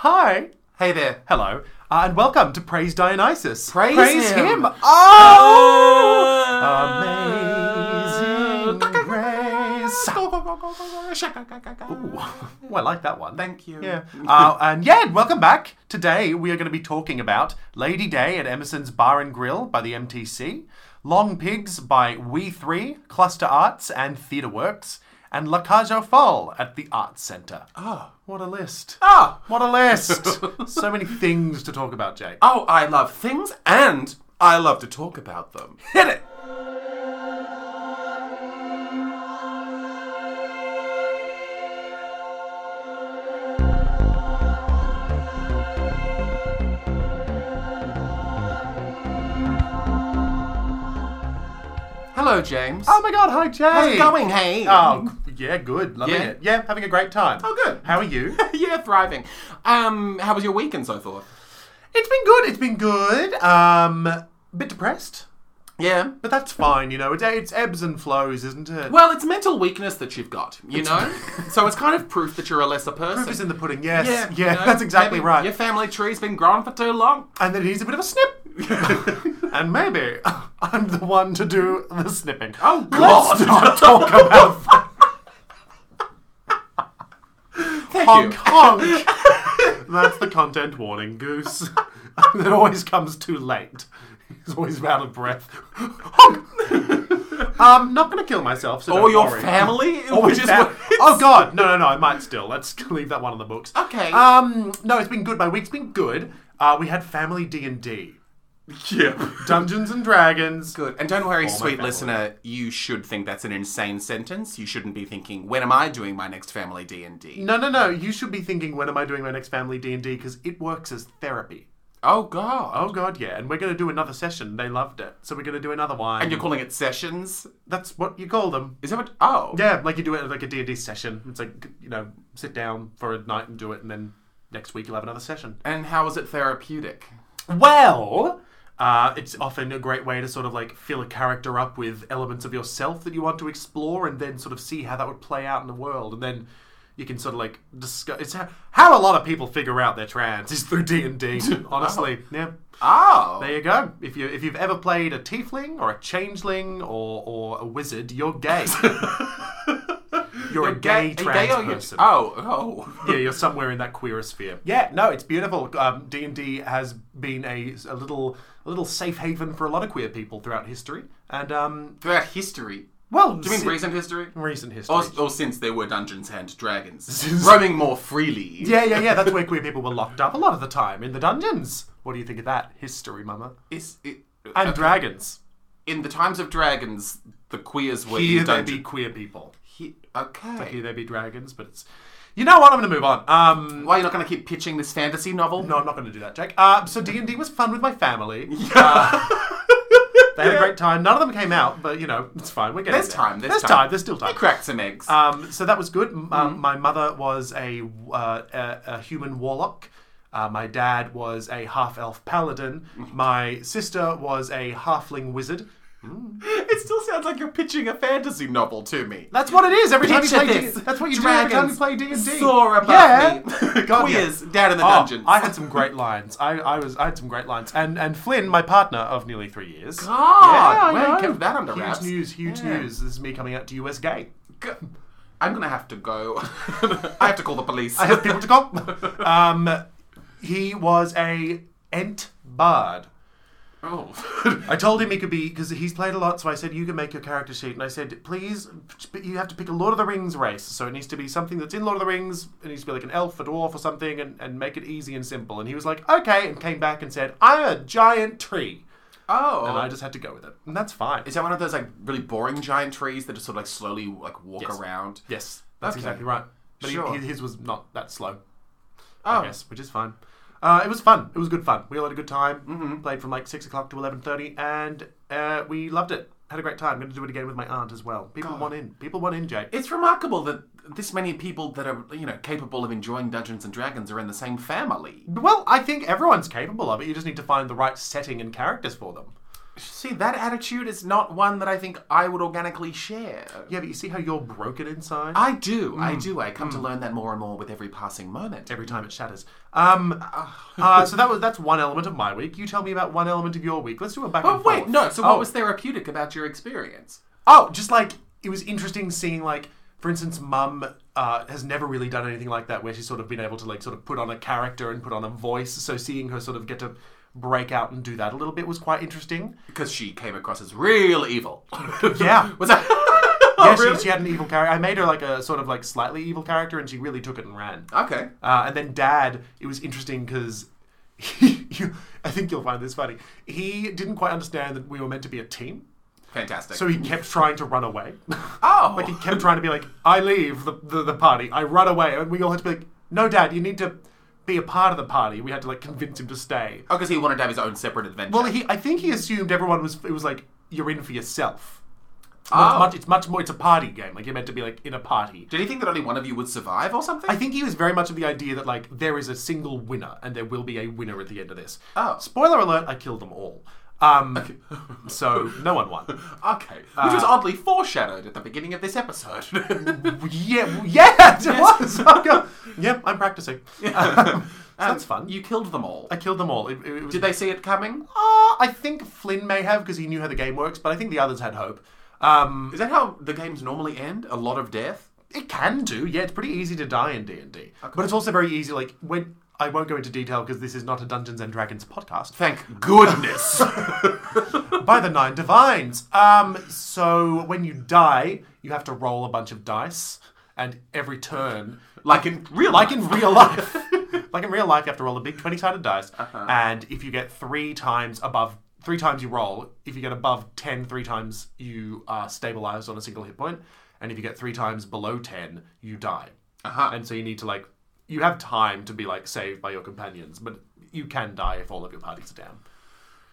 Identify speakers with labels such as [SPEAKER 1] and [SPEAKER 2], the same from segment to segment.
[SPEAKER 1] Hi.
[SPEAKER 2] Hey there.
[SPEAKER 1] Hello. Uh, and welcome to Praise Dionysus.
[SPEAKER 2] Praise him.
[SPEAKER 1] Oh! Amazing grace.
[SPEAKER 2] Oh,
[SPEAKER 1] Ooh, Ooh, I like that one.
[SPEAKER 2] Thank you.
[SPEAKER 1] Yeah. Uh, and yeah, welcome back. Today we are going to be talking about Lady Day at Emerson's Bar and Grill by the MTC, Long Pigs by We Three, Cluster Arts and Theatre Works, and La Cage aux Folles at the Arts Centre. Oh, what a list!
[SPEAKER 2] Oh,
[SPEAKER 1] What a list! so many things to talk about, Jake.
[SPEAKER 2] oh, I love things and I love to talk about them.
[SPEAKER 1] Hit it!
[SPEAKER 2] Hello, James.
[SPEAKER 1] Oh my god, hi Jake!
[SPEAKER 2] How's it going, hey?
[SPEAKER 1] Oh, g- yeah, good. Loving
[SPEAKER 2] Yeah?
[SPEAKER 1] it. Yeah, having a great time.
[SPEAKER 2] Oh, good.
[SPEAKER 1] How are you?
[SPEAKER 2] yeah, thriving. Um, how was your week and so forth?
[SPEAKER 1] It's been good. It's been good. Um, bit depressed,
[SPEAKER 2] Yeah.
[SPEAKER 1] but that's fine. You know, it's, it's ebbs and flows, isn't it?
[SPEAKER 2] Well, it's mental weakness that you've got, you know? so it's kind of proof that you're a lesser person.
[SPEAKER 1] Proof is in the pudding. Yes. Yeah.
[SPEAKER 2] you know,
[SPEAKER 1] that's exactly
[SPEAKER 2] maybe
[SPEAKER 1] right.
[SPEAKER 2] Your family tree's been growing for too long.
[SPEAKER 1] And then he's a bit of a snip. and maybe I'm the one to do the snipping.
[SPEAKER 2] Oh,
[SPEAKER 1] Let's
[SPEAKER 2] God.
[SPEAKER 1] not talk about
[SPEAKER 2] Thank
[SPEAKER 1] honk
[SPEAKER 2] you.
[SPEAKER 1] honk. That's the content warning, Goose. it always comes too late. He's always out of breath. Honk. I'm not going to kill myself. So
[SPEAKER 2] Or
[SPEAKER 1] don't
[SPEAKER 2] your
[SPEAKER 1] worry.
[SPEAKER 2] family.
[SPEAKER 1] Or
[SPEAKER 2] which
[SPEAKER 1] his
[SPEAKER 2] is
[SPEAKER 1] fam-
[SPEAKER 2] what-
[SPEAKER 1] oh God, no, no, no! I might still. Let's leave that one in the books.
[SPEAKER 2] Okay.
[SPEAKER 1] Um, no, it's been good. My week's been good. Uh, we had family D and D,
[SPEAKER 2] yeah.
[SPEAKER 1] Dungeons and Dragons.
[SPEAKER 2] Good. And don't
[SPEAKER 1] Oh,
[SPEAKER 2] worry, sweet
[SPEAKER 1] family.
[SPEAKER 2] listener, you should think that's an insane sentence. You shouldn't be thinking, when am I doing my next family D&D?
[SPEAKER 1] No, no, no! You should be thinking, when am I doing my next family D and D? Because it works as therapy.
[SPEAKER 2] Oh, God.
[SPEAKER 1] Oh God, yeah! And we're going to do another session. They loved it, so we're going to do another one.
[SPEAKER 2] And you're calling it sessions?
[SPEAKER 1] That's what you call them.
[SPEAKER 2] Is that what? Oh.
[SPEAKER 1] Yeah, like you do it at like a D and D session. It's like you know, sit down for a night and do it, and then next week you'll have another session.
[SPEAKER 2] And how is it therapeutic?
[SPEAKER 1] Well, uh, it's often a great way to sort of like fill a character up with elements of yourself that you want to explore, and then sort of see how that would play out in the world, and then you can sort of like discuss. It's how, how a lot of people figure out they're trans is through D and D. Honestly, yeah.
[SPEAKER 2] Oh.
[SPEAKER 1] There you go. If you if you've ever played a tiefling or a changeling or or a wizard, you're gay. you're, a gay,
[SPEAKER 2] are
[SPEAKER 1] trans
[SPEAKER 2] or you-
[SPEAKER 1] person
[SPEAKER 2] Oh, oh.
[SPEAKER 1] yeah, you're somewhere in that queerosphere. Yeah, no, it's beautiful. Um, D&D has been a, a little a little safe haven for a lot of queer people throughout history. And, um,
[SPEAKER 2] Throughout history.
[SPEAKER 1] well...
[SPEAKER 2] Do you mean recent history?
[SPEAKER 1] recent history?
[SPEAKER 2] Or, or since there were Dungeons and Dragons.
[SPEAKER 1] Since-
[SPEAKER 2] roaming more freely.
[SPEAKER 1] yeah, yeah, yeah, that's where queer people were locked up a lot of the time, in the dungeons. What do you think of that? History, mama.
[SPEAKER 2] Is it, uh,
[SPEAKER 1] And dragons.
[SPEAKER 2] in the times of dragons, the queers were
[SPEAKER 1] Here
[SPEAKER 2] in
[SPEAKER 1] there be
[SPEAKER 2] dungeons.
[SPEAKER 1] queer people.
[SPEAKER 2] Okay.
[SPEAKER 1] Here there be dragons, but it's... You know what? I'm going to move on. Um...
[SPEAKER 2] Why are you not going to keep pitching this fantasy novel?
[SPEAKER 1] No, I'm not going to do that, Jake. Uh, so D&D was fun with my family. Uh, they had a great time. None of them came out, but, you know, it's fine. We're getting
[SPEAKER 2] There's
[SPEAKER 1] there.
[SPEAKER 2] time, there's
[SPEAKER 1] there's
[SPEAKER 2] time. Mm-hmm.
[SPEAKER 1] time. There's still
[SPEAKER 2] I
[SPEAKER 1] time.
[SPEAKER 2] cracked some eggs.
[SPEAKER 1] Um, so that was good. M- uh, my mother was a, uh, a, a human warlock. Uh, my dad was a half elf paladin.
[SPEAKER 2] Mm-hmm.
[SPEAKER 1] My sister was a halfling wizard.
[SPEAKER 2] it still sounds like you're pitching a fantasy novel to me.
[SPEAKER 1] That's what it is. Every time you
[SPEAKER 2] Picture
[SPEAKER 1] play, D-
[SPEAKER 2] this.
[SPEAKER 1] that's what you do every
[SPEAKER 2] Dragons
[SPEAKER 1] time you play D and D.
[SPEAKER 2] soar above me.
[SPEAKER 1] God, yeah.
[SPEAKER 2] Queers down in the
[SPEAKER 1] Oh,
[SPEAKER 2] dungeons.
[SPEAKER 1] I had some great lines. I, I was I had some great lines. And and Flynn, my partner of nearly three years.
[SPEAKER 2] God,
[SPEAKER 1] yeah, I
[SPEAKER 2] well, you
[SPEAKER 1] know.
[SPEAKER 2] kept that under
[SPEAKER 1] huge
[SPEAKER 2] wraps.
[SPEAKER 1] news, huge
[SPEAKER 2] Yeah.
[SPEAKER 1] news. This is me coming out to US gay.
[SPEAKER 2] G- I'm gonna have to go. I have to call the police.
[SPEAKER 1] I have people to call. um, he was a ent bard.
[SPEAKER 2] oh.
[SPEAKER 1] I told him he could be because he's played a lot. So I said you can make your character sheet, and I said please, but you have to pick a Lord of the Rings race. So it needs to be something that's in Lord of the Rings. It needs to be like an elf, a dwarf, or something, and, and make it easy and simple. And he was like, okay, and came back and said, I'm a giant tree,
[SPEAKER 2] oh.
[SPEAKER 1] and I just had to go with it, and that's fine.
[SPEAKER 2] Is that one of those like really boring giant trees that just sort of like slowly like walk
[SPEAKER 1] Yes.
[SPEAKER 2] around?
[SPEAKER 1] yes, that's
[SPEAKER 2] Okay.
[SPEAKER 1] exactly right. But he-
[SPEAKER 2] Sure.
[SPEAKER 1] he, his was not that slow.
[SPEAKER 2] Oh.
[SPEAKER 1] I guess, which is fine. Uh, it was fun. It was good fun. We all had a good time. Played from like six o'clock to eleven thirty, and uh, we loved it. Had a great time. Going to do it again with my aunt as well. People want in. People want in, Jake.
[SPEAKER 2] It's remarkable that this many people that are you know capable of enjoying Dungeons and Dragons are in the same family.
[SPEAKER 1] Well, I think everyone's capable of it. You just need to find the right setting and characters for them.
[SPEAKER 2] See, that attitude is not one that I think I would organically share.
[SPEAKER 1] Yeah, but you see how you're broken inside?
[SPEAKER 2] I do, I do. I come to learn that more and more with every passing moment.
[SPEAKER 1] Hmm. Every time it shatters. Um, uh, so that was that's one element of my week. You tell me about one element of your week. Let's do a back
[SPEAKER 2] Oh,
[SPEAKER 1] and
[SPEAKER 2] wait,
[SPEAKER 1] forth.
[SPEAKER 2] no. So, what
[SPEAKER 1] Oh.
[SPEAKER 2] was therapeutic about your experience?
[SPEAKER 1] Oh, just like it was interesting seeing like, for instance, Mum uh, has never really done anything like that where she's sort of been able to like sort of put on a character and put on a voice. So seeing her sort of get to break out and do that a little bit was quite interesting.
[SPEAKER 2] Because she came across as real evil.
[SPEAKER 1] Yeah.
[SPEAKER 2] was that?
[SPEAKER 1] yeah,
[SPEAKER 2] oh,
[SPEAKER 1] she-
[SPEAKER 2] really?
[SPEAKER 1] she, had an evil character. I made her like a sort of like slightly evil character, and she really took it and ran.
[SPEAKER 2] Okay.
[SPEAKER 1] Uh, and then Dad, it was interesting because. you, I think you'll find this funny. He didn't quite understand that we were meant to be a team,
[SPEAKER 2] Fantastic.
[SPEAKER 1] so he kept trying to run away.
[SPEAKER 2] oh,
[SPEAKER 1] Like he kept trying to be like, I leave the, the, the party, I run away, and we all had to be like, No, Dad, you need to be a part of the party. We had to like convince him to stay.
[SPEAKER 2] because Oh, he wanted to have his own separate adventure.
[SPEAKER 1] Well, he I think he assumed everyone was it was like you're in for yourself.
[SPEAKER 2] Oh.
[SPEAKER 1] It's, much, it's much more. It's a party game. Like you're meant to be like in a party.
[SPEAKER 2] Did he think that only one of you would survive or something?
[SPEAKER 1] I think he was very much of the idea that like there is a single winner and there will be a winner at the end of this.
[SPEAKER 2] Oh.
[SPEAKER 1] Spoiler alert! I killed them all. Um, so no one won.
[SPEAKER 2] okay.
[SPEAKER 1] Uh,
[SPEAKER 2] Which was oddly foreshadowed at the beginning of this episode.
[SPEAKER 1] Yeah, w- yeah, it was. Oh, God. yeah, I'm practicing. Um, so that's fun.
[SPEAKER 2] you killed them all.
[SPEAKER 1] I killed them all. It, it, it was,
[SPEAKER 2] Did they see it coming?
[SPEAKER 1] Uh, I think Flynn may have because he knew how the game works, but I think the others had hope. Um,
[SPEAKER 2] Is that how the games normally end? A lot of death?
[SPEAKER 1] it can do. Yeah, it's pretty easy to die in D and D, but it's also very easy. Like when I won't go into detail because this is not a Dungeons and Dragons podcast.
[SPEAKER 2] Thank goodness.
[SPEAKER 1] by the nine divines. Um, so when you die, you have to roll a bunch of dice, and every turn,
[SPEAKER 2] like in real
[SPEAKER 1] like
[SPEAKER 2] life.
[SPEAKER 1] in real life, like in real life, you have to roll a big twenty-sided dice, and if you get three times above. Three times you roll. If you get above 10, three times you are stabilized on a single hit point. And if you get three times below 10, you die.
[SPEAKER 2] Uh-huh.
[SPEAKER 1] And so you need to, like, you have time to be, like, saved by your companions, but you can die if all of your parties are down.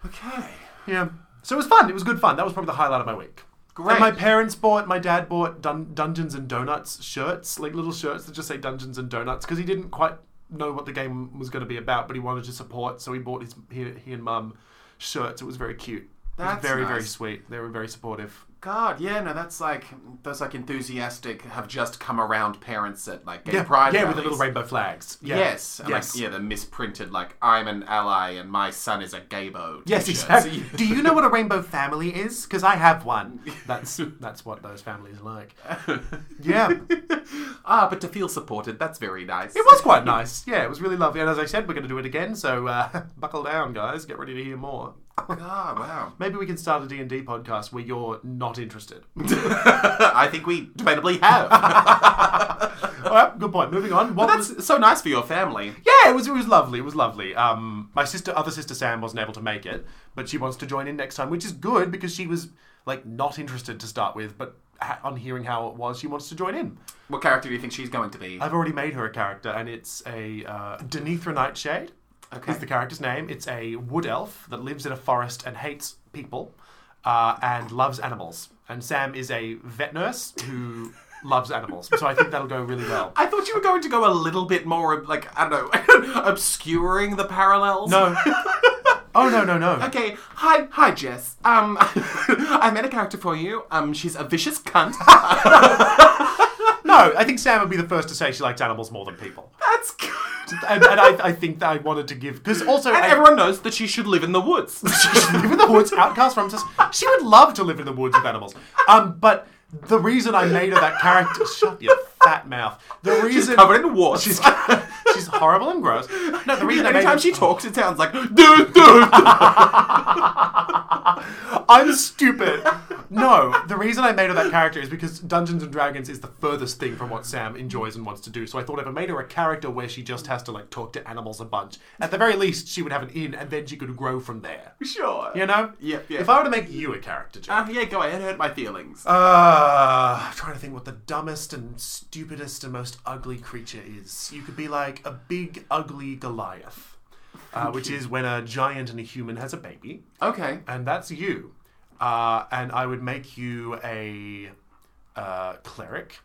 [SPEAKER 2] Okay.
[SPEAKER 1] Yeah. So it was fun. It was good fun. That was probably the highlight of my week.
[SPEAKER 2] Great.
[SPEAKER 1] And my parents bought, my dad bought Dun- Dungeons and Donuts shirts, like little shirts that just say Dungeons and Donuts, because he didn't quite know what the game was going to be about, but he wanted to support, so he bought his he, he and mum shirts. It was very cute.
[SPEAKER 2] That's
[SPEAKER 1] it was very very
[SPEAKER 2] nice.
[SPEAKER 1] sweet. They were very supportive.
[SPEAKER 2] God, yeah, no, that's like those like enthusiastic have just come around parents at like gay
[SPEAKER 1] yeah,
[SPEAKER 2] pride.
[SPEAKER 1] yeah, with the
[SPEAKER 2] rallies.
[SPEAKER 1] little rainbow flags. Yeah.
[SPEAKER 2] Yes, and
[SPEAKER 1] yes,
[SPEAKER 2] like yeah, the misprinted like I'm an ally and my son is a gaybo.
[SPEAKER 1] yes,
[SPEAKER 2] t-shirts.
[SPEAKER 1] exactly. Do you know what a rainbow family is? Because I have one. That's that's what those families are like. Yeah.
[SPEAKER 2] ah, but to feel supported, that's very nice.
[SPEAKER 1] It was quite nice. Yeah, it was really lovely. And as I said, we're going to do it again. So uh, buckle down, guys. Get ready to hear more.
[SPEAKER 2] God, wow.
[SPEAKER 1] Maybe we can start a D&D podcast where you're not interested.
[SPEAKER 2] I think we debatably have.
[SPEAKER 1] All right, good point. Moving on. What was...
[SPEAKER 2] that's so nice for your family.
[SPEAKER 1] Yeah, it was, it was lovely. It was lovely. Um, my sister, other sister Sam wasn't able to make it, but she wants to join in next time, which is good because she was, like, not interested to start with, but ha- on hearing how it was, she wants to join in.
[SPEAKER 2] What character do you think she's going to be?
[SPEAKER 1] I've already made her a character, and it's a uh, Denethra Nightshade.
[SPEAKER 2] Okay.
[SPEAKER 1] Is the character's name? It's a wood elf that lives in a forest and hates people, uh, and loves animals. And Sam is a vet nurse who loves animals. So I think that'll go really well.
[SPEAKER 2] I thought you were going to go a little bit more like I don't know, obscuring the parallels.
[SPEAKER 1] No. Oh no no no.
[SPEAKER 2] Okay, hi, hi, Jess. Um, I made a character for you. Um, she's a vicious cunt.
[SPEAKER 1] No, I think Sam would be the first to say she likes animals more than people.
[SPEAKER 2] That's good.
[SPEAKER 1] And, and I, I think that I wanted to give because also
[SPEAKER 2] And
[SPEAKER 1] I-
[SPEAKER 2] everyone knows that she should live in the woods.
[SPEAKER 1] she should live in the woods, outcast from us. She would love to live in the woods with animals. Um, but the reason I made her that character, shut your fat mouth. The reason
[SPEAKER 2] covered in warts.
[SPEAKER 1] she's she's horrible and gross. No, the reason I made
[SPEAKER 2] Anytime
[SPEAKER 1] her,
[SPEAKER 2] she talks, it sounds like dude, dude.
[SPEAKER 1] I'm stupid. No, the reason I made her that character is because Dungeons and Dragons is the furthest thing from what Sam enjoys and wants to do. So I thought if I made her a character where she just has to like talk to animals a bunch, at the very least she would have an in, and then she could grow from there.
[SPEAKER 2] Sure.
[SPEAKER 1] You know?
[SPEAKER 2] Yep, yep.
[SPEAKER 1] If I were to make you a character, Jack,
[SPEAKER 2] Uh, yeah, go ahead. Hurt my feelings.
[SPEAKER 1] Uh, I'm trying to think what the dumbest and stupidest and most ugly creature is. You could be like a big, ugly Goliath, uh, which is when a giant and a human has a baby,
[SPEAKER 2] okay.
[SPEAKER 1] and that's you. Uh, and I would make you a uh, cleric,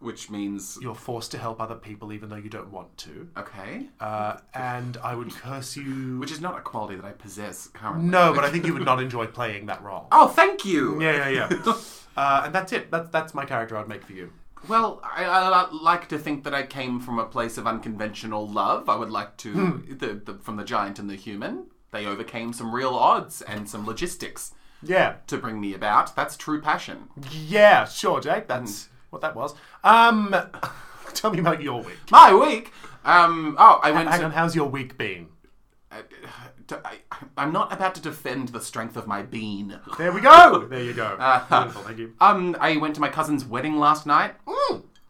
[SPEAKER 2] which means
[SPEAKER 1] You're forced to help other people even though you don't want to.
[SPEAKER 2] okay,
[SPEAKER 1] Uh, and I would curse you.
[SPEAKER 2] which is not a quality that I possess currently.
[SPEAKER 1] no, but I think you would not enjoy playing that role.
[SPEAKER 2] Oh, thank you.
[SPEAKER 1] Yeah, yeah, yeah. uh, and that's it. That's that's my character I'd make for you.
[SPEAKER 2] Well, I, I li- like to think that I came from a place of unconventional love. I would like to the, the, from the giant and the human. They overcame some real odds and some logistics
[SPEAKER 1] Yeah.
[SPEAKER 2] to bring me about. That's true passion.
[SPEAKER 1] Yeah, sure, Jake. That's what that was. Um, tell me about your week.
[SPEAKER 2] My week. Um. Oh, I went.
[SPEAKER 1] Hang
[SPEAKER 2] to,
[SPEAKER 1] on, how's your week been?
[SPEAKER 2] to- I, I'm not about to defend the strength of my bean.
[SPEAKER 1] There we go. There you go. Wonderful, thank you.
[SPEAKER 2] Um. I went to my cousin's wedding last night,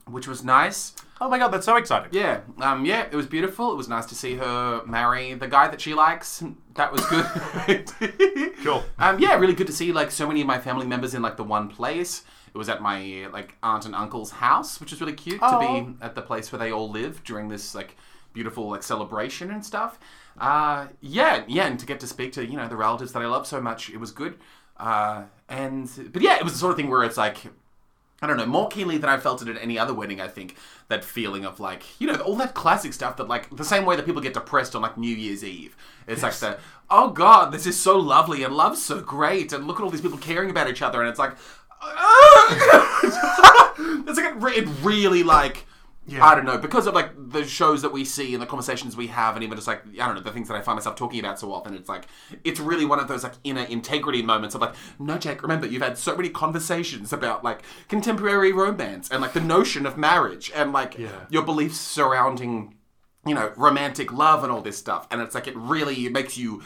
[SPEAKER 2] which was nice.
[SPEAKER 1] Oh my god, that's so exciting.
[SPEAKER 2] Yeah, um, yeah, it was beautiful. It was nice to see her marry the guy that she likes. That was good.
[SPEAKER 1] Cool.
[SPEAKER 2] Um, yeah, really good to see like so many of my family members in like the one place. It was at my like aunt and uncle's house, which is really cute to
[SPEAKER 1] Oh.
[SPEAKER 2] be at the place where they all live during this like beautiful like celebration and stuff. Uh, yeah, yeah, and to get to speak to you know the relatives that I love so much, it was good. Uh, and but yeah, it was the sort of thing where it's like I don't know, more keenly than I felt it at any other wedding, I think, that feeling of like, you know, all that classic stuff that like, the same way that people get depressed on like New Year's Eve. It's like the, oh God, this is so lovely and love's so great and look at all these people caring about each other and it's like, "Ah!" it's like, it, re- it really like,
[SPEAKER 1] Yeah.
[SPEAKER 2] I don't know, because of like the shows that we see and the conversations we have, and even just like I don't know the things that I find myself talking about so often. It's like it's really one of those like inner integrity moments of like, no, Jake, remember you've had so many conversations about like contemporary romance and like the notion of marriage and like
[SPEAKER 1] Yeah.
[SPEAKER 2] your beliefs surrounding you know romantic love and all this stuff. And it's like it really makes you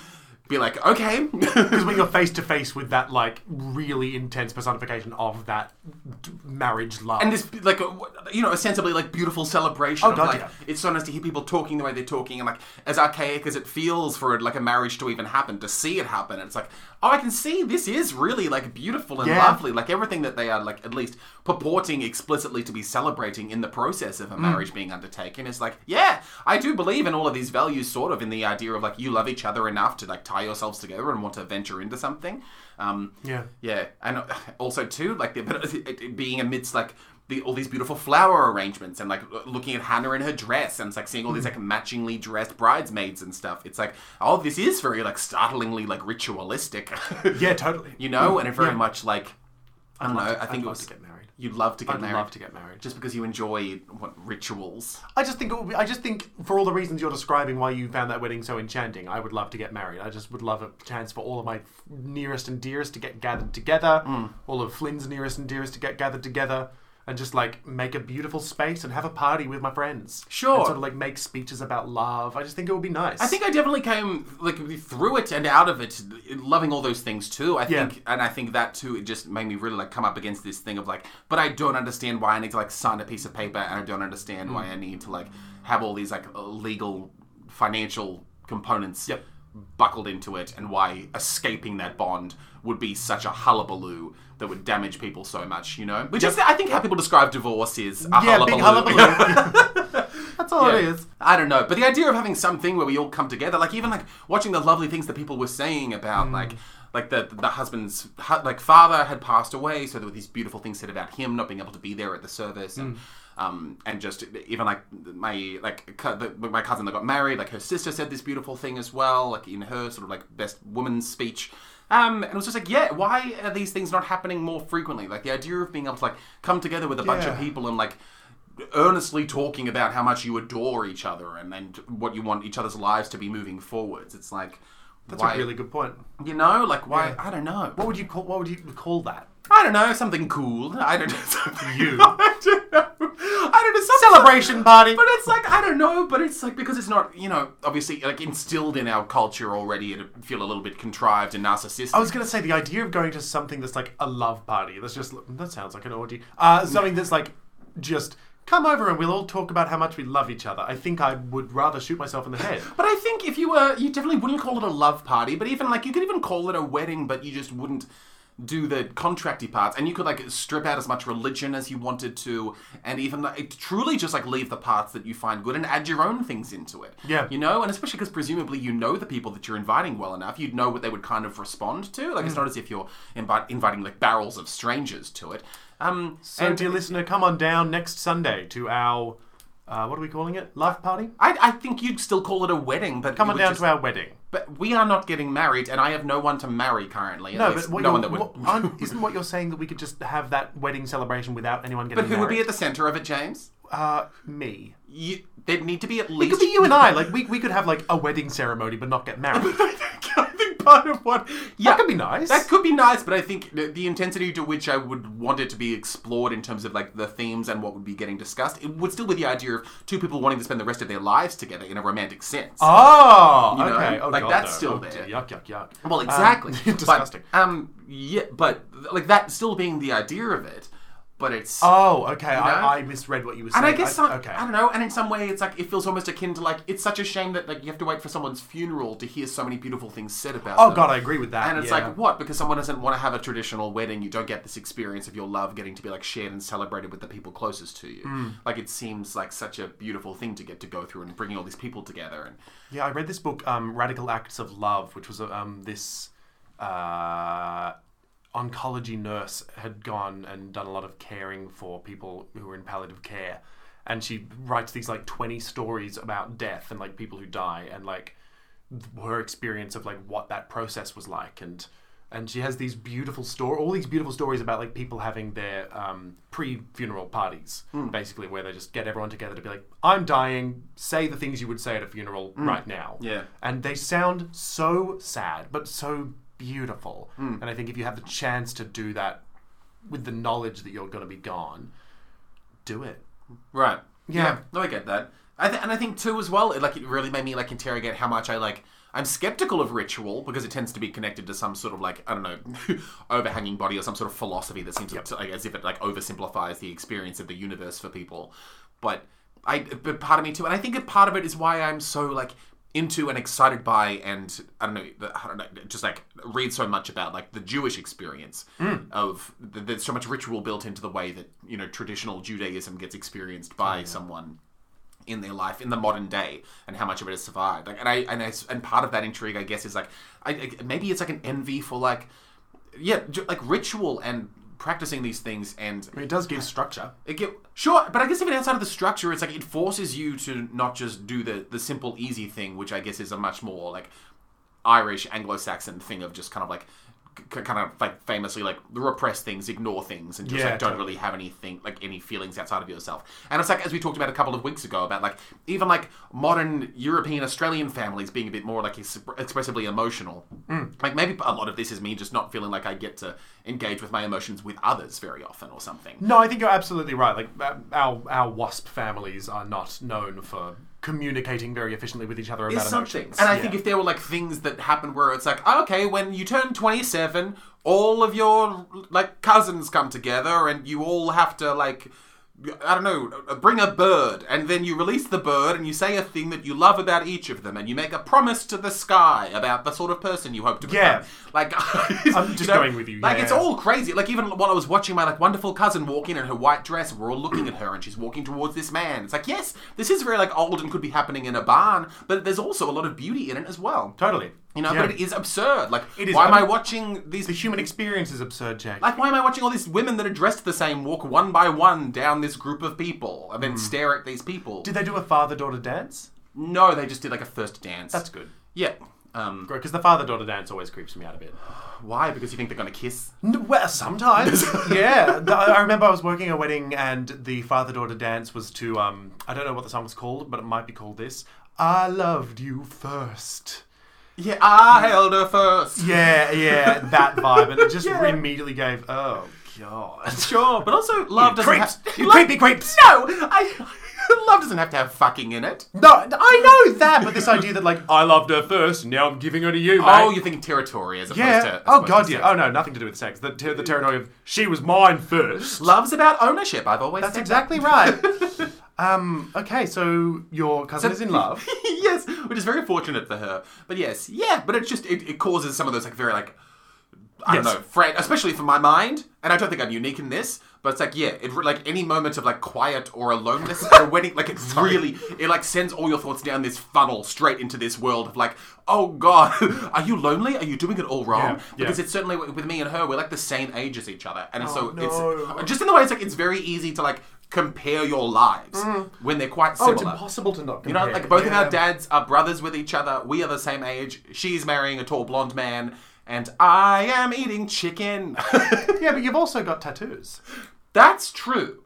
[SPEAKER 2] be like, okay,
[SPEAKER 1] Because when you're face to face with that, like, really intense personification of that d- marriage love.
[SPEAKER 2] and this like a, you know ostensibly like beautiful celebration of
[SPEAKER 1] Oh, God,
[SPEAKER 2] like
[SPEAKER 1] yeah.
[SPEAKER 2] it's so nice to hear people talking the way they're talking and like as archaic as it feels for like a marriage to even happen to see it happen it's like oh i can see this is really like beautiful and
[SPEAKER 1] Yeah.
[SPEAKER 2] lovely like everything that they are like at least purporting explicitly to be celebrating in the process
[SPEAKER 1] Mm.
[SPEAKER 2] of a marriage being undertaken is like yeah i do believe in all of these values sort of in the idea of like you love each other enough to like tie yourselves together and want to venture into something um
[SPEAKER 1] yeah.
[SPEAKER 2] yeah, and uh, also too, like the, but uh, it- it being amidst like the, all these beautiful flower arrangements and like looking at Hannah in her dress and it's like seeing all these like
[SPEAKER 1] Mm-hmm.
[SPEAKER 2] matchingly dressed bridesmaids and stuff. It's like, oh, this is very like startlingly like ritualistic,
[SPEAKER 1] Yeah, totally.
[SPEAKER 2] you know, and it very much like I don't know. I think
[SPEAKER 1] I'd
[SPEAKER 2] it
[SPEAKER 1] love
[SPEAKER 2] was
[SPEAKER 1] to get married.
[SPEAKER 2] you'd love to get
[SPEAKER 1] I'd
[SPEAKER 2] married
[SPEAKER 1] love to get married.
[SPEAKER 2] just because you enjoy what rituals.
[SPEAKER 1] I just think it would be, I just think for all the reasons you're describing why you found that wedding so enchanting, I would love to get married. I just would love a chance for all of my nearest and dearest to get gathered together,
[SPEAKER 2] Mm.
[SPEAKER 1] all of Flynn's nearest and dearest to get gathered together, and just like make a beautiful space and have a party with my friends.
[SPEAKER 2] Sure.
[SPEAKER 1] And sort of like make speeches about love. I just think it would be nice.
[SPEAKER 2] I think I definitely came like through it and out of it, loving all those things too. I
[SPEAKER 1] Yeah.
[SPEAKER 2] think, and I think that too, it just made me really like come up against this thing of like, but I don't understand why I need to like sign a piece of paper, and I don't understand why I
[SPEAKER 1] Mm.
[SPEAKER 2] need to like have all these like uh, legal, financial components
[SPEAKER 1] Yep.
[SPEAKER 2] buckled into it, and why escaping that bond would be such a hullabaloo that would damage people so much, you know? Which is, I think, how people describe divorce is a
[SPEAKER 1] yeah, big hullabaloo. That's all it
[SPEAKER 2] yeah.
[SPEAKER 1] is.
[SPEAKER 2] I don't know, but the idea of having something where we all come together, like even like watching the lovely things that people were saying about, like like the the husband's hu- like father had passed away, so there were these beautiful things said about him not being able to be there at the service, and um and just even like my like cu- the, my cousin that got married, like her sister said this beautiful thing as well, like in her sort of like best woman's speech. Um, and it was just like, yeah, why are these things not happening more frequently? Like the idea of being able to like come together with a bunch of
[SPEAKER 1] Yeah.
[SPEAKER 2] people and like earnestly talking about how much you adore each other and, and what you want each other's lives to be moving forwards. It's like,
[SPEAKER 1] That's
[SPEAKER 2] why,
[SPEAKER 1] a really good point.
[SPEAKER 2] you know, like why? I don't know.
[SPEAKER 1] What would you call what would you call that?
[SPEAKER 2] I don't know something cool. I don't know something
[SPEAKER 1] You.
[SPEAKER 2] I don't know. I don't know something.
[SPEAKER 1] Celebration party.
[SPEAKER 2] But it's like I don't know. But it's like because it's not you know obviously like instilled in our culture already. It feel a little bit contrived and narcissistic.
[SPEAKER 1] I was going to say the idea of going to something that's like a love party. That's just that sounds like an orgy. Uh, something that's like just come over and we'll all talk about how much we love each other. I think I would rather shoot myself in the head.
[SPEAKER 2] But I think if you were, you definitely wouldn't call it a love party. But even like you could even call it a wedding, but you just wouldn't do the contracty parts, and you could like strip out as much religion as you wanted to, and even like truly just like leave the parts that you find good and add your own things into it.
[SPEAKER 1] Yeah.
[SPEAKER 2] you know, and especially because presumably you know the people that you're inviting well enough, you'd
[SPEAKER 1] Mm.
[SPEAKER 2] know what they would kind of respond to. Like it's not as if you're invite- inviting like barrels of strangers to it. Um,
[SPEAKER 1] So,
[SPEAKER 2] and
[SPEAKER 1] dear listener, come on down next Sunday to our uh, what are we calling it? Love party.
[SPEAKER 2] I, I think you'd still call it a wedding, but
[SPEAKER 1] Come
[SPEAKER 2] it
[SPEAKER 1] on
[SPEAKER 2] would
[SPEAKER 1] down
[SPEAKER 2] just-
[SPEAKER 1] to our wedding.
[SPEAKER 2] But we are not getting married, and I have no one to marry currently. at
[SPEAKER 1] No,
[SPEAKER 2] least
[SPEAKER 1] but what
[SPEAKER 2] no
[SPEAKER 1] you're-
[SPEAKER 2] one that would.
[SPEAKER 1] what- aren't- isn't what you're saying that we could just have that wedding celebration without anyone getting
[SPEAKER 2] but who would be
[SPEAKER 1] married?
[SPEAKER 2] at the center of it, James?
[SPEAKER 1] uh, me.
[SPEAKER 2] You, there'd need to be at
[SPEAKER 1] It
[SPEAKER 2] least.
[SPEAKER 1] could be you and I. Like we, we could have like a wedding ceremony, but not get married.
[SPEAKER 2] I think part of what. Yeah,
[SPEAKER 1] That could be nice.
[SPEAKER 2] That could be nice, but I think the the intensity to which I would want it to be explored in terms of like the themes and what would be getting discussed, it would still be the idea of two people wanting to spend the rest of their lives together in a romantic sense.
[SPEAKER 1] Oh,
[SPEAKER 2] know,
[SPEAKER 1] okay. Oh,
[SPEAKER 2] like,
[SPEAKER 1] God,
[SPEAKER 2] that's
[SPEAKER 1] no.
[SPEAKER 2] still
[SPEAKER 1] Oh,
[SPEAKER 2] there.
[SPEAKER 1] dear. Yuck, yuck, yuck.
[SPEAKER 2] Well, exactly.
[SPEAKER 1] Um,
[SPEAKER 2] But,
[SPEAKER 1] disgusting.
[SPEAKER 2] um, yeah, but like that still being the idea of it, but it's.
[SPEAKER 1] oh, okay.
[SPEAKER 2] know?
[SPEAKER 1] I, I misread what you were saying.
[SPEAKER 2] and I guess some,
[SPEAKER 1] okay.
[SPEAKER 2] I don't know. And in some way, it's like it feels almost akin to like it's such a shame that like you have to wait for someone's funeral to hear so many beautiful things said about.
[SPEAKER 1] oh
[SPEAKER 2] them.
[SPEAKER 1] God, I agree with that.
[SPEAKER 2] And it's
[SPEAKER 1] yeah.
[SPEAKER 2] like what because someone doesn't want to have a traditional wedding, you don't get this experience of your love getting to be like shared and celebrated with the people closest to you.
[SPEAKER 1] Hmm.
[SPEAKER 2] Like it seems like such a beautiful thing to get to go through and bringing all these people together. And
[SPEAKER 1] Yeah, I read this book, um, Radical Acts of Love, which was um, this uh, oncology nurse had gone and done a lot of caring for people who were in palliative care. And she writes these like 20 stories about death and like people who die and like th- her experience of like what that process was like and and she has these beautiful story all these beautiful stories about like people having their um, pre-funeral parties basically where they just get everyone together to be like i'm dying say the things you would say at a funeral right now
[SPEAKER 2] Yeah.
[SPEAKER 1] and they sound so sad but so beautiful and i think if you have the chance to do that with the knowledge that you're going to be gone do it
[SPEAKER 2] Right.
[SPEAKER 1] Yeah.
[SPEAKER 2] No, I get that. I th- and I think too as well. It, like it really made me like interrogate how much I like. I'm skeptical of ritual because it tends to be connected to some sort of like I don't know, overhanging body or some sort of philosophy that seems to, like, as if it like oversimplifies the experience of the universe for people. But I, but part of me too, and I think a part of it is why I'm so like into and excited by and I don't know, the- I don't know, just like read so much about like the Jewish experience of th there's so much ritual built into the way that you know traditional Judaism gets experienced by someone in their life in the modern day and how much of it has survived. Like, and I and I s and part of that intrigue, I guess, is like I, I, maybe it's like an envy for like yeah, ju- like ritual and practicing these things and
[SPEAKER 1] I mean, it does give structure
[SPEAKER 2] it get, sure, but I guess even outside of the structure, it's like it forces you to not just do the the simple, easy thing, which I guess is a much more like Irish Anglo-Saxon thing of just kind of like c- kind of like famously like repress things, ignore things, and just
[SPEAKER 1] Yeah,
[SPEAKER 2] like don't
[SPEAKER 1] totally.
[SPEAKER 2] really have anything like any feelings outside of yourself. And it's like as we talked about a couple of weeks ago about like even like modern European Australian families being a bit more like ex- expressively emotional.
[SPEAKER 1] Mm.
[SPEAKER 2] Like maybe a lot of this is me just not feeling like I get to engage with my emotions with others very often or something.
[SPEAKER 1] No, I think you're absolutely right. Like uh, our our wasp families are not known for communicating very efficiently with each other about
[SPEAKER 2] is something.
[SPEAKER 1] emotions.
[SPEAKER 2] And I
[SPEAKER 1] Yeah.
[SPEAKER 2] think if there were like things that happen where it's like, oh, okay, when you turn 27, all of your like cousins come together and you all have to like I don't know, bring a bird and then you release the bird and you say a thing that you love about each of them and you make a promise to the sky about the sort of person you hope to become.
[SPEAKER 1] Yeah.
[SPEAKER 2] Like
[SPEAKER 1] I'm just going with you,
[SPEAKER 2] Like it's
[SPEAKER 1] yeah.
[SPEAKER 2] all crazy. Like even while I was watching my like wonderful cousin walk in in her white dress, we're all looking at her and she's walking towards this man. It's like yes, this is very like old and could be happening in a barn, but there's also a lot of beauty in it as well.
[SPEAKER 1] totally,
[SPEAKER 2] You know,
[SPEAKER 1] Yeah.
[SPEAKER 2] but it is absurd. Like
[SPEAKER 1] It is-
[SPEAKER 2] why am
[SPEAKER 1] I
[SPEAKER 2] I
[SPEAKER 1] mean-
[SPEAKER 2] watching these?
[SPEAKER 1] the human experience is absurd, Jake.
[SPEAKER 2] Like why am I watching all these women that are dressed the same walk one by one down this group of people and then stare at these people?
[SPEAKER 1] Hmm. Did they do a father daughter dance?
[SPEAKER 2] no, they just did like a first dance.
[SPEAKER 1] That's good.
[SPEAKER 2] yeah. Um,
[SPEAKER 1] Because the father daughter dance always creeps me out a bit.
[SPEAKER 2] why? Because you think they're gonna kiss?
[SPEAKER 1] N- Well, sometimes, yeah. The- I I remember I was working a wedding, and the father-daughter dance was to um, I don't know what the song's called, but it might be called this. I loved you first.
[SPEAKER 2] Yeah, I held her first.
[SPEAKER 1] Yeah, yeah, that vibe, and it just
[SPEAKER 2] Yeah.
[SPEAKER 1] immediately gave oh god.
[SPEAKER 2] Sure, but also love doesn't
[SPEAKER 1] creeps.
[SPEAKER 2] have
[SPEAKER 1] You
[SPEAKER 2] love-
[SPEAKER 1] creepy creeps.
[SPEAKER 2] No, I love doesn't have to have fucking in it.
[SPEAKER 1] No, I know that, but this idea that like I loved her first, now I'm giving her to you, mate.
[SPEAKER 2] Oh, you're thinking territory as opposed
[SPEAKER 1] yeah.
[SPEAKER 2] to. as
[SPEAKER 1] oh
[SPEAKER 2] opposed
[SPEAKER 1] god,
[SPEAKER 2] to
[SPEAKER 1] yeah.
[SPEAKER 2] sex.
[SPEAKER 1] Oh no, nothing to do with sex. The, ter- the territory of she was mine first.
[SPEAKER 2] Love's about ownership. I've always
[SPEAKER 1] That's
[SPEAKER 2] said
[SPEAKER 1] exactly right. um. Okay, so your cousin is in love.
[SPEAKER 2] that. yes, which is very fortunate for her. But yes, yeah, but it just it, it causes some of those like very like I don't
[SPEAKER 1] Yes.
[SPEAKER 2] know, Fred, especially for my mind, and I don't think I'm unique in this, but it's like, yeah, it re- like any moment of like quiet or aloneness at a wedding, like it really, it like sends all your thoughts down this funnel straight into this world of like, oh god, are you lonely? Are you doing it all wrong?
[SPEAKER 1] Yeah, yeah.
[SPEAKER 2] Because it's certainly with me and her, we're like the same age as each other, and so
[SPEAKER 1] Oh, no.
[SPEAKER 2] it's just in the way it's like it's very easy to like compare your lives when they're quite
[SPEAKER 1] Oh,
[SPEAKER 2] similar.
[SPEAKER 1] it's impossible to not
[SPEAKER 2] You
[SPEAKER 1] compare.
[SPEAKER 2] know, like both of
[SPEAKER 1] Yeah.
[SPEAKER 2] our dads are brothers with each other. We are the same age. She's marrying a tall blonde man, and I am eating chicken.
[SPEAKER 1] Yeah, but you've also got tattoos.
[SPEAKER 2] That's true.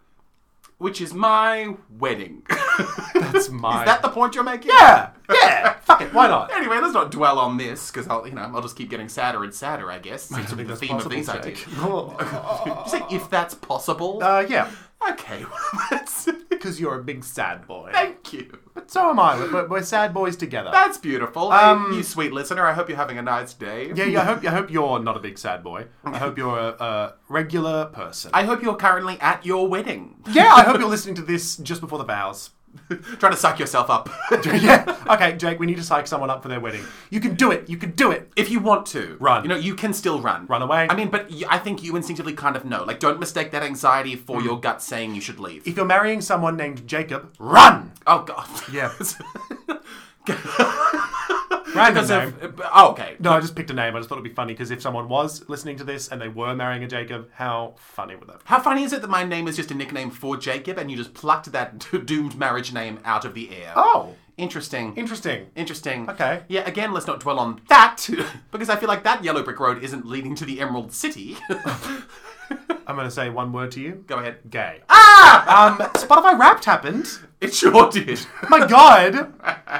[SPEAKER 2] Which is my wedding.
[SPEAKER 1] That's mine.
[SPEAKER 2] is that the point you're making?
[SPEAKER 1] Yeah, yeah. Fuck it. Why not?
[SPEAKER 2] Anyway, let's not dwell on this because I'll, you know, I'll just keep getting sadder and sadder. I guess. Seems to be the theme of these ideas.
[SPEAKER 1] Jake. Oh.
[SPEAKER 2] Did you say if that's possible?
[SPEAKER 1] uh, yeah,
[SPEAKER 2] okay. well, that's,
[SPEAKER 1] because you're a big sad boy.
[SPEAKER 2] thank you.
[SPEAKER 1] But so am I. We're, we're sad boys together.
[SPEAKER 2] That's beautiful. Hey,
[SPEAKER 1] Um,
[SPEAKER 2] you sweet listener, I hope you're having a nice day.
[SPEAKER 1] yeah, yeah. I hope I hope you're not a big sad boy. I hope you're a, a regular person.
[SPEAKER 2] I hope you're currently at your wedding.
[SPEAKER 1] yeah, I hope you're listening to this just before the vows.
[SPEAKER 2] Trying to suck yourself up.
[SPEAKER 1] yeah. Okay, Jake. We need to psych someone up for their wedding. You can do it. You can do it.
[SPEAKER 2] if you want to
[SPEAKER 1] Run.
[SPEAKER 2] you know you can still run
[SPEAKER 1] Run away.
[SPEAKER 2] i mean but you, i think you instinctively kind of know like don't mistake that anxiety for your gut saying you should leave
[SPEAKER 1] Mm. If you're marrying someone named Jacob, run.
[SPEAKER 2] oh god
[SPEAKER 1] Yeah. Random
[SPEAKER 2] because
[SPEAKER 1] name.
[SPEAKER 2] of oh, okay
[SPEAKER 1] No, I just picked a name. I just thought it'd be funny because if someone was listening to this and they were marrying a Jacob, how funny would that be?
[SPEAKER 2] how funny is it that my name is just a nickname for jacob and you just plucked that doomed marriage name out of the air
[SPEAKER 1] Oh,
[SPEAKER 2] interesting
[SPEAKER 1] interesting.
[SPEAKER 2] Interesting.
[SPEAKER 1] Okay.
[SPEAKER 2] Yeah, again, let's not dwell on that because I feel like that yellow brick road isn't leading to the Emerald City.
[SPEAKER 1] I'm going to say one word to you.
[SPEAKER 2] Go ahead.
[SPEAKER 1] Gay.
[SPEAKER 2] Ah!
[SPEAKER 1] Um, Spotify Wrapped happened.
[SPEAKER 2] It sure did.
[SPEAKER 1] My God,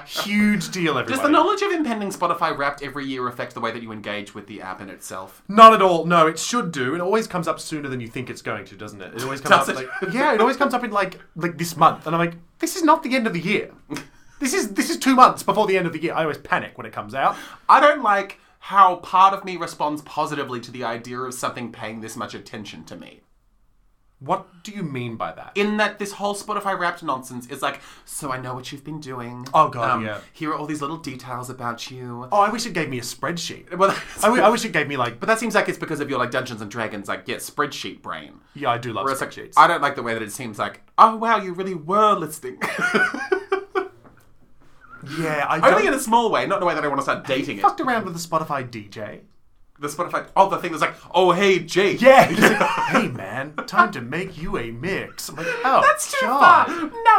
[SPEAKER 1] huge deal, everybody.
[SPEAKER 2] Does the knowledge of impending Spotify Wrapped every year affect the way that you engage with the app in itself?
[SPEAKER 1] Not at all. No, it should do. It always comes up sooner than you think it's going to, doesn't it? It always comes
[SPEAKER 2] Does
[SPEAKER 1] up.
[SPEAKER 2] it?
[SPEAKER 1] Like, yeah, it always comes up in like like this month, and I'm like, this is not the end of the year. This is this is two months before the end of the year. I always panic when it comes out.
[SPEAKER 2] I don't like how part of me responds positively to the idea of something paying this much attention to me.
[SPEAKER 1] What do you mean by that?
[SPEAKER 2] In that this whole Spotify Wrapped nonsense is like, so I know what you've been doing. Um,
[SPEAKER 1] Oh, God, yeah.
[SPEAKER 2] Here are all these little details about you.
[SPEAKER 1] Oh, I wish it gave me a spreadsheet.
[SPEAKER 2] Well, that's-
[SPEAKER 1] I, w- I wish it gave me like.
[SPEAKER 2] but that seems like it's because of your like Dungeons and Dragons like yeah spreadsheet brain.
[SPEAKER 1] Yeah, I do love
[SPEAKER 2] Whereas, like,
[SPEAKER 1] spreadsheets.
[SPEAKER 2] I don't like the way that it seems like, oh wow, you really were listening.
[SPEAKER 1] yeah, I
[SPEAKER 2] Only
[SPEAKER 1] don't-
[SPEAKER 2] in a small way, not in a way that I want to start dating it.
[SPEAKER 1] fucked around with the Spotify DJ.
[SPEAKER 2] The Spotify, oh the thing that's like, oh hey Jake,
[SPEAKER 1] Yeah, he's like, hey man, time to make you a mix. I'm like, oh,
[SPEAKER 2] That's too
[SPEAKER 1] God.
[SPEAKER 2] far.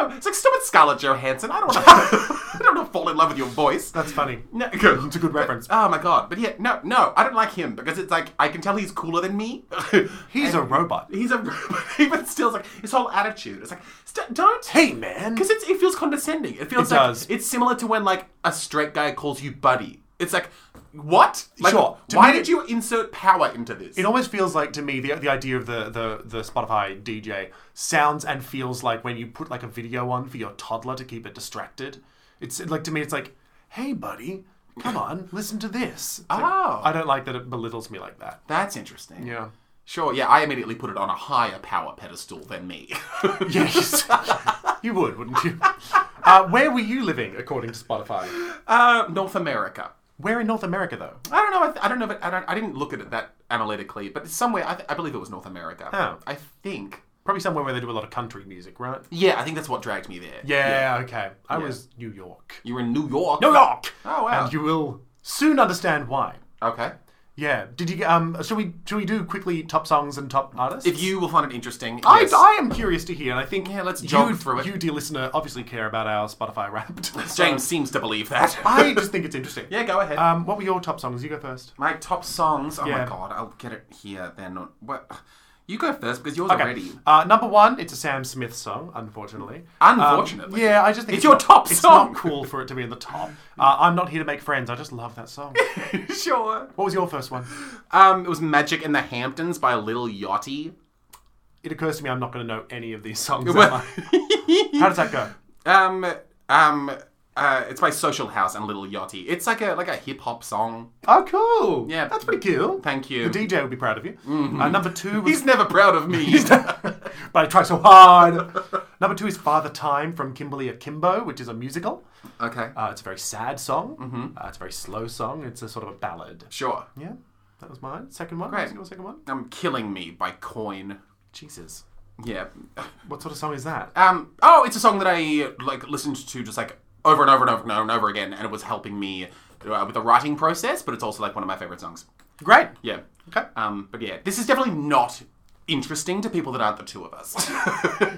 [SPEAKER 2] No, it's like stupid Scarlett Johansson. I don't want to. I don't want to fall in love with your voice.
[SPEAKER 1] That's funny.
[SPEAKER 2] no,
[SPEAKER 1] It's a good reference.
[SPEAKER 2] Oh my god! But yeah, no, no, I don't like him because it's like I can tell he's cooler than me.
[SPEAKER 1] He's a robot.
[SPEAKER 2] he's a even still it's like his whole attitude. It's like st- don't
[SPEAKER 1] Hey man,
[SPEAKER 2] because it's it feels condescending. It feels
[SPEAKER 1] It
[SPEAKER 2] like
[SPEAKER 1] does.
[SPEAKER 2] it's similar to when like a straight guy calls you buddy. It's like what? Like,
[SPEAKER 1] Sure. To
[SPEAKER 2] Why
[SPEAKER 1] me-
[SPEAKER 2] did you insert power into this?
[SPEAKER 1] It almost feels like to me the, the idea of the, the, the Spotify DJ sounds and feels like when you put like a video on for your toddler to keep it distracted. It's like to me, it's like, hey buddy, come on, listen to this. It's like,
[SPEAKER 2] Oh.
[SPEAKER 1] I don't like that it belittles me like that.
[SPEAKER 2] That's interesting.
[SPEAKER 1] Yeah.
[SPEAKER 2] Sure. Yeah, I immediately put it on a higher power pedestal than me.
[SPEAKER 1] Yes, you would, wouldn't you? Uh, where were you living according to Spotify?
[SPEAKER 2] Uh, North America.
[SPEAKER 1] Where in North America though?
[SPEAKER 2] I don't know. I, th- I don't know. But I, don't, I didn't look at it that analytically. But it's somewhere. I, th- I believe it was North America.
[SPEAKER 1] Oh.
[SPEAKER 2] I think.
[SPEAKER 1] Probably somewhere where they do a lot of country music, right?
[SPEAKER 2] Yeah, I think that's what dragged me there.
[SPEAKER 1] Yeah, okay. I was New York.
[SPEAKER 2] You were in New York.
[SPEAKER 1] New York.
[SPEAKER 2] Oh wow.
[SPEAKER 1] And you will soon understand why.
[SPEAKER 2] okay.
[SPEAKER 1] Yeah. Did you? Um. Should we? Should we do quickly top songs and top artists?
[SPEAKER 2] If you will find it interesting.
[SPEAKER 1] I,
[SPEAKER 2] yes.
[SPEAKER 1] I am curious to hear, and I think
[SPEAKER 2] Yeah, let's
[SPEAKER 1] you-
[SPEAKER 2] jog through it.
[SPEAKER 1] You, dear listener, obviously care about our Spotify Wrapped. So
[SPEAKER 2] James seems to believe that.
[SPEAKER 1] I just think it's interesting.
[SPEAKER 2] yeah, go ahead.
[SPEAKER 1] Um. What were your top songs? You go first.
[SPEAKER 2] my top songs. Oh
[SPEAKER 1] yeah.
[SPEAKER 2] my god, I'll get it here. Then on- what? You go first because yours are ready.
[SPEAKER 1] Uh, number one, it's a Sam Smith song, unfortunately.
[SPEAKER 2] Unfortunately.
[SPEAKER 1] Um, yeah, I just think
[SPEAKER 2] It's your top
[SPEAKER 1] it's
[SPEAKER 2] song.
[SPEAKER 1] not cool for it to be in the top. Uh, I'm not here to make friends. I just love that song.
[SPEAKER 2] sure.
[SPEAKER 1] What was your first one?
[SPEAKER 2] Um, it was Magic in the Hamptons by Lil Yachty.
[SPEAKER 1] It occurs to me I'm not going to know any of these songs. am I? How does that go?
[SPEAKER 2] Um, um, uh, it's by Social House and Little Yachty. It's like a like a hip hop song.
[SPEAKER 1] Oh, cool.
[SPEAKER 2] Yeah.
[SPEAKER 1] that's pretty cool.
[SPEAKER 2] Thank you. Mm-hmm.
[SPEAKER 1] The DJ would be proud of you. Uh, number two was,
[SPEAKER 2] He's never proud of me.
[SPEAKER 1] but I try so hard. number two is Father Time from Kimberly Akimbo, which is a musical.
[SPEAKER 2] okay, Mm-hmm.
[SPEAKER 1] Uh, it's a very sad song. Uh, it's a very slow song. It's a sort of a ballad.
[SPEAKER 2] sure.
[SPEAKER 1] Yeah, That was mine. Second one.
[SPEAKER 2] Great.
[SPEAKER 1] What's your second one?
[SPEAKER 2] I'm killing me by Coin.
[SPEAKER 1] Jesus.
[SPEAKER 2] Yeah.
[SPEAKER 1] What sort of song is that?
[SPEAKER 2] Um. Oh, it's a song that I like listened to just like over and over and over and over and over again, and it was helping me uh, with the writing process. But it's also like one of my favorite songs.
[SPEAKER 1] Great.
[SPEAKER 2] Yeah.
[SPEAKER 1] Okay.
[SPEAKER 2] Um. But yeah, this is definitely not interesting to people that aren't the two of us.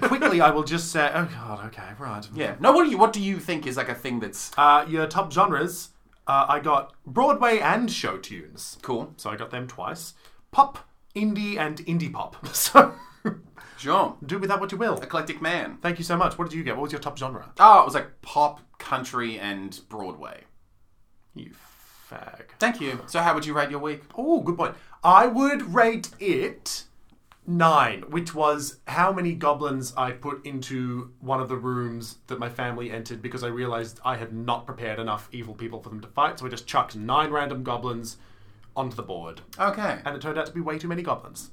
[SPEAKER 1] Quickly, I will just say. Oh God. Okay. Right.
[SPEAKER 2] yeah. No. What do you What do you think is like a thing that's
[SPEAKER 1] Uh, your top genres. Uh, I got Broadway and show tunes.
[SPEAKER 2] cool?
[SPEAKER 1] So I got them twice. Pop, indie, and indie pop. So
[SPEAKER 2] Sure.
[SPEAKER 1] do with that what you will.
[SPEAKER 2] Eclectic man.
[SPEAKER 1] Thank you so much. What did you get? What was your top genre?
[SPEAKER 2] Oh, it was like pop, country, and Broadway.
[SPEAKER 1] You fag.
[SPEAKER 2] Thank you. So, how would you rate your week?
[SPEAKER 1] Oh, good point. I would rate it nine, which was how many goblins I put into one of the rooms that my family entered because I realized I had not prepared enough evil people for them to fight. So I just chucked nine random goblins onto the board.
[SPEAKER 2] Okay.
[SPEAKER 1] And it turned out to be way too many goblins.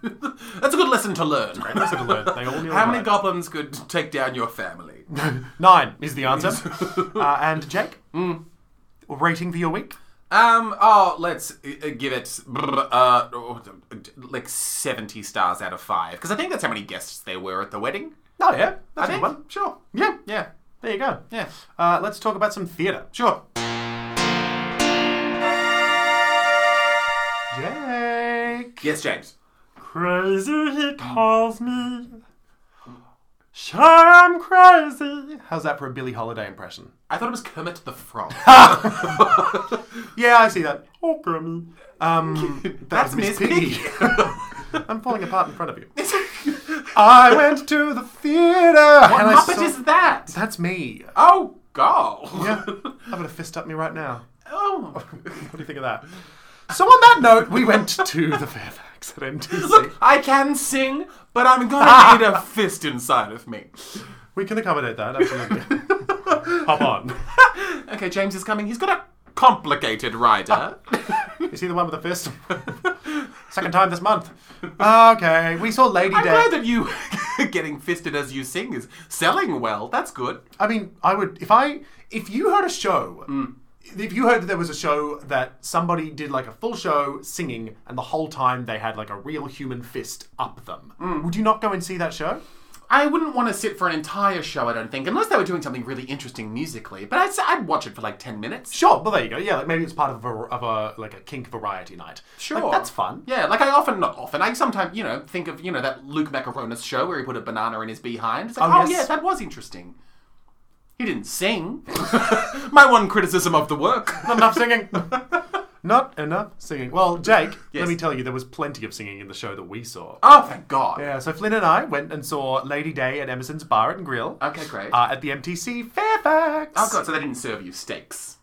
[SPEAKER 2] That's a good lesson to learn.
[SPEAKER 1] That's what I learned. They all knew
[SPEAKER 2] How many
[SPEAKER 1] about
[SPEAKER 2] goblins could take down your family?
[SPEAKER 1] it. Nine is the answer. uh, and Jake,
[SPEAKER 2] Hmm.
[SPEAKER 1] rating for your week?
[SPEAKER 2] Um, oh, let's uh, give it uh, like 70 stars out of 5. Because I think that's how many guests there were at the wedding.
[SPEAKER 1] Oh yeah,
[SPEAKER 2] I
[SPEAKER 1] that's a good
[SPEAKER 2] think.
[SPEAKER 1] one.
[SPEAKER 2] Sure.
[SPEAKER 1] Yeah,
[SPEAKER 2] Yeah.
[SPEAKER 1] there you go.
[SPEAKER 2] Yeah.
[SPEAKER 1] Uh, let's talk about some theatre.
[SPEAKER 2] Sure.
[SPEAKER 1] Jake.
[SPEAKER 2] Yes, James.
[SPEAKER 1] Crazy, he calls me. Sure, I'm crazy. How's that for a Billie Holiday impression?
[SPEAKER 2] I thought it was Kermit the Frog.
[SPEAKER 1] Yeah, I see that. Oh, Grammy. Um, that
[SPEAKER 2] That's
[SPEAKER 1] was Miss
[SPEAKER 2] Miss
[SPEAKER 1] Piggy. I'm falling apart in front of you. I went to the theater.
[SPEAKER 2] what
[SPEAKER 1] and I
[SPEAKER 2] Muppet
[SPEAKER 1] saw-
[SPEAKER 2] is that?
[SPEAKER 1] That's me.
[SPEAKER 2] Oh, God.
[SPEAKER 1] Yeah, I've got a fist up me right now.
[SPEAKER 2] oh.
[SPEAKER 1] What do you think of that? So on that note, we went to the Fairfax at MTC.
[SPEAKER 2] Look, I can sing, but I'm gonna need a fist inside of me.
[SPEAKER 1] We can accommodate that, absolutely. Hop on.
[SPEAKER 2] Okay, James is coming. He's got a complicated rider.
[SPEAKER 1] You see the one with the fist? Second time this month. Okay, we saw Lady
[SPEAKER 2] I'm
[SPEAKER 1] Day.
[SPEAKER 2] glad that you getting fisted as you sing is selling well. That's good.
[SPEAKER 1] I mean, I would if I if you heard a show,
[SPEAKER 2] Mm.
[SPEAKER 1] if you heard that there was a show that somebody did like a full show singing, and the whole time they had like a real human fist up them,
[SPEAKER 2] Mm.
[SPEAKER 1] would you not go and see that show?
[SPEAKER 2] I wouldn't want to sit for an entire show, I don't think, unless they were doing something really interesting musically. But I'd, s- I'd watch it for like 10 minutes.
[SPEAKER 1] Sure, well there you go. Yeah, like maybe it's part of a, of a like a kink variety night.
[SPEAKER 2] Sure.
[SPEAKER 1] Like, that's fun.
[SPEAKER 2] Yeah, like I often, not often, I sometimes, you know, think of, you know, that Luke Macaronis show where he put a banana in his behind. It's like,
[SPEAKER 1] Oh,
[SPEAKER 2] oh,
[SPEAKER 1] yes.
[SPEAKER 2] yeah, that was interesting. He didn't sing. My one criticism of the work.
[SPEAKER 1] Not enough singing. Not enough singing. Well, Jake, let
[SPEAKER 2] Yes.
[SPEAKER 1] me tell you, there was plenty of singing in the show that we saw.
[SPEAKER 2] Oh, thank God.
[SPEAKER 1] Yeah, so Flynn and I went and saw Lady Day at Emerson's Bar and Grill.
[SPEAKER 2] Okay, great.
[SPEAKER 1] Uh, at the MTC Fairfax.
[SPEAKER 2] oh, God, so they didn't serve you steaks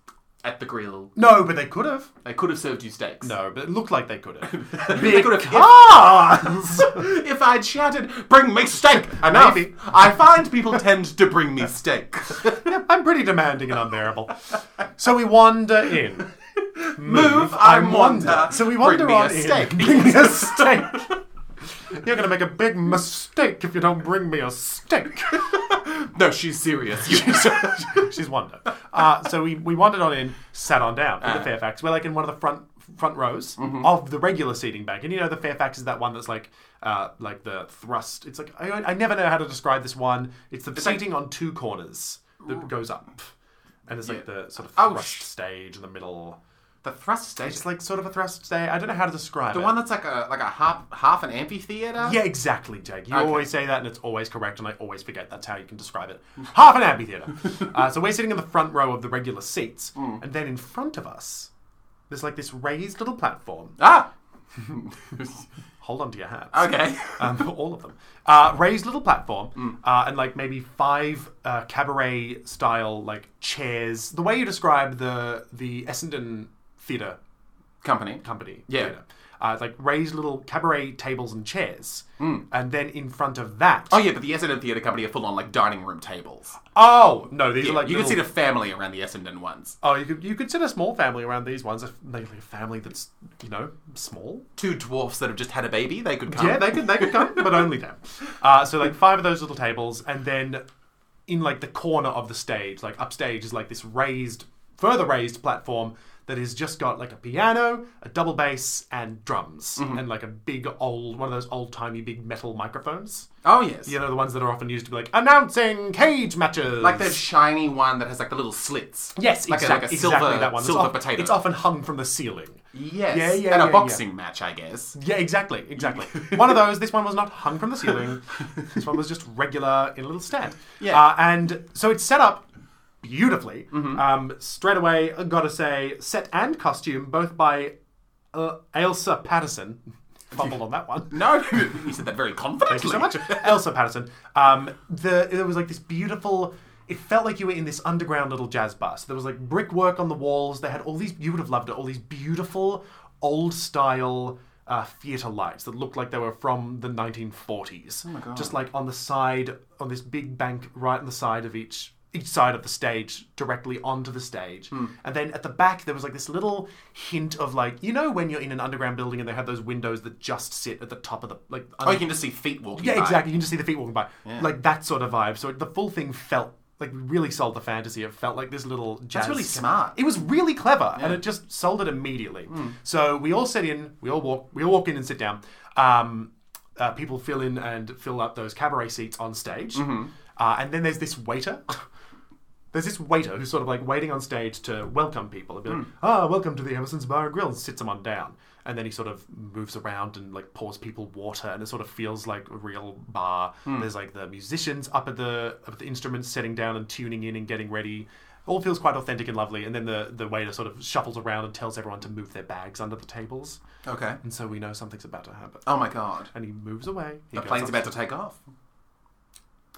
[SPEAKER 2] at the grill.
[SPEAKER 1] No, but they could have.
[SPEAKER 2] They could have served you steaks.
[SPEAKER 1] No, but it looked like they could have.
[SPEAKER 2] They could have-
[SPEAKER 1] Because
[SPEAKER 2] if I'd shouted, bring me steak! Enough.
[SPEAKER 1] Maybe.
[SPEAKER 2] I find people tend to bring me steak.
[SPEAKER 1] I'm pretty demanding and unbearable. So we wander in.
[SPEAKER 2] Move, I wander.
[SPEAKER 1] So we wander
[SPEAKER 2] bring me
[SPEAKER 1] on
[SPEAKER 2] a
[SPEAKER 1] in.
[SPEAKER 2] steak.
[SPEAKER 1] Bring me a steak. You're gonna make a big mistake if you don't bring me a steak.
[SPEAKER 2] no, she's serious. You-
[SPEAKER 1] She's wonder. Uh, so we, we wandered on in, sat on down in the
[SPEAKER 2] Ah.
[SPEAKER 1] Fairfax. We're like in one of the front front rows
[SPEAKER 2] Mm-hmm.
[SPEAKER 1] of the regular seating bank, and you know the Fairfax is that one that's like uh, like the thrust. It's like I, I never know how to describe this one. It's the seating on two corners that goes up, and it's like the sort of
[SPEAKER 2] Oh,
[SPEAKER 1] thrust
[SPEAKER 2] sh-
[SPEAKER 1] stage in the middle.
[SPEAKER 2] the thrust stage.
[SPEAKER 1] It's like sort of a thrust stage. I don't know how to describe
[SPEAKER 2] The
[SPEAKER 1] it.
[SPEAKER 2] one that's like a like a half half an amphitheater.
[SPEAKER 1] yeah, exactly, Jake. You
[SPEAKER 2] Okay.
[SPEAKER 1] always say that, and it's always correct, and I always forget. That's how you can describe it. Half an amphitheater. uh, so we're sitting in the front row of the regular seats,
[SPEAKER 2] Hmm.
[SPEAKER 1] and then in front of us, there's like this raised little platform.
[SPEAKER 2] Ah.
[SPEAKER 1] Hold on to your hats.
[SPEAKER 2] Okay. Hmm.
[SPEAKER 1] Um, all of them. Uh, raised little platform, uh, and like maybe five uh, cabaret style like chairs. The way you describe the the Essendon theatre
[SPEAKER 2] Company.
[SPEAKER 1] company.
[SPEAKER 2] Yeah.
[SPEAKER 1] theatre. Uh, it's like raised little cabaret tables and chairs, and then in front of that.
[SPEAKER 2] Hmm. Oh yeah, but the Essendon Theatre Company are full on like dining room tables.
[SPEAKER 1] Oh no, these are like
[SPEAKER 2] you
[SPEAKER 1] little,
[SPEAKER 2] can see the family around the Essendon ones.
[SPEAKER 1] Oh, you could you could sit a small family around these ones, a, like a family that's you know small.
[SPEAKER 2] Two dwarfs that have just had a baby. They could come.
[SPEAKER 1] Yeah, they could they could come, but only them. Uh, so like five of those little tables, and then in like the corner of the stage, like upstage, is like this raised further raised platform that has just got like a piano, a double bass, and drums,
[SPEAKER 2] Mm-hmm.
[SPEAKER 1] and like a big old one of those old timey big metal microphones.
[SPEAKER 2] Oh yes.
[SPEAKER 1] You know the ones that are often used to be like announcing cage matches,
[SPEAKER 2] Like that shiny one that has like the little slits.
[SPEAKER 1] Yes,
[SPEAKER 2] like
[SPEAKER 1] exactly,
[SPEAKER 2] a, like a
[SPEAKER 1] exactly
[SPEAKER 2] silver,
[SPEAKER 1] that one. It's
[SPEAKER 2] silver
[SPEAKER 1] of-
[SPEAKER 2] potato.
[SPEAKER 1] It's often hung from the ceiling.
[SPEAKER 2] Yes.
[SPEAKER 1] Yeah, yeah,
[SPEAKER 2] And
[SPEAKER 1] yeah,
[SPEAKER 2] a boxing match, I guess.
[SPEAKER 1] Yeah, exactly, exactly. one of those. This one was not hung from the ceiling. this one was just regular in a little stand.
[SPEAKER 2] Yeah. Mm-hmm.
[SPEAKER 1] Uh, and so it's set up beautifully. Um, straight away, I gotta say, set and costume both by uh, Ailsa Patterson. Fumbled on that one.
[SPEAKER 2] No, you said that very confidently.
[SPEAKER 1] Thank you so much, Elsa Patterson. Um, the there was like this beautiful. It felt like you were in this underground little jazz bar. So there was like brickwork on the walls. They had all these. You would have loved it. All these beautiful old style. Uh, theater lights that looked like they were from the 1940s. Oh my
[SPEAKER 2] God.
[SPEAKER 1] Just like on the side, on this big bank right on the side of each each side of the stage, directly onto the stage. And then at the back there was like this little hint of like, you know when you're in an underground building and they have those windows that just sit at the top of the like
[SPEAKER 2] Oh, you can just see feet walking.
[SPEAKER 1] yeah,
[SPEAKER 2] by.
[SPEAKER 1] exactly. You can just see the feet walking by, like that sort of vibe. So the full thing felt like really sold the fantasy. It felt like this little. Jazz
[SPEAKER 2] really smart. Hmm.
[SPEAKER 1] It was really clever, and it just sold it immediately. So we all sit in. We all walk. We all walk in and sit down. Um, uh, people fill in and fill up those cabaret seats on stage,
[SPEAKER 2] Mm-hmm.
[SPEAKER 1] uh, and then there's this waiter. There's this waiter who's sort of like waiting on stage to welcome people and be like, ah, welcome to the Emerson's Bar and Grill, and sits someone down. And then he sort of moves around and like pours people water, and it sort of feels like a real bar. There's like the musicians up at the up at the instruments, setting down and tuning in and getting ready. All feels quite authentic and lovely. And then the the waiter sort of shuffles around and tells everyone to move their bags under the tables,
[SPEAKER 2] Okay.
[SPEAKER 1] and so we know something's about to happen.
[SPEAKER 2] Oh my god.
[SPEAKER 1] And he moves away. He
[SPEAKER 2] The
[SPEAKER 1] goes
[SPEAKER 2] plane's
[SPEAKER 1] up-
[SPEAKER 2] about to take off.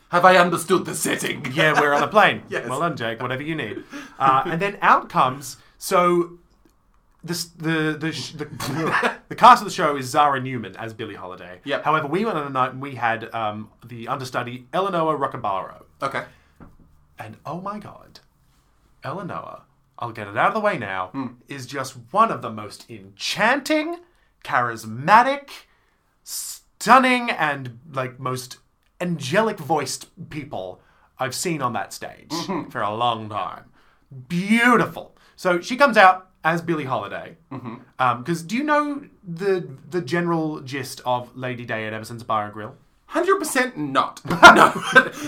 [SPEAKER 2] Have I understood the setting?
[SPEAKER 1] yeah, we're on a plane.
[SPEAKER 2] Yes.
[SPEAKER 1] Well done, Jake. Whatever you need. Uh, and then out comes so this, the the sh- the the cast of the show is Zara Newman as Billie Holiday.
[SPEAKER 2] Yep.
[SPEAKER 1] However, we went on a night and we had um, the understudy Eleanor Rockabaro,
[SPEAKER 2] Okay.
[SPEAKER 1] and oh my god, Eleanor, I'll get it out of the way now, is just one of the most enchanting, charismatic, stunning, and like most angelic voiced people I've seen on that stage for a long time. Beautiful. So she comes out as Billie Holiday. Because do you know the the general gist of Lady Day at Emerson's Bar and Grill?
[SPEAKER 2] Hundred percent not. no.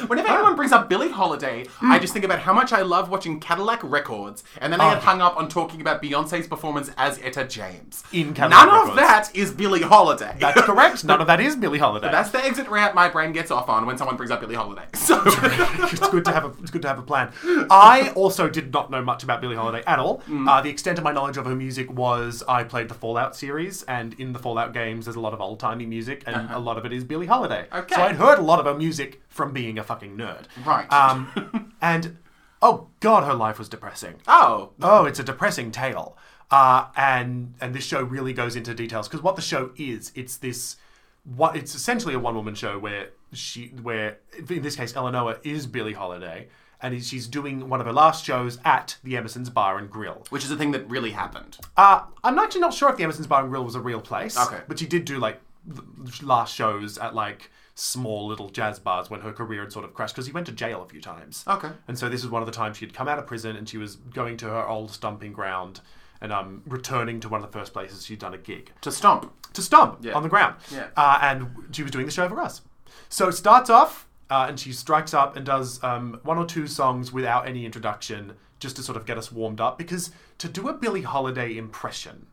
[SPEAKER 2] Whenever anyone brings up Billie Holiday, I just think about how much I love watching Cadillac Records, and then I get hung up on talking about Beyonce's performance as Etta James.
[SPEAKER 1] In Cadillac
[SPEAKER 2] None
[SPEAKER 1] Records.
[SPEAKER 2] of that is Billie Holiday.
[SPEAKER 1] That's correct. None of that is Billie Holiday.
[SPEAKER 2] That's the exit route my brain gets off on when someone brings up Billie Holiday. So
[SPEAKER 1] it's good to have a it's good to have a plan. I also did not know much about Billie Holiday at all.
[SPEAKER 2] Mm.
[SPEAKER 1] Uh, the extent of my knowledge of her music was I played the Fallout series, and in the Fallout games, there's a lot of old timey music, and a lot of it is Billie Holiday.
[SPEAKER 2] Uh-huh. Okay.
[SPEAKER 1] So I'd heard a lot of her music from being a fucking nerd.
[SPEAKER 2] Right.
[SPEAKER 1] Um, and oh god, her life was depressing.
[SPEAKER 2] Oh.
[SPEAKER 1] Oh, it's a depressing tale. Uh, and and this show really goes into details because what the show is, it's this what it's essentially a one woman show where she where in this case Eleanor is Billie Holiday and is- she's doing one of her last shows at the Emerson's Bar and Grill.
[SPEAKER 2] Which is a thing that really happened.
[SPEAKER 1] Uh, I'm actually not sure if the Emerson's Bar and Grill was a real place.
[SPEAKER 2] Okay.
[SPEAKER 1] But she did do like th- last shows at like small little jazz bars when her career had sort of crashed because he went to jail a few times.
[SPEAKER 2] Okay.
[SPEAKER 1] And so this is one of the times she had come out of prison and she was going to her old stomping ground and um, returning to one of the first places she'd done a gig
[SPEAKER 2] To stomp.
[SPEAKER 1] to stomp on the ground.
[SPEAKER 2] Yeah.
[SPEAKER 1] Uh, and she was doing the show for us. So it starts off, uh, and she strikes up and does um, one or two songs without any introduction, just to sort of get us warmed up. Because to do a Billie Holiday impression,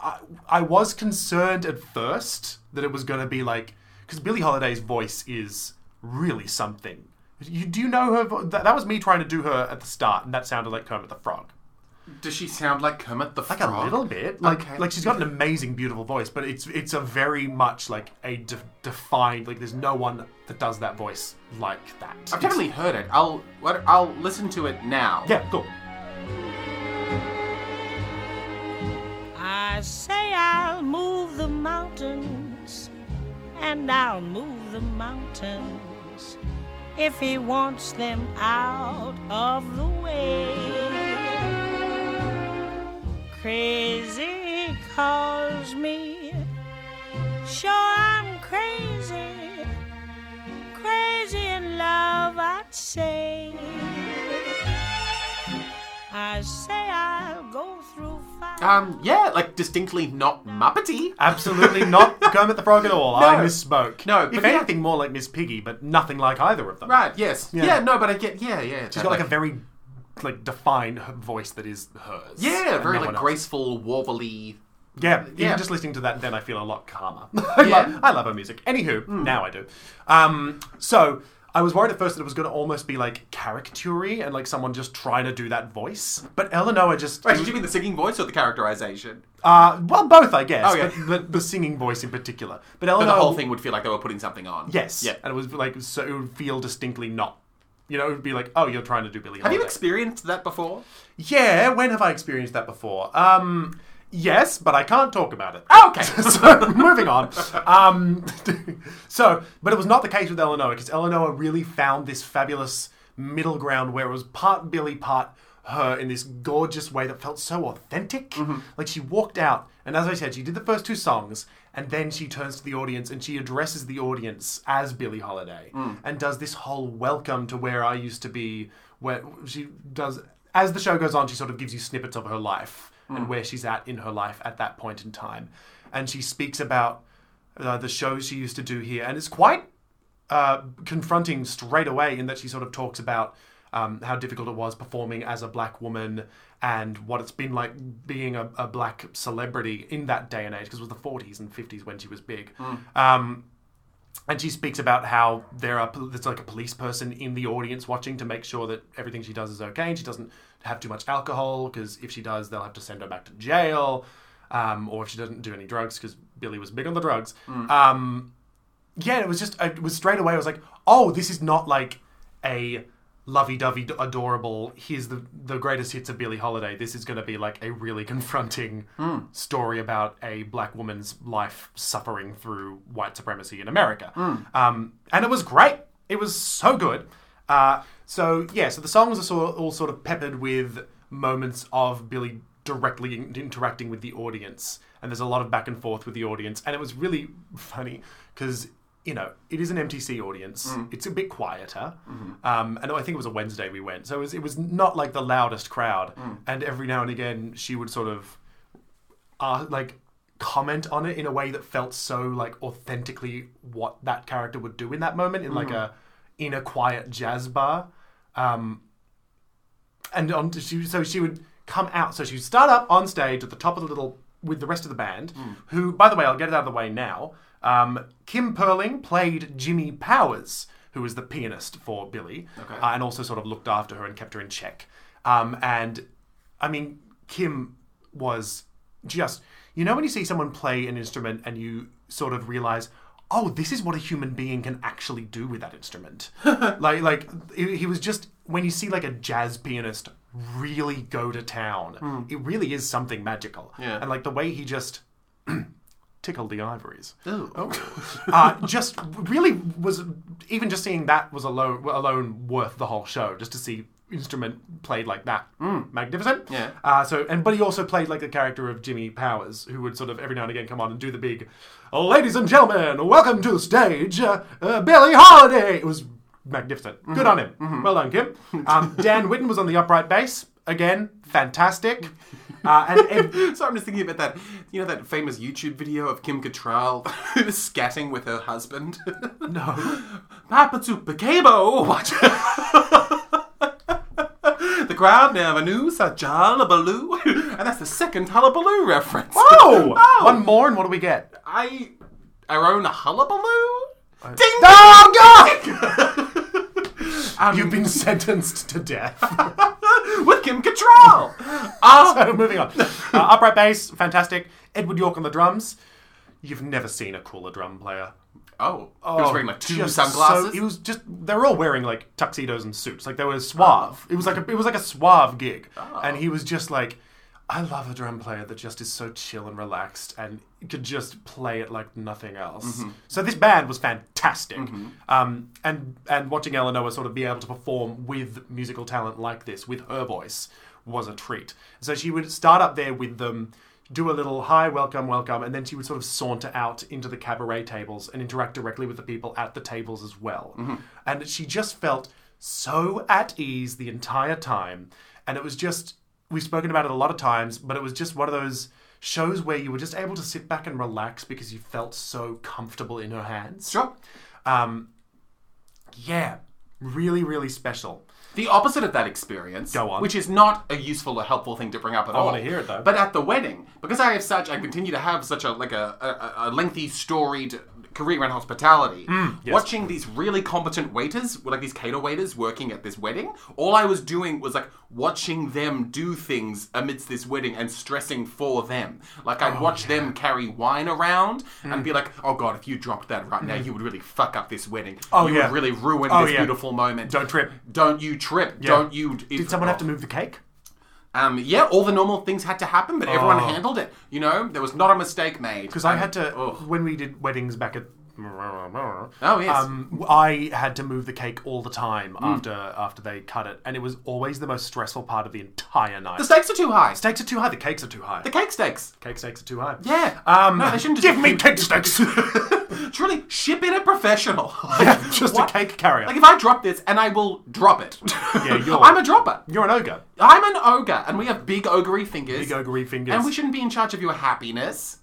[SPEAKER 1] I, I was concerned at first that it was going to be like because Billie Holiday's voice is really something. You do you know her. vo- That, that was me trying to do her at the start, and that sounded like Kermit the Frog.
[SPEAKER 2] Does she sound like Kermit the
[SPEAKER 1] Like
[SPEAKER 2] Frog?
[SPEAKER 1] a little bit, like
[SPEAKER 2] Okay.
[SPEAKER 1] like she's got an amazing, beautiful voice, but it's it's a very much like a de- defined like. There's no one that does that voice like that.
[SPEAKER 2] I've definitely heard it. I'll what, I'll listen to it now.
[SPEAKER 1] yeah, cool.
[SPEAKER 3] I say I'll move the mountains, and I'll move the mountains if he wants them out of the way. Crazy he calls me, sure I'm crazy, crazy in love, I'd say. I say I'll go through fire.
[SPEAKER 2] Um, yeah, like distinctly not Muppety.
[SPEAKER 1] Absolutely not Kermit the Frog at all. I
[SPEAKER 2] No.
[SPEAKER 1] misspoke.
[SPEAKER 2] No,
[SPEAKER 1] if
[SPEAKER 2] but yeah.
[SPEAKER 1] anything, more like Miss Piggy, but nothing like either of them.
[SPEAKER 2] Right, yes.
[SPEAKER 1] Yeah.
[SPEAKER 2] Yeah. no, but I get, yeah, yeah.
[SPEAKER 1] She's got like a very like defined h- voice that is hers.
[SPEAKER 2] Yeah,
[SPEAKER 1] and
[SPEAKER 2] very
[SPEAKER 1] no
[SPEAKER 2] like
[SPEAKER 1] one else.
[SPEAKER 2] graceful, warbly.
[SPEAKER 1] Yeah, even
[SPEAKER 2] Yeah.
[SPEAKER 1] just listening to that, then I feel a lot calmer. I,
[SPEAKER 2] Yeah. Hmm.
[SPEAKER 1] love, I love her music. Anywho, now I do. Um, so I was worried at first that it was going to almost be like caricaturey and like someone just trying to do that voice. But Eleanor just
[SPEAKER 2] Wait, did you mean the singing voice or the characterization?
[SPEAKER 1] Uh, well, both, I guess.
[SPEAKER 2] Okay.
[SPEAKER 1] But, but the singing voice in particular. But
[SPEAKER 2] Oh, But
[SPEAKER 1] Eleanor,
[SPEAKER 2] the whole thing would feel like they were putting something on.
[SPEAKER 1] Oh, yes,
[SPEAKER 2] Yeah.
[SPEAKER 1] and it was like so it would feel distinctly not. You know, it would be like, oh, you're trying to do Billy.
[SPEAKER 2] Have you
[SPEAKER 1] Holiday.
[SPEAKER 2] experienced that before?
[SPEAKER 1] yeah, when have I experienced that before? Um, yes, but I can't talk about it.
[SPEAKER 2] Okay.
[SPEAKER 1] so moving on. Um, so, but it was not the case with Eleanor because Eleanor really found this fabulous middle ground where it was part Billy, part her in this gorgeous way that felt so authentic. Like she walked out, and as I said, she did the first two songs, and then she turns to the audience and she addresses the audience as Billie Holiday and does this whole welcome to where I used to be. Where she does, as the show goes on, she sort of gives you snippets of her life and where she's at in her life at that point in time. And she speaks about uh, the shows she used to do here. And it's quite uh, confronting straight away in that she sort of talks about um, how difficult it was performing as a black woman and what it's been like being a, a black celebrity in that day and age, because it was the 40s and 50s when she was big. Um, and she speaks about how there are pol- there's like a police person in the audience watching to make sure that everything she does is okay and she doesn't have too much alcohol because if she does they'll have to send her back to jail um, or if she doesn't do any drugs because billy was big on the drugs um, yeah it was just it was straight away i was like oh this is not like a lovey-dovey d- adorable here's the the greatest hits of billie holiday this is going to be like a really confronting story about a black woman's life suffering through white supremacy in america um, and it was great it was so good uh, so yeah so the songs are sort all sort of peppered with moments of billie directly in- interacting with the audience and there's a lot of back and forth with the audience and it was really funny because you know, it is an MTC audience. It's a bit quieter, um, and I think it was a Wednesday we went, so it was, it was not like the loudest crowd. And every now and again, she would sort of uh, like comment on it in a way that felt so like authentically what that character would do in that moment in like a in a quiet jazz bar um and on she so she would come out so she would start up on stage at the top of the little with the rest of the band who by the way i'll get it out of the way now um, kim perling played jimmy powers who was the pianist for billy
[SPEAKER 2] Okay.
[SPEAKER 1] uh, and also sort of looked after her and kept her in check um, and i mean kim was just you know when you see someone play an instrument and you sort of realize oh this is what a human being can actually do with that instrument like like he he was just when you see like a jazz pianist really go to town it really is something magical
[SPEAKER 2] Yeah.
[SPEAKER 1] and like the way he just tickled the ivories
[SPEAKER 2] Ooh.
[SPEAKER 1] uh, just really was even just seeing that was alone alone worth the whole show just to see instrument played like that Mm, magnificent
[SPEAKER 2] Yeah.
[SPEAKER 1] uh, so and but he also played like the character of Jimmy Powers who would sort of every now and again come on and do the big ladies and gentlemen welcome to the stage uh, uh, Billy Holiday it was magnificent
[SPEAKER 2] Mm-hmm.
[SPEAKER 1] good on him well done Kim um, Dan Whitten was on the upright bass again fantastic uh, and, and
[SPEAKER 2] So I'm just thinking about that, you know, that famous YouTube video of Kim Cattrall scatting with her husband.
[SPEAKER 1] no
[SPEAKER 2] Papa Tupacabo, watch The crowd never knew such hullabaloo, and that's the second hullabaloo reference.
[SPEAKER 1] oh, one more and what do we get
[SPEAKER 2] I, our own hullabaloo. Ding dong dong. um,
[SPEAKER 1] You've been sentenced to death.
[SPEAKER 2] with Kim Cattrall. Ah,
[SPEAKER 1] so moving on. Uh, upright bass, fantastic. Edward York on the drums. You've never seen a cooler drum player.
[SPEAKER 2] oh, he was wearing like two
[SPEAKER 1] Just So,
[SPEAKER 2] sunglasses. Oh.
[SPEAKER 1] he was just. They were all wearing like tuxedos and suits. Like they were suave. It was like a. It was like a suave gig. And he was just like, I love a drum player that just is so chill and relaxed and could just play it like nothing else.
[SPEAKER 2] Mm-hmm.
[SPEAKER 1] So this band was fantastic. Um, and and watching Eleanor sort of be able to perform with musical talent like this with her voice was a treat. So she would start up there with them do a little hi, welcome, welcome, and then she would sort of saunter out into the cabaret tables and interact directly with the people at the tables as well.
[SPEAKER 2] Mm-hmm.
[SPEAKER 1] And she just felt so at ease the entire time. And it was just, we've spoken about it a lot of times, but it was just one of those shows where you were just able to sit back and relax because you felt so comfortable in her hands.
[SPEAKER 2] Sure.
[SPEAKER 1] Yeah, really, really special.
[SPEAKER 2] The opposite of that experience,
[SPEAKER 1] Go on.
[SPEAKER 2] which is not a useful or helpful thing to bring up at all.
[SPEAKER 1] wanna hear it, though.
[SPEAKER 2] But at the wedding, because I have such, I continue to have such a like a, a, a lengthy, storied career in hospitality.
[SPEAKER 1] Hmm,
[SPEAKER 2] Watching these really competent waiters, like these cater waiters, working at this wedding, all I was doing was like watching them do things amidst this wedding and stressing for them. Like
[SPEAKER 1] Oh,
[SPEAKER 2] I'd watch them carry wine around
[SPEAKER 1] Hmm.
[SPEAKER 2] and be like, "Oh God, if you dropped that right now, you would really fuck up this wedding.
[SPEAKER 1] Oh,
[SPEAKER 2] you
[SPEAKER 1] yeah.
[SPEAKER 2] would really ruin
[SPEAKER 1] Oh,
[SPEAKER 2] this
[SPEAKER 1] yeah.
[SPEAKER 2] beautiful moment.
[SPEAKER 1] Don't trip.
[SPEAKER 2] Don't you trip? Don't you? Oh.
[SPEAKER 1] Did someone have to move the cake?
[SPEAKER 2] Um, yeah, all the normal things had to happen, but everyone handled it. You know, there was not a mistake made.
[SPEAKER 1] Because Oh. I had to
[SPEAKER 2] Oh,
[SPEAKER 1] when we did weddings back at.
[SPEAKER 2] Oh, yes.
[SPEAKER 1] Um, I had to move the cake all the time after after they cut it, and it was always the most stressful part of the entire night.
[SPEAKER 2] the stakes are too high.
[SPEAKER 1] stakes are too high. The cakes are too high.
[SPEAKER 2] the cake stakes.
[SPEAKER 1] cake stakes are too high.
[SPEAKER 2] Yeah.
[SPEAKER 1] Um,
[SPEAKER 2] no, they shouldn't. Just
[SPEAKER 1] give me cake stakes.
[SPEAKER 2] Truly, ship in a professional. Like,
[SPEAKER 1] Yeah, just a
[SPEAKER 2] what-
[SPEAKER 1] cake carrier.
[SPEAKER 2] Like if I drop this, and I will drop it. yeah,
[SPEAKER 1] you're-
[SPEAKER 2] I'm a dropper.
[SPEAKER 1] You're an ogre.
[SPEAKER 2] I'm an ogre, and we have big ogre fingers.
[SPEAKER 1] Big ogre fingers.
[SPEAKER 2] And we shouldn't be in charge of your happiness.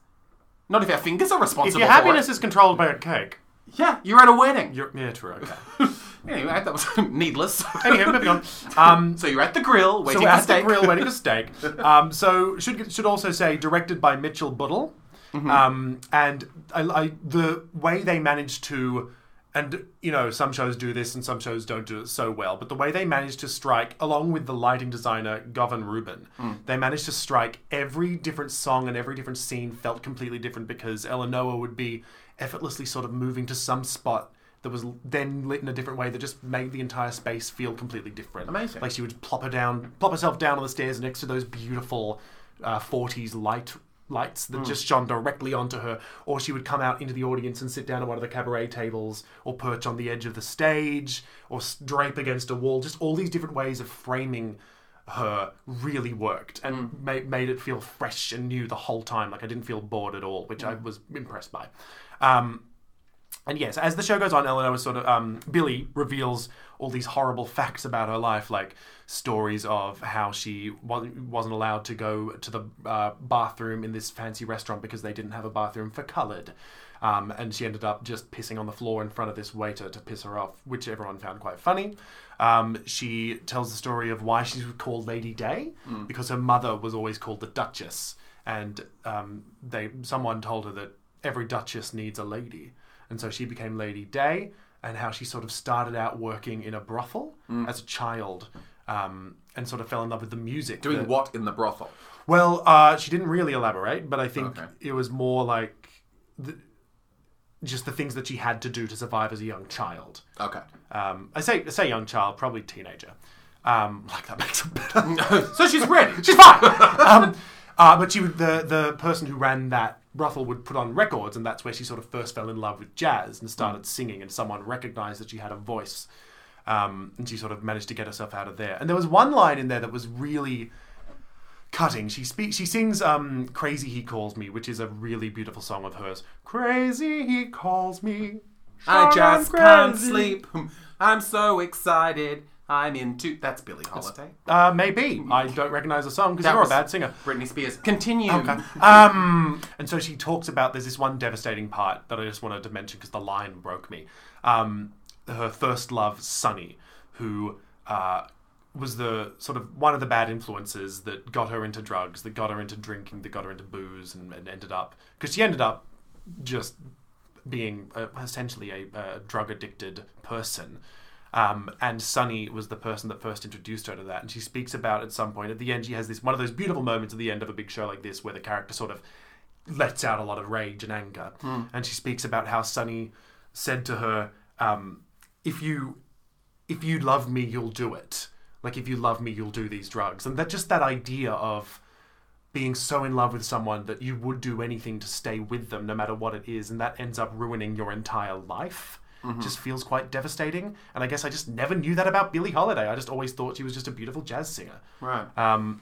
[SPEAKER 2] Not if our fingers are responsible.
[SPEAKER 1] If your
[SPEAKER 2] for
[SPEAKER 1] happiness
[SPEAKER 2] it.
[SPEAKER 1] is controlled by a cake,
[SPEAKER 2] yeah, you're at a wedding.
[SPEAKER 1] you're yeah, true. Okay.
[SPEAKER 2] Anyway, that was needless.
[SPEAKER 1] Anyway, moving on. Um,
[SPEAKER 2] So you're at the grill waiting
[SPEAKER 1] so
[SPEAKER 2] for
[SPEAKER 1] at the
[SPEAKER 2] steak.
[SPEAKER 1] grill waiting for steak. Um, so should should also say directed by Mitchell Buddle,
[SPEAKER 2] Mm-hmm.
[SPEAKER 1] um, and I, I, the way they managed to, and you know some shows do this and some shows don't do it so well, but the way they managed to strike, along with the lighting designer Govan Rubin,
[SPEAKER 2] Mm.
[SPEAKER 1] they managed to strike every different song and every different scene felt completely different because Eleanor would be effortlessly sort of moving to some spot. That was then lit in a different way that just made the entire space feel completely different.
[SPEAKER 2] Amazing.
[SPEAKER 1] Like she would plop her down, plop herself down on the stairs next to those beautiful uh, 40s light lights that just shone directly onto her. Or she would come out into the audience and sit down at one of the cabaret tables, or perch on the edge of the stage, or s- drape against a wall. Just all these different ways of framing her really worked and ma- made it feel fresh and new the whole time. Like I didn't feel bored at all, which I was impressed by. Um, and yes, as the show goes on, Eleanor is sort of um, Billy reveals all these horrible facts about her life, like stories of how she wa- wasn't allowed to go to the uh, bathroom in this fancy restaurant because they didn't have a bathroom for coloured, um, and she ended up just pissing on the floor in front of this waiter to piss her off, which everyone found quite funny. Um, she tells the story of why she was called Lady Day because her mother was always called the Duchess, and um, they someone told her that every Duchess needs a lady. And so she became Lady Day, and how she sort of started out working in a brothel
[SPEAKER 2] Mm.
[SPEAKER 1] as a child um, and sort of fell in love with the music.
[SPEAKER 2] Doing
[SPEAKER 1] that-
[SPEAKER 2] what in the brothel?
[SPEAKER 1] Well, uh, she didn't really elaborate, but I think
[SPEAKER 2] Okay.
[SPEAKER 1] it was more like the, just the things that she had to do to survive as a young child.
[SPEAKER 2] Okay.
[SPEAKER 1] Um, I say I say young child, probably teenager. Um, like that makes it better.
[SPEAKER 2] so she's ready.
[SPEAKER 1] She's fine. um, uh, but she would, the the person who ran that brothel would put on records, and that's where she sort of first fell in love with jazz and started singing. And someone recognised that she had a voice, um, and she sort of managed to get herself out of there. And there was one line in there that was really cutting. She speaks. She sings um, "Crazy He Calls Me," which is a really beautiful song of hers. Crazy he calls me.
[SPEAKER 2] I
[SPEAKER 1] Sean, Oh, I'm
[SPEAKER 2] just can't
[SPEAKER 1] crazy.
[SPEAKER 2] sleep. Hmm. I'm so excited. I'm into. That's Billie Holiday.
[SPEAKER 1] Uh, maybe I don't recognise the song because
[SPEAKER 2] That
[SPEAKER 1] you're
[SPEAKER 2] was-
[SPEAKER 1] a bad singer.
[SPEAKER 2] Britney Spears. Continue.
[SPEAKER 1] Um, and so she talks about there's this one devastating part that I just wanted to mention because the line broke me. Um, her first love, Sunny, who uh, was the sort of one of the bad influences that got her into drugs, that got her into drinking, that got her into booze, and, and ended up because she ended up just being uh, essentially a, uh drug addicted person. Um, and Sunny was the person that first introduced her to that. And she speaks about at some point, at the end, she has this one of those beautiful moments at the end of a big show like this where the character sort of lets out a lot of rage and anger. And she speaks about how Sunny said to her, um, if you if you love me, you'll do it. Like if you love me, you'll do these drugs. And that just that idea of being so in love with someone that you would do anything to stay with them no matter what it is and that ends up ruining your entire life just feels quite devastating and i guess i just never knew that about billie holiday i just always thought she was just a beautiful jazz singer
[SPEAKER 2] right.
[SPEAKER 1] um,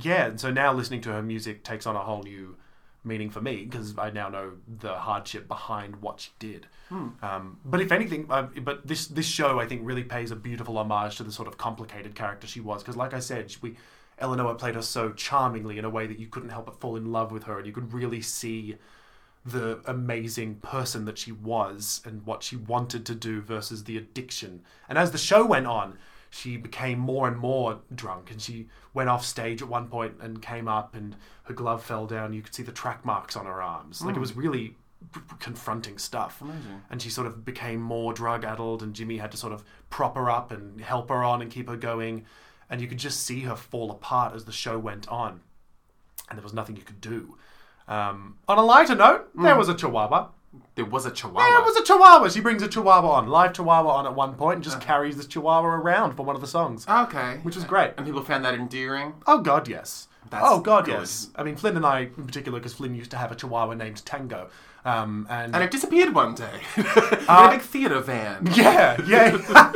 [SPEAKER 1] yeah and so now listening to her music takes on a whole new meaning for me because i now know the hardship behind what she did um, but if anything uh, but this this show i think really pays a beautiful homage to the sort of complicated character she was because like i said she, we Eleanor played her so charmingly in a way that you couldn't help but fall in love with her, and you could really see the amazing person that she was and what she wanted to do versus the addiction. And as the show went on, she became more and more drunk, and she went off stage at one point and came up, and her glove fell down. You could see the track marks on her arms. Like it was really p- p- confronting stuff. And she sort of became more drug addled, and Jimmy had to sort of prop her up and help her on and keep her going. And you could just see her fall apart as the show went on and there was nothing you could do. Um, on a lighter note,
[SPEAKER 2] Mm.
[SPEAKER 1] there was a chihuahua.
[SPEAKER 2] There was a chihuahua.
[SPEAKER 1] There was a chihuahua. She brings a chihuahua on, live chihuahua on at one point, and
[SPEAKER 2] Uh.
[SPEAKER 1] just carries this chihuahua around for one of the songs,
[SPEAKER 2] okay,
[SPEAKER 1] which was great.
[SPEAKER 2] Uh, and people found that endearing.
[SPEAKER 1] Oh God, yes.
[SPEAKER 2] That's
[SPEAKER 1] oh God,
[SPEAKER 2] good.
[SPEAKER 1] yes. I mean, Flynn and I, in particular, because Flynn used to have a chihuahua named Tango, um, and,
[SPEAKER 2] And it disappeared one day
[SPEAKER 1] Uh,
[SPEAKER 2] in a big theater van.
[SPEAKER 1] yeah, yeah,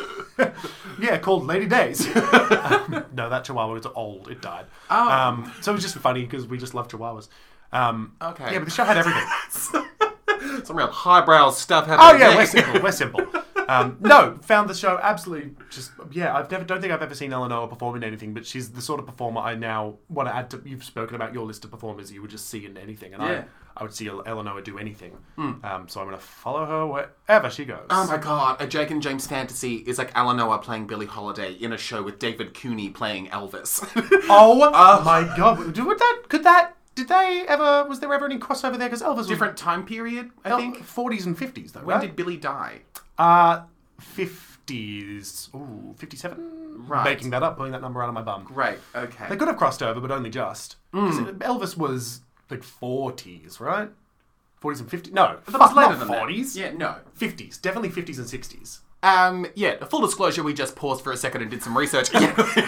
[SPEAKER 1] yeah, called Lady Days. Um, no, that chihuahua was old. It died.
[SPEAKER 2] Oh.
[SPEAKER 1] Um, so it was just funny because we just love chihuahuas. Um,
[SPEAKER 2] Okay.
[SPEAKER 1] Yeah, but the show had everything.
[SPEAKER 2] Some real highbrow stuff
[SPEAKER 1] Oh
[SPEAKER 2] happening.
[SPEAKER 1] yeah, we're
[SPEAKER 2] next.
[SPEAKER 1] simple. We're simple. Um, no, found the show absolutely just yeah. I've never don't think I've ever seen Eleanor perform in anything, but she's the sort of performer I now want to add to. You've spoken about your list of performers you would just see in anything, and
[SPEAKER 2] Yeah.
[SPEAKER 1] I
[SPEAKER 2] Hmm.
[SPEAKER 1] I would see Eleanor do anything. Um, so I'm gonna follow her wherever she goes.
[SPEAKER 2] Oh my god, a Jake and James fantasy is like Eleanor playing Billie Holiday in a show with David Cooney playing Elvis.
[SPEAKER 1] oh my god! Did, would that could that did they ever was there ever any crossover there? Because Elvis was
[SPEAKER 2] Different time period, I
[SPEAKER 1] El-
[SPEAKER 2] think.
[SPEAKER 1] 40s and 50s though.
[SPEAKER 2] When
[SPEAKER 1] right?
[SPEAKER 2] did Billy die?
[SPEAKER 1] uh 50s? Ooh, 57.
[SPEAKER 2] Right.
[SPEAKER 1] Making that up, pulling that number out of my bum.
[SPEAKER 2] Right, okay.
[SPEAKER 1] They could have crossed over, but only just.
[SPEAKER 2] Hmm.
[SPEAKER 1] 'Cause Elvis was like forties, right? Forties and fifties? No,
[SPEAKER 2] That was
[SPEAKER 1] fuck,
[SPEAKER 2] later
[SPEAKER 1] not
[SPEAKER 2] than that.
[SPEAKER 1] forties.
[SPEAKER 2] Yeah, no.
[SPEAKER 1] fifties, definitely fifties and sixties.
[SPEAKER 2] Um, yeah, full disclosure, we just paused for a second and did some research.
[SPEAKER 1] They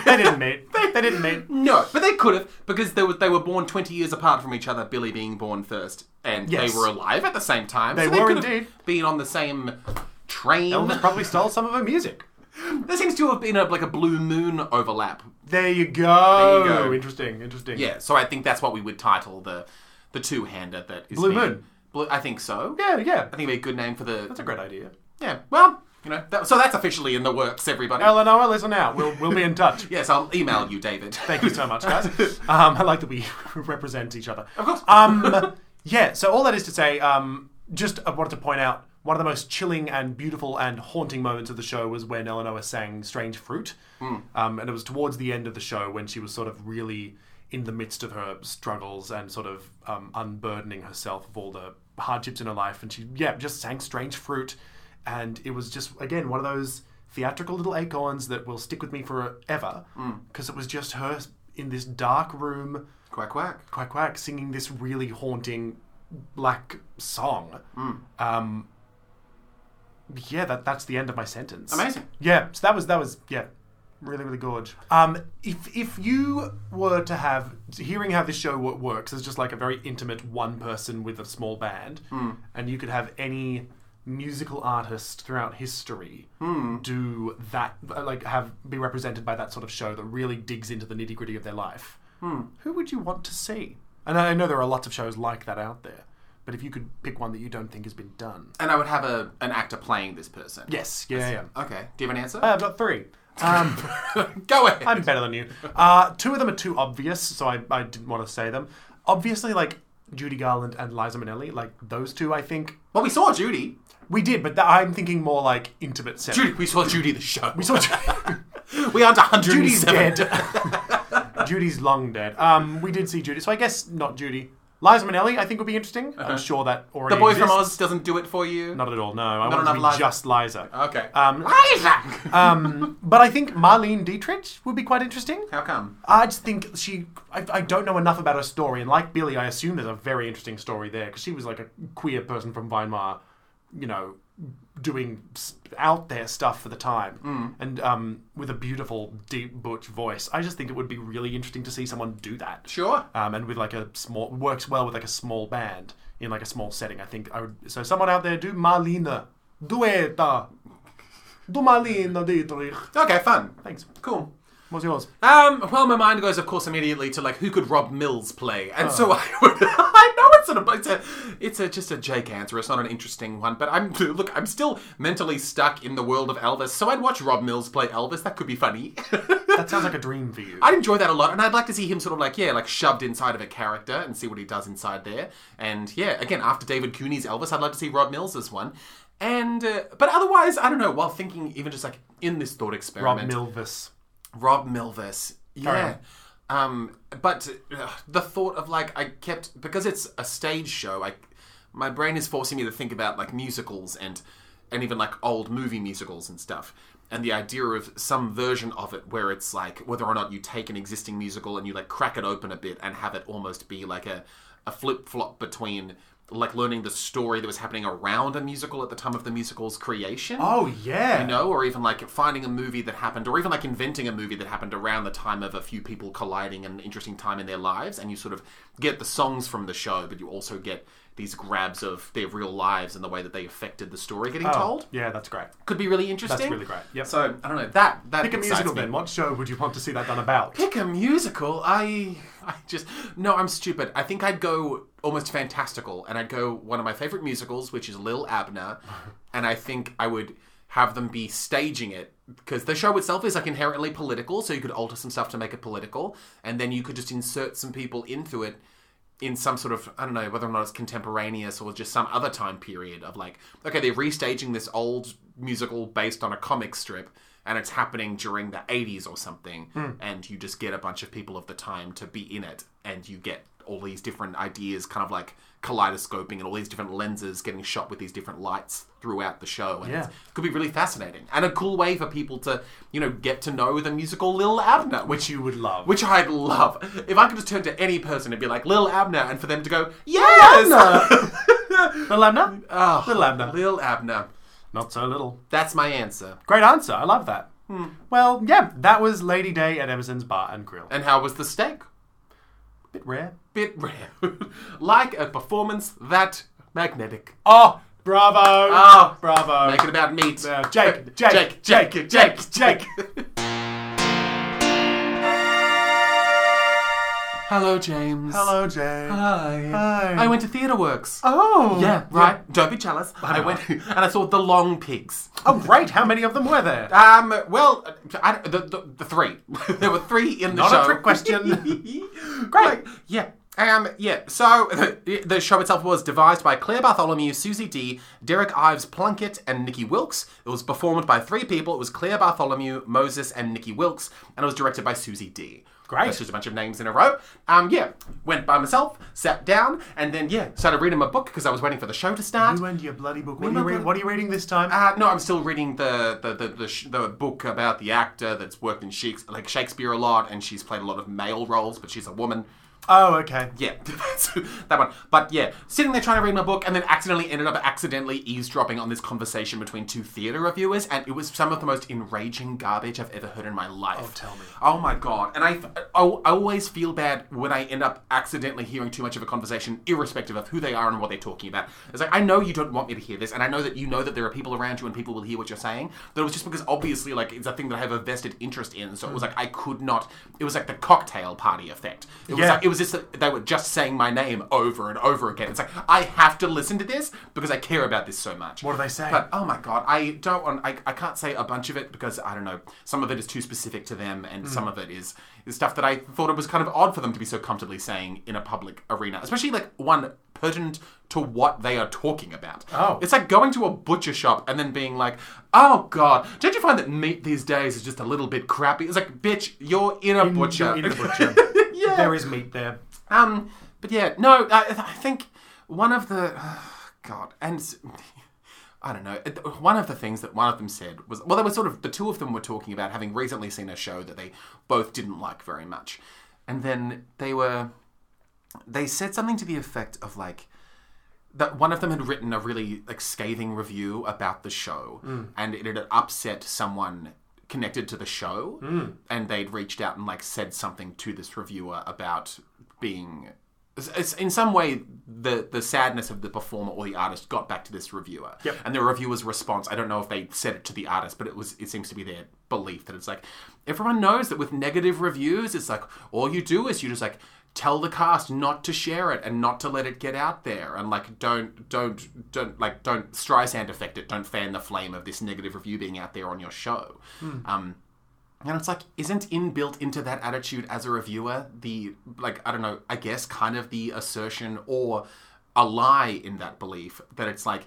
[SPEAKER 1] didn't meet. they, they didn't meet.
[SPEAKER 2] no, but they could have, because they were, they were born 20 years apart from each other, Billy being born first, and
[SPEAKER 1] Yes.
[SPEAKER 2] they were alive at the same time.
[SPEAKER 1] They
[SPEAKER 2] so they
[SPEAKER 1] were
[SPEAKER 2] could have
[SPEAKER 1] indeed.
[SPEAKER 2] Been on the same train.
[SPEAKER 1] Elvis probably stole some of her music.
[SPEAKER 2] There seems to have been a, like a blue moon overlap
[SPEAKER 1] There you go.
[SPEAKER 2] There you go.
[SPEAKER 1] Interesting. Interesting.
[SPEAKER 2] Yeah, so I think that's what we would title the the two hander that is
[SPEAKER 1] Blue
[SPEAKER 2] being-
[SPEAKER 1] Moon.
[SPEAKER 2] Blue, I think so.
[SPEAKER 1] Yeah. Yeah.
[SPEAKER 2] I think it'd be a good name for the.
[SPEAKER 1] That's a great idea.
[SPEAKER 2] Yeah. Well, you know, that, so that's officially in the works, everybody.
[SPEAKER 1] Eleanor, listen out. We'll we'll be in touch.
[SPEAKER 2] yes, I'll email you, David.
[SPEAKER 1] Thank you so much, guys. Um, I like that we represent each other. Of
[SPEAKER 2] course.
[SPEAKER 1] Um, yeah, so all that is to say, um, just I wanted to point out one of the most chilling and beautiful and haunting moments of the show was when Eleanor sang Strange Fruit. Um, and it was towards the end of the show when she was sort of really in the midst of her struggles and sort of um, unburdening herself of all the hardships in her life. And she, yeah, just sang Strange Fruit. And it was just, again, one of those theatrical little acorns that will stick with me forever because it was just her in this dark room
[SPEAKER 2] quack quack.
[SPEAKER 1] quack quack singing this really haunting black song um yeah that that's the end of my sentence
[SPEAKER 2] Amazing.
[SPEAKER 1] yeah so that was that was yeah really really gorge um if if you were to have hearing how this show wo- works is just like a very intimate one person with a small band and you could have any musical artist throughout history do that like have be represented by that sort of show that really digs into the nitty gritty of their life who would you want to see? And I know there are lots of shows like that out there, but if you could pick one that you don't think has been done.
[SPEAKER 2] And I would have a an actor playing this person.
[SPEAKER 1] Yes, yeah, yeah.
[SPEAKER 2] Okay. Do you have an answer?
[SPEAKER 1] I've got three. Um,
[SPEAKER 2] Go ahead.
[SPEAKER 1] I'm better than you. Uh, two of them are too obvious, so I, I didn't want to say them. Obviously, like Judy Garland and Liza Minnelli, like those two, I think
[SPEAKER 2] well, we saw Judy.
[SPEAKER 1] we did, but th- I'm thinking more like intimate set.
[SPEAKER 2] Judy. We saw Judy the show. We
[SPEAKER 1] So Ju-
[SPEAKER 2] We aren't 107.
[SPEAKER 1] Judy's dead. Judy's long dead. Um, we did see Judy, so I guess not Judy. Liza Minnelli, I think would be interesting. I'm sure that already.
[SPEAKER 2] The boy from
[SPEAKER 1] exists.
[SPEAKER 2] Oz doesn't do it for you.
[SPEAKER 1] Not at all. No, I
[SPEAKER 2] Not
[SPEAKER 1] want it to be
[SPEAKER 2] enough Liza.
[SPEAKER 1] just Liza.
[SPEAKER 2] Okay.
[SPEAKER 1] Um,
[SPEAKER 2] Liza!
[SPEAKER 1] um, but I think Marlene Dietrich would be quite interesting.
[SPEAKER 2] How come?
[SPEAKER 1] I just think she. I, I don't know enough about her story, and like Billy, I assume there's a very interesting story there because she was like a queer person from Weimar, you know, doing s- out there stuff for the time, and um, with a beautiful deep butch voice. I just think it would be really interesting to see someone do that.
[SPEAKER 2] Sure.
[SPEAKER 1] Um, and with like a small works well with like a small band in like a small setting. I think I would. So someone out there do Marlene, dueta, do Marlene Dietrich.
[SPEAKER 2] Okay, fun.
[SPEAKER 1] Thanks.
[SPEAKER 2] Cool.
[SPEAKER 1] What's yours?
[SPEAKER 2] Um, well, my mind goes, of course, immediately to like who could Rob Mills play, and so I would. I know it sort of, it's a, it's a just a Jake answer. It's not an interesting one, but I'm look. I'm still mentally stuck in the world of Elvis, so I'd watch Rob Mills play Elvis. That could be funny.
[SPEAKER 1] That sounds like a dream for you.
[SPEAKER 2] I'd enjoy that a lot, and I'd like to see him sort of like yeah, like shoved inside of a character and see what he does inside there. And yeah, again, after David Cooney's Elvis, I'd like to see Rob Mills as one. And uh, but otherwise, I don't know. While thinking, even just like in this thought
[SPEAKER 1] Rob
[SPEAKER 2] experiment,
[SPEAKER 1] Milvis.
[SPEAKER 2] Rob Milvis. Yeah.
[SPEAKER 1] on.
[SPEAKER 2] Um, but uh, the thought of like I kept because it's a stage show. I my brain is forcing me to think about like musicals and and even like old movie musicals and stuff. And the idea of some version of it where it's like whether or not you take an existing musical and you like crack it open a bit and have it almost be like a a flip flop between like learning the story that was happening around a musical at the time of the musical's creation
[SPEAKER 1] Oh yeah.
[SPEAKER 2] you know, or even like finding a movie that happened, or even like inventing a movie that happened around the time of a few people colliding and an interesting time in their lives, and you sort of get the songs from the show, but you also get these grabs of their real lives and the way that they affected the story getting
[SPEAKER 1] Oh,
[SPEAKER 2] told.
[SPEAKER 1] Yeah, that's great.
[SPEAKER 2] Could be really interesting.
[SPEAKER 1] really great. Yep.
[SPEAKER 2] So I don't know that that
[SPEAKER 1] Pick a
[SPEAKER 2] excites
[SPEAKER 1] musical
[SPEAKER 2] me.
[SPEAKER 1] then. What show would you want to see that done about?
[SPEAKER 2] Pick a musical. I I just no. I'm stupid. I think I'd go almost fantastical, and I'd go one of my favorite musicals, which is Lil Abner, and I think I would have them be staging it because the show itself is like inherently political, so you could alter some stuff to make it political, and then you could just insert some people into it in some sort of I don't know whether or not it's contemporaneous or just some other time period of like okay they're restaging this old musical based on a comic strip and it's happening during the 80s or something and you just get a bunch of people of the time to be in it and you get all these different ideas kind of like kaleidoscoping and all these different lenses getting shot with these different lights throughout the show and
[SPEAKER 1] Yeah.
[SPEAKER 2] it's- it could be really fascinating and a cool way for people to you know get to know the musical Lil Abner which
[SPEAKER 1] Which you would love.
[SPEAKER 2] which I'd love. If I could just turn to any person and be like, Lil Abner, and for them to go, Yes!
[SPEAKER 1] Little Abner?
[SPEAKER 2] Oh,
[SPEAKER 1] Little Abner.
[SPEAKER 2] Lil Abner.
[SPEAKER 1] Not so little.
[SPEAKER 2] That's my answer.
[SPEAKER 1] Great answer. I love that.
[SPEAKER 2] Hmm.
[SPEAKER 1] Well, yeah, that was Lady Day at Emerson's Bar and Grill.
[SPEAKER 2] And how was the steak?
[SPEAKER 1] bit rare.
[SPEAKER 2] Bit rare. like a performance that magnetic.
[SPEAKER 1] Oh, bravo. Ah.
[SPEAKER 2] Oh.
[SPEAKER 1] bravo.
[SPEAKER 2] Make it about meat. Uh,
[SPEAKER 1] Yeah, Uh, Jake, Jake,
[SPEAKER 2] Jake, Jake, Jake,
[SPEAKER 1] Jake.
[SPEAKER 2] Hello, James.
[SPEAKER 1] Hello, Jay.
[SPEAKER 2] Hi.
[SPEAKER 1] Hi.
[SPEAKER 2] I went to Theatre Works.
[SPEAKER 1] Oh.
[SPEAKER 2] Yeah, right. Don't be jealous. I went and I saw The Long Pigs.
[SPEAKER 1] Oh, great. How many of them were there?
[SPEAKER 2] Um. Well, I, the, the the three. there were three in the
[SPEAKER 1] Not a
[SPEAKER 2] show.
[SPEAKER 1] trick question.
[SPEAKER 2] Great. yeah. Um. Yeah. So the, the show itself was devised by Claire Bartholomew, Susie D, Derek Ives Plunkett, and Nikki Wilkes. It was performed by three people. It was Claire Bartholomew, Moses, and Nikki Wilkes, and it was directed by Susie D.
[SPEAKER 1] Great.
[SPEAKER 2] That's just a bunch of names in a row. Um. Yeah. Went by myself, sat down, and then yeah, started reading my book because I was waiting for the show to start.
[SPEAKER 1] You and your bloody book. What are
[SPEAKER 2] my
[SPEAKER 1] you, read-
[SPEAKER 2] bloody-
[SPEAKER 1] what are you reading this time?
[SPEAKER 2] Uh, no, I'm still reading the the, the, the, sh- the book about the actor that's worked in Shakespeare, like Shakespeare a lot, and she's played a lot of male roles, but she's a woman.
[SPEAKER 1] oh, okay.
[SPEAKER 2] Yeah, that's that one. But yeah, sitting there trying to read my book, and then accidentally ended up accidentally eavesdropping on this conversation between two theatre reviewers, and it was some of the most enraging garbage I've ever heard in my life. Oh,
[SPEAKER 1] tell me.
[SPEAKER 2] Oh my god! And I, I, I always feel bad when I end up accidentally hearing too much of a conversation, irrespective of who they are and what they're talking about. It's like I know you don't want me to hear this, and I know that you know that there are people around you and people will hear what you're saying. But it was just because obviously, like, it's a thing that I have a vested interest in. So it
[SPEAKER 1] Hmm.
[SPEAKER 2] was like I could not. It was like the cocktail party effect. It was
[SPEAKER 1] Yeah.
[SPEAKER 2] like it was just that they were just saying my name over and over again. It's like I have to listen to this because I care about this so much.
[SPEAKER 1] What do they say?
[SPEAKER 2] But oh my god, I don't want. I, I can't say a bunch of it because I don't know. Some of it is too specific to them, and
[SPEAKER 1] Hmm.
[SPEAKER 2] some of it is, is stuff that I thought it was kind of odd for them to be so comfortably saying in a public arena, especially like one pertinent to what they are talking about.
[SPEAKER 1] Oh.
[SPEAKER 2] it's like going to a butcher shop and then being like, "Oh god, don't you find that meat these days is just a little bit crappy?" It's like, "Bitch, you're in a butcher."
[SPEAKER 1] In the butcher.
[SPEAKER 2] Yeah.
[SPEAKER 1] There is meat there.
[SPEAKER 2] Um, but yeah, no, I, I think one of the God and s- I don't know. One of the things that one of them said was well, they were sort of the two of them were talking about having recently seen a show that they both didn't like very much, and then they were they said something to the effect of like that one of them had written a really like scathing review about the show and it had upset someone connected to the show and they'd reached out and like said something to this reviewer about being it's- it's- in some way the the sadness of the performer or the artist got back to this reviewer
[SPEAKER 1] Yep.
[SPEAKER 2] and the reviewer's response i don't know if they said it to the artist but it was it seems to be their belief that it's like everyone knows that with negative reviews it's like all you do is you just like tell the cast not to share it and not to let it get out there and like don't don't don't like don't Streisand affect it don't fan the flame of this negative review being out there on your show um and it's like isn't inbuilt into that attitude as a reviewer the like I don't know I guess kind of the assertion or a lie in that belief that it's like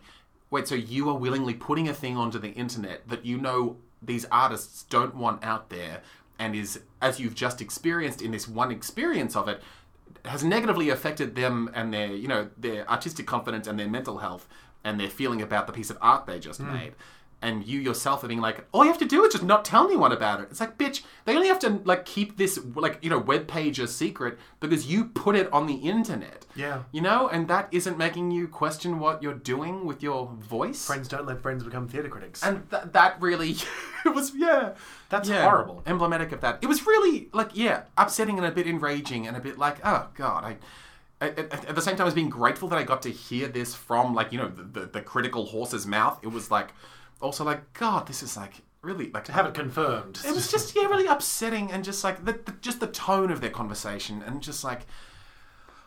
[SPEAKER 2] wait so you are willingly putting a thing onto the internet that you know these artists don't want out there and is as you've just experienced in this one experience of it has negatively affected them and their you know their artistic confidence and their mental health and their feeling about the piece of art they just made and you yourself are being like all you have to do is just not tell anyone about it it's like bitch they only have to like keep this like you know web page a secret because you put it on the internet
[SPEAKER 1] Yeah.
[SPEAKER 2] you know and that isn't making you question what you're doing with your voice
[SPEAKER 1] Friends don't let friends become theatre critics.
[SPEAKER 2] and th- that really it was yeah
[SPEAKER 1] That's
[SPEAKER 2] yeah,
[SPEAKER 1] horrible.
[SPEAKER 2] emblematic of that it was really like yeah upsetting and a bit enraging and a bit like oh god i I- at, at the same time as being grateful that i got to hear this from like you know the, the, the critical horse's mouth it was like also like god this is like really like
[SPEAKER 1] to have it confirmed.
[SPEAKER 2] it was just yeah really upsetting and just like the, the just the tone of their conversation and just like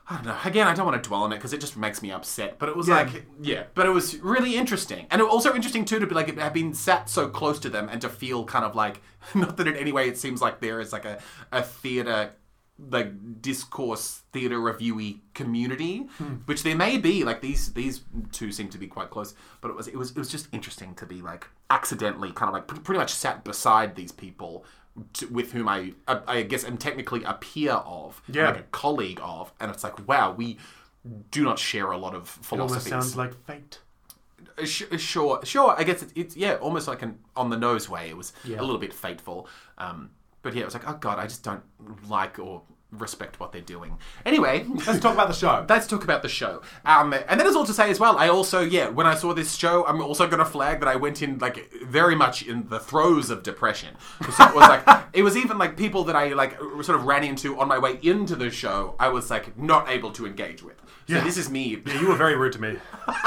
[SPEAKER 2] I don't know. Again, I don't want to dwell on it because it just makes me upset. But it was
[SPEAKER 1] Yeah.
[SPEAKER 2] like, yeah. But it was really interesting, and it was also interesting too to be like have been sat so close to them and to feel kind of like not that in any way it seems like there is like a a theater like discourse theater reviewy community,
[SPEAKER 1] Hmm.
[SPEAKER 2] which there may be. Like these these two seem to be quite close, but it was it was it was just interesting to be like accidentally kind of like pr- pretty much sat beside these people. To, with whom I, I, I guess, am technically a peer of,
[SPEAKER 1] Yeah.
[SPEAKER 2] like a colleague of, and it's like, wow, we do not share a lot of
[SPEAKER 1] It almost
[SPEAKER 2] philosophies.
[SPEAKER 1] sounds like fate.
[SPEAKER 2] Uh, sh- uh, sure, sure. I guess it's, it's yeah, almost like an on the nose way. It was
[SPEAKER 1] Yeah.
[SPEAKER 2] a little bit fateful, um, but yeah, it was like, oh god, I just don't like or respect what they're doing. Anyway,
[SPEAKER 1] Let's talk about the show.
[SPEAKER 2] let's talk about the show. Um, and that is all to say as well. I also, yeah, when I saw this show, I'm also going to flag that I went in like very much in the throes of depression. So it was like it was even like people that I like sort of ran into on my way into the show. I was like not able to engage with. So
[SPEAKER 1] Yeah.
[SPEAKER 2] this is me.
[SPEAKER 1] Yeah, you were very rude to me.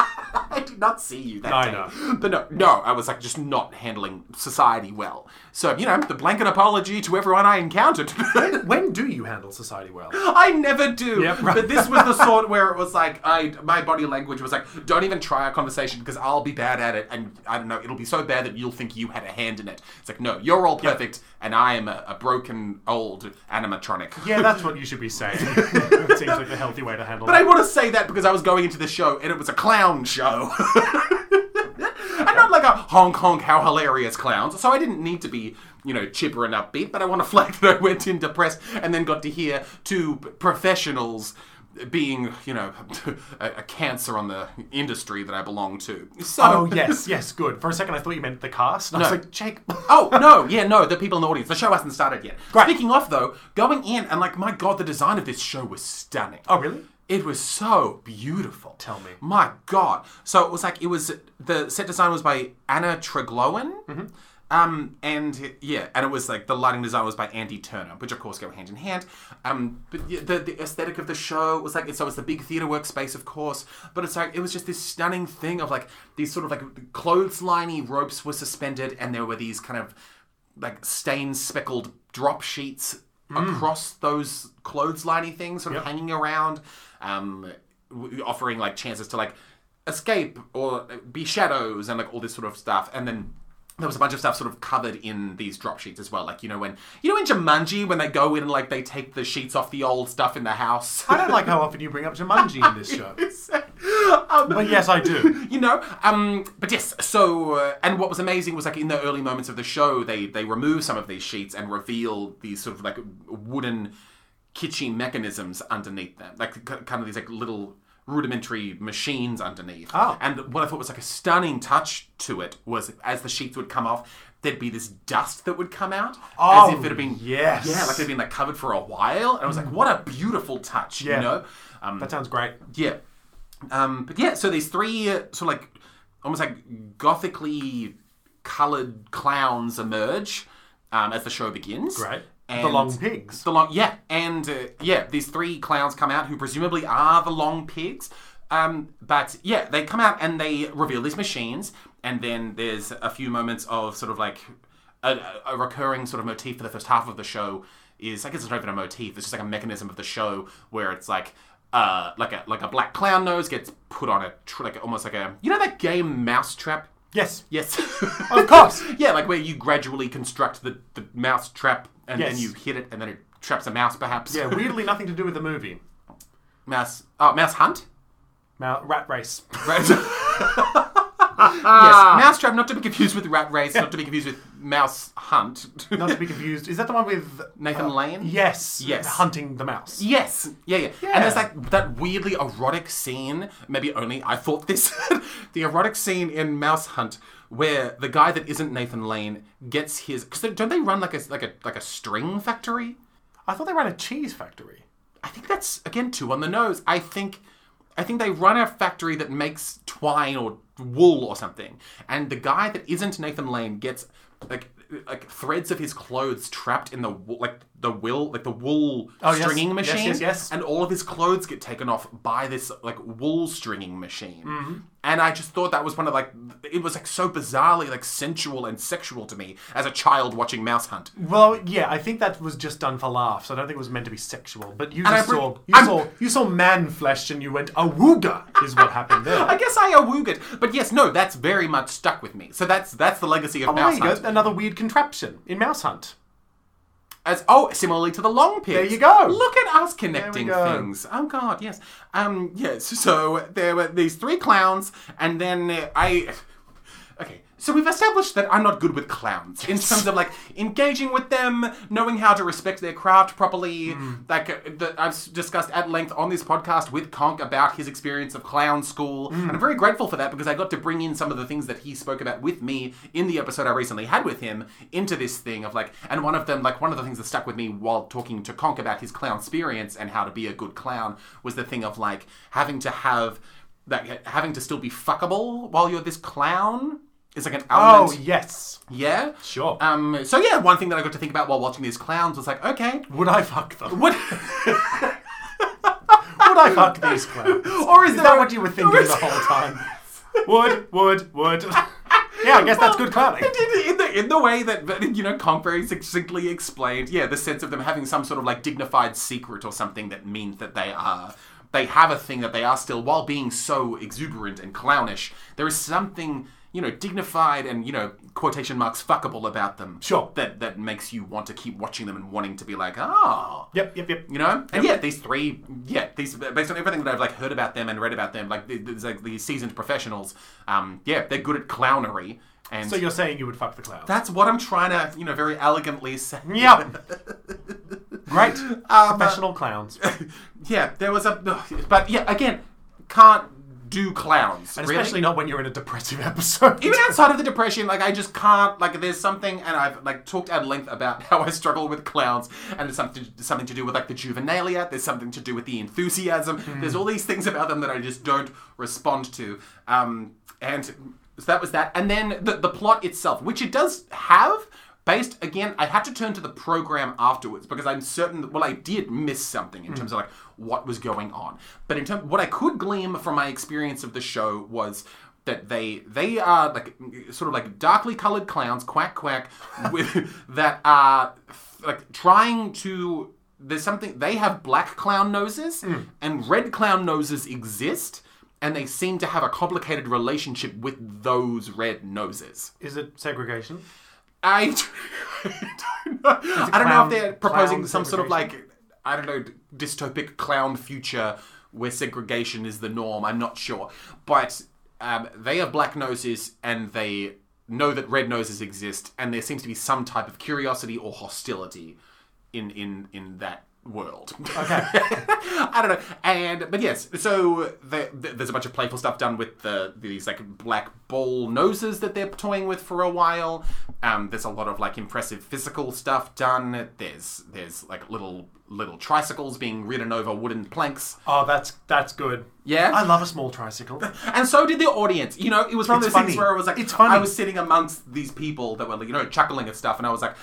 [SPEAKER 2] I did not see you that
[SPEAKER 1] No, I
[SPEAKER 2] day.
[SPEAKER 1] know.
[SPEAKER 2] But no, no, I was like just not handling society well. So you know, the blanket apology to everyone I encountered.
[SPEAKER 1] When do you handle society well?
[SPEAKER 2] I never do.
[SPEAKER 1] Yep, right.
[SPEAKER 2] But this was the sort where it was like I my body language was like, don't even try a conversation because I'll be bad at it, and I don't know, it'll be so bad that you'll think you had a hand in it. It's like, no, you're all perfect, and I am a, a broken old animatronic.
[SPEAKER 1] Yeah, that's what you should be saying. it seems like the healthy way to handle
[SPEAKER 2] But I
[SPEAKER 1] that.
[SPEAKER 2] want to say that because I was going into the show and it was a clown show. and not like a honk honk, how hilarious clowns. So I didn't need to be, you know, chipper and upbeat, but I want to flag that I went in depressed and then got to hear two p- professionals being, you know, a, a cancer on the industry that I belong to. So.
[SPEAKER 1] Oh yes, yes, good. For a second, I thought you meant the cast. And I
[SPEAKER 2] No.
[SPEAKER 1] was like, Jake.
[SPEAKER 2] Oh no, yeah, no, the people in the audience. The show hasn't started yet.
[SPEAKER 1] Great.
[SPEAKER 2] Speaking of though, going in and like my god, the design of this show was stunning.
[SPEAKER 1] Oh, really?
[SPEAKER 2] It was so beautiful.
[SPEAKER 1] Tell me.
[SPEAKER 2] My god. So it was like it was the set design was by Anna Triglowen.
[SPEAKER 1] Mm-hmm.
[SPEAKER 2] Um and yeah, and it was like the lighting design was by Andy Turner, which of course go hand in hand. Um, but yeah, the, the aesthetic of the show was like so it's the big theater workspace, of course, but it's like it was just this stunning thing of like these sort of like clothesliney ropes were suspended, and there were these kind of like stain speckled drop sheets across those clothesliney things sort of hanging around um w- offering like chances to like escape or uh, be shadows and like all this sort of stuff and then there was a bunch of stuff sort of covered in these drop sheets as well like you know when you know in Jumanji when they go in and like they take the sheets off the old stuff in the house
[SPEAKER 1] I don't like how often you bring up Jumanji in this show.
[SPEAKER 2] Um,
[SPEAKER 1] But yes, I do.
[SPEAKER 2] you know um but yes so uh, and what was amazing was like in the early moments of the show they they remove some of these sheets and reveal these sort of like wooden kitschy mechanisms underneath them like k- kind of these like little rudimentary machines underneath
[SPEAKER 1] Oh.
[SPEAKER 2] and what i thought was like a stunning touch to it was as the sheets would come off there'd be this dust that would come out
[SPEAKER 1] Oh,
[SPEAKER 2] as if it had been
[SPEAKER 1] yes.
[SPEAKER 2] yeah like it had been like covered for a while and i was like what a beautiful touch
[SPEAKER 1] Yeah.
[SPEAKER 2] you know um,
[SPEAKER 1] That sounds great.
[SPEAKER 2] yeah. Um, but yeah, so these three uh, sort of like almost like gothically coloured clowns emerge um, as the show begins.
[SPEAKER 1] Great.
[SPEAKER 2] And
[SPEAKER 1] the long pigs.
[SPEAKER 2] The long, yeah, and uh, yeah, these three clowns come out who presumably are the long pigs. Um, but yeah, they come out and they reveal these machines, and then there's a few moments of sort of like a, a recurring sort of motif for the first half of the show is I guess it's not even a motif. It's just like a mechanism of the show where it's like. Uh, like a like a black clown nose gets put on a tr- like almost like a you know that game Mousetrap
[SPEAKER 1] Yes.
[SPEAKER 2] Yes.
[SPEAKER 1] Of course.
[SPEAKER 2] yeah, like where you gradually construct the, the mouse trap and
[SPEAKER 1] Yes.
[SPEAKER 2] then you hit it and then it traps a mouse perhaps.
[SPEAKER 1] Yeah, weirdly nothing to do with the movie.
[SPEAKER 2] mouse oh mouse hunt?
[SPEAKER 1] Mou- rat race.
[SPEAKER 2] Right. yes. Mouse trap, not to be confused with rat race, not to be confused with mouse hunt.
[SPEAKER 1] Not to be confused. Is that the one with
[SPEAKER 2] Nathan Lane?
[SPEAKER 1] Uh, Yes.
[SPEAKER 2] Yes.
[SPEAKER 1] Hunting the mouse.
[SPEAKER 2] Yes. Yeah, yeah,
[SPEAKER 1] Yeah.
[SPEAKER 2] And there's like that weirdly erotic scene, maybe only I thought this, the erotic scene in Mouse Hunt where the guy that isn't Nathan Lane gets his cuz don't they run like a like a like a string factory?
[SPEAKER 1] I thought they ran a cheese factory.
[SPEAKER 2] I think that's again two on the nose. I think I think they run a factory that makes twine or wool or something, and the guy that isn't Nathan Lane gets like like threads of his clothes trapped in the wo- like the will like the wool
[SPEAKER 1] Oh, yes.
[SPEAKER 2] stringing
[SPEAKER 1] Yes,
[SPEAKER 2] machine,
[SPEAKER 1] yes, yes.
[SPEAKER 2] and all of his clothes get taken off by this like wool stringing machine.
[SPEAKER 1] Mm-hmm.
[SPEAKER 2] And I just thought that was one of like it was like so bizarrely like sensual and sexual to me as a child watching Mouse Hunt.
[SPEAKER 1] Well, yeah, I think that was just done for laughs. I don't think it was meant to be sexual. But you
[SPEAKER 2] I
[SPEAKER 1] just
[SPEAKER 2] bring-
[SPEAKER 1] saw you
[SPEAKER 2] I'm-
[SPEAKER 1] saw you saw man flesh and you went awooga is what happened
[SPEAKER 2] I
[SPEAKER 1] there.
[SPEAKER 2] guess I awoog it, but yes, no, that's very much stuck with me. So that's that's the legacy of
[SPEAKER 1] Oh, there
[SPEAKER 2] Mouse
[SPEAKER 1] you go.
[SPEAKER 2] Hunt.
[SPEAKER 1] Another weird contraption in Mouse Hunt.
[SPEAKER 2] As oh, similarly to the long pigs.
[SPEAKER 1] There you go.
[SPEAKER 2] Look at us connecting
[SPEAKER 1] go.
[SPEAKER 2] things. Oh God, yes. Um, yes. So there were these three clowns, and then uh, I. Okay, so we've established that I'm not good with clowns in terms of like engaging with them, knowing how to respect their craft properly.
[SPEAKER 1] Hmm.
[SPEAKER 2] Like uh, that I've s- discussed at length on this podcast with Conk about his experience of clown school, and I'm very grateful for that because I got to bring in some of the things that he spoke about with me in the episode I recently had with him into this thing of like, and one of them, like one of the things that stuck with me while talking to Conk about his clown experience and how to be a good clown was the thing of like having to have that having to still be fuckable while you're this clown is like an
[SPEAKER 1] Oh
[SPEAKER 2] element.
[SPEAKER 1] yes.
[SPEAKER 2] yeah.
[SPEAKER 1] Sure.
[SPEAKER 2] Um, so yeah, one thing that I got to think about while watching these clowns was like, okay,
[SPEAKER 1] Would I fuck them?
[SPEAKER 2] what?
[SPEAKER 1] Would I fuck these clowns?
[SPEAKER 2] or is,
[SPEAKER 1] Is
[SPEAKER 2] there
[SPEAKER 1] that
[SPEAKER 2] a-
[SPEAKER 1] what you were thinking the whole time? Would, would, would. Yeah, I guess that's good clowning.
[SPEAKER 2] In, in the in the way that that, you know, Conk very succinctly explained, yeah, the sense of them having some sort of like dignified secret or something that means that they are they have a thing that they are still while being so exuberant and clownish. There is something you know dignified and you know quotation marks fuckable about them.
[SPEAKER 1] Sure.
[SPEAKER 2] That that makes you want to keep watching them and wanting to be like, ah.
[SPEAKER 1] Yep, yep, yep.
[SPEAKER 2] You know, and yeah, these three, yeah, these based on everything that I've like heard about them and read about them, like these like these seasoned professionals, um, yeah, they're good at clownery, and
[SPEAKER 1] So you're saying you would fuck the clowns?
[SPEAKER 2] that's what I'm trying to, you know, very elegantly say.
[SPEAKER 1] Yep. Great. Professional clowns. Um, uh, And
[SPEAKER 2] Yeah, there was a, but yeah, again, can't do clowns, really.
[SPEAKER 1] especially not when you're in a depressive episode.
[SPEAKER 2] even outside of the depression, like I just can't. Like there's something, and I've like talked at length about how I struggle with clowns, and it's something something to do with like the juvenilia. There's something to do with the enthusiasm. There's all these things about them that I just don't respond to. Um, and so that was that. And then the the plot itself, which it does have. Based again, I had to turn to the program afterwards because I'm certain. That, well, I did miss something in terms of like what was going on. But in terms, what I could glean from my experience of the show was that they they are like sort of like darkly colored clowns, quack quack, with, that are like trying to. There's something they have black clown noses and red clown noses exist, and they seem to have a complicated relationship with those red noses.
[SPEAKER 1] Is it segregation?
[SPEAKER 2] I, don't know. I don't know
[SPEAKER 1] clown-
[SPEAKER 2] if they're proposing
[SPEAKER 1] clown
[SPEAKER 2] some sort of like I don't know dystopic clown future where segregation is the norm. I'm not sure, but um, they have black noses and they know that red noses exist, and there seems to be some type of curiosity or hostility in in in that world. I don't know. And but yes, so the, the, there's a bunch of playful stuff done with the these like black ball noses that they're toying with for a while. Um, there's a lot of like impressive physical stuff done. There's there's like little little tricycles being ridden over wooden planks.
[SPEAKER 1] Oh, that's that's good.
[SPEAKER 2] Yeah?
[SPEAKER 1] I love a small tricycle.
[SPEAKER 2] And so did the audience. You know, it was one of
[SPEAKER 1] It's
[SPEAKER 2] those things
[SPEAKER 1] funny.
[SPEAKER 2] where I was like,
[SPEAKER 1] It's funny.
[SPEAKER 2] I was sitting amongst these people that were, like, you know, chuckling at stuff, and I was like,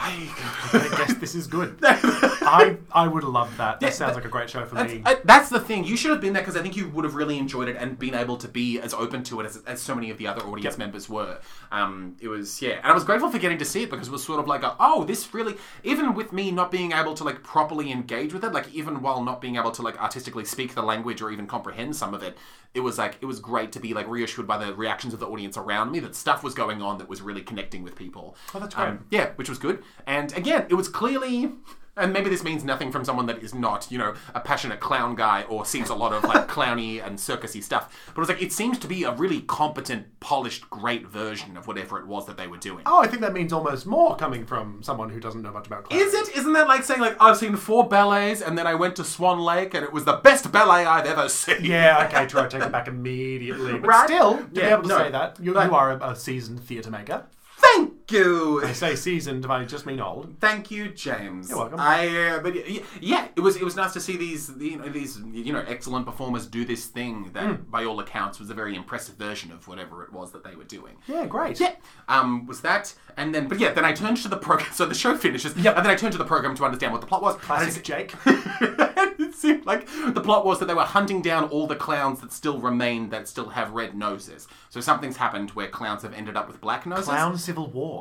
[SPEAKER 2] I,
[SPEAKER 1] I guess this is good. I, I would love that. That
[SPEAKER 2] Yeah,
[SPEAKER 1] sounds
[SPEAKER 2] that-
[SPEAKER 1] like a great show for
[SPEAKER 2] That's,
[SPEAKER 1] me.
[SPEAKER 2] I, that's the thing. You should have been there because I think you would have really enjoyed it and been able to be as open to it as, as so many of the other audience
[SPEAKER 1] Yep.
[SPEAKER 2] members were. Um, it was yeah, and I was grateful for getting to see it because it was sort of like, a, oh, this really. Even with me not being able to like properly engage with it, like even while not being able to like artistically speak the language or even comprehend some of it, it was like it was great to be like reassured by the reactions of the audience around me that stuff was going on that was really connecting with people. Um,
[SPEAKER 1] Oh, that's great.
[SPEAKER 2] Yeah, which was good. And again, it was clearly, and maybe this means nothing from someone that is not, you know, a passionate clown guy or sees a lot of like clowny and circusy stuff. But it was like it seems to be a really competent, polished, great version of whatever it was that they were doing.
[SPEAKER 1] oh, I think that means almost more coming from someone who doesn't know much about clowns.
[SPEAKER 2] Is it? Isn't that like saying like I've seen four ballets and then I went to Swan Lake and it was the best ballet I've ever seen?
[SPEAKER 1] Yeah, okay, true. I take it back immediately. But
[SPEAKER 2] Right?
[SPEAKER 1] still, to be
[SPEAKER 2] Yeah,
[SPEAKER 1] able to
[SPEAKER 2] no.
[SPEAKER 1] say that, you, you are a, a seasoned theatre maker.
[SPEAKER 2] Thank you.
[SPEAKER 1] I say seasoned, but I just mean old.
[SPEAKER 2] Thank you, James. You're
[SPEAKER 1] welcome.
[SPEAKER 2] I, uh, but y- yeah, it was it was nice to see these you know, these you know excellent performers do this thing that,
[SPEAKER 1] Hmm.
[SPEAKER 2] by all accounts, was a very impressive version of whatever it was that they were doing.
[SPEAKER 1] Yeah, great.
[SPEAKER 2] Yeah, um, was that, and then, but yeah, then I turned to the program. So the show finishes, and then I turned to the program to understand what the plot was.
[SPEAKER 1] Classic Jake.
[SPEAKER 2] it seemed like the plot was that they were hunting down all the clowns that still remain that still have red noses. So something's happened where clowns have ended up with black noses.
[SPEAKER 1] Clown Civil War.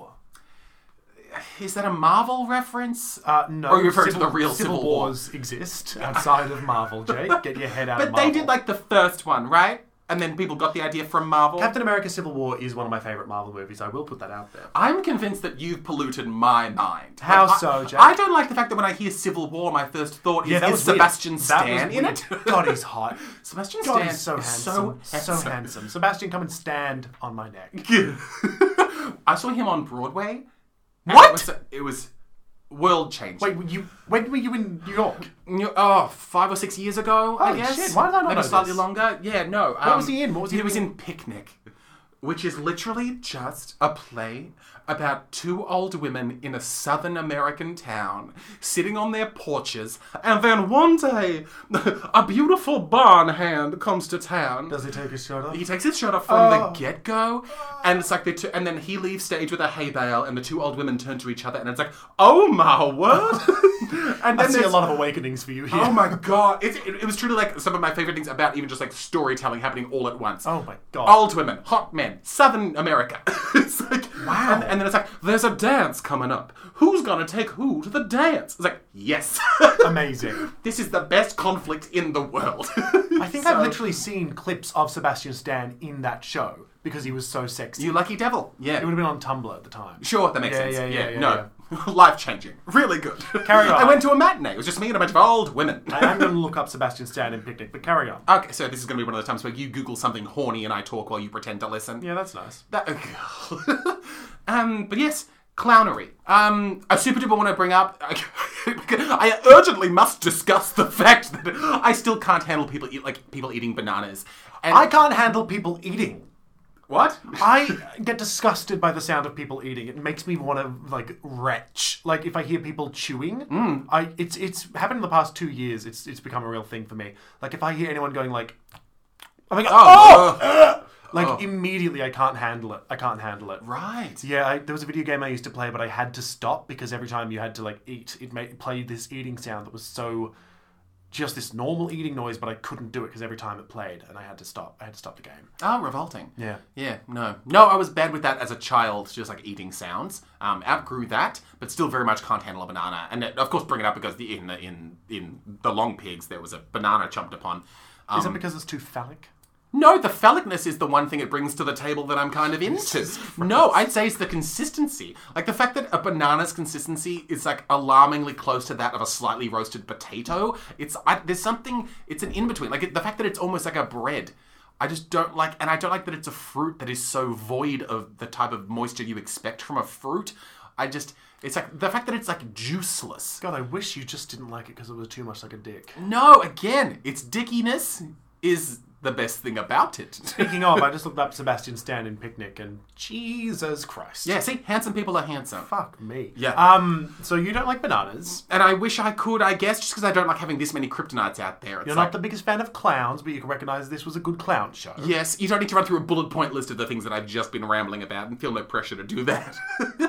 [SPEAKER 2] Is that a Marvel reference?
[SPEAKER 1] Uh, no.
[SPEAKER 2] Or are you referring to the real
[SPEAKER 1] Civil,
[SPEAKER 2] Civil War?
[SPEAKER 1] Wars exist outside of Marvel, Jake. Get your head out
[SPEAKER 2] But
[SPEAKER 1] of
[SPEAKER 2] they
[SPEAKER 1] Marvel.
[SPEAKER 2] did like the first one, right? And then people got the idea from Marvel.
[SPEAKER 1] Captain America Civil War is one of my favourite Marvel movies. I will put that out there.
[SPEAKER 2] I'm convinced that you've polluted my mind.
[SPEAKER 1] How
[SPEAKER 2] Like, I-
[SPEAKER 1] so, Jack?
[SPEAKER 2] I don't like the fact that when I hear Civil War, my first thought is, is
[SPEAKER 1] weird.
[SPEAKER 2] Sebastian
[SPEAKER 1] That was
[SPEAKER 2] Stan in
[SPEAKER 1] weird.
[SPEAKER 2] it?
[SPEAKER 1] God, he's hot.
[SPEAKER 2] Sebastian
[SPEAKER 1] God,
[SPEAKER 2] Stan
[SPEAKER 1] he's so
[SPEAKER 2] is
[SPEAKER 1] handsome.
[SPEAKER 2] so
[SPEAKER 1] So
[SPEAKER 2] handsome.
[SPEAKER 1] handsome. Sebastian, come and stand on my neck.
[SPEAKER 2] I saw him on Broadway. and
[SPEAKER 1] What?
[SPEAKER 2] It was, it was world changing.
[SPEAKER 1] Wait, were you when were you in New York?
[SPEAKER 2] New- oh, five or six years ago, I
[SPEAKER 1] Holy
[SPEAKER 2] guess.
[SPEAKER 1] shit, why did I not
[SPEAKER 2] Maybe
[SPEAKER 1] know
[SPEAKER 2] slightly
[SPEAKER 1] this?
[SPEAKER 2] longer. Yeah, no. What
[SPEAKER 1] was he in? What was he
[SPEAKER 2] was
[SPEAKER 1] in?
[SPEAKER 2] in Picnic, which is literally just a play about two old women in a southern American town sitting on their porches, and then one day, a beautiful barn hand comes to town.
[SPEAKER 1] Does Oh. he take his shirt off?
[SPEAKER 2] He takes his shirt off from the get go, and it's like the two, and then he leaves stage with a hay bale, and the two old women turn to each other, and it's like, oh my word! and
[SPEAKER 1] I see a
[SPEAKER 2] there's-
[SPEAKER 1] lot of awakenings for you here.
[SPEAKER 2] Oh my god! It, it, it was truly like some of my favorite things about even just like storytelling happening all at once.
[SPEAKER 1] Oh my God.
[SPEAKER 2] Old women, hot men, Southern America. it's like wow. And, and then it's like there's a dance coming up. Who's gonna take who to the dance? It's like yes.
[SPEAKER 1] Amazing.
[SPEAKER 2] this is the best conflict in the world.
[SPEAKER 1] I think I've literally seen clips of Sebastian Stan in that show because he was so sexy.
[SPEAKER 2] you lucky devil. Yeah.
[SPEAKER 1] It would have been on Tumblr at the time.
[SPEAKER 2] Sure, that makes
[SPEAKER 1] Yeah,
[SPEAKER 2] sense.
[SPEAKER 1] yeah,
[SPEAKER 2] Yeah,
[SPEAKER 1] yeah, yeah,
[SPEAKER 2] no. Life changing. Really good.
[SPEAKER 1] Carry on.
[SPEAKER 2] I went to a matinee. It was just me and a bunch of old women.
[SPEAKER 1] I am going to look up Sebastian Stan in Picnic, but carry on.
[SPEAKER 2] okay, so this is going to be one of those times where you Google something horny and I talk while you pretend to listen.
[SPEAKER 1] Yeah, that's nice.
[SPEAKER 2] That, oh, um, but yes, clownery. Um, I super duper want to bring up. I urgently must discuss the fact that I still can't handle people eat like people eating bananas. And
[SPEAKER 1] I Oh! can't handle people eating.
[SPEAKER 2] what?
[SPEAKER 1] I get disgusted by the sound of people eating. It makes me want to like retch. Like if I hear people chewing, I it's it's happened in the past two years. It's it's become a real thing for me. Like if I hear anyone going like, I'm like,
[SPEAKER 2] Oh,
[SPEAKER 1] "Oh!" like immediately I can't handle it. I can't handle it.
[SPEAKER 2] right.
[SPEAKER 1] Yeah, I, there was a video game I used to play, but I had to stop because every time you had to like eat, it made played this eating sound that was so just this normal eating noise, but I couldn't do it because every time it played, and I had to stop. I had to stop the game.
[SPEAKER 2] Oh, revolting.
[SPEAKER 1] Yeah.
[SPEAKER 2] Yeah, no. No, I was bad with that as a child, just like eating sounds. Um, outgrew that, but still very much can't handle a banana. And uh, of course, bring it up because the, in, the, in, in The Long Pigs, there was a banana chomped upon. Um,
[SPEAKER 1] Is it because it's too phallic?
[SPEAKER 2] no, the phallicness is the one thing it brings to the table that I'm kind of into. No, I'd say it's the consistency. Like the fact that a banana's consistency is like alarmingly close to that of a slightly roasted potato. It's I, there's something. It's an in between. Like it, the fact that it's almost like a bread. I just don't like, and I don't like that it's a fruit that is so void of the type of moisture you expect from a fruit. I just, it's like the fact that it's like juiceless.
[SPEAKER 1] God, I wish you just didn't like it because it was too much like a dick.
[SPEAKER 2] No, again, its dickiness is the best thing about it.
[SPEAKER 1] Speaking of, I just looked up Sebastian Stan in Picnic, and Jesus Christ,
[SPEAKER 2] yeah, see, handsome people are handsome.
[SPEAKER 1] fuck me.
[SPEAKER 2] Yeah.
[SPEAKER 1] Um. So you don't like bananas.
[SPEAKER 2] And I wish I could, I guess, just because I don't like having this many kryptonites out there. It's
[SPEAKER 1] You're
[SPEAKER 2] like,
[SPEAKER 1] not the biggest fan of clowns, but you can recognize this was a good clown show.
[SPEAKER 2] yes, you don't need to run through a bullet point list of the things that I've just been rambling about and feel no pressure to do that.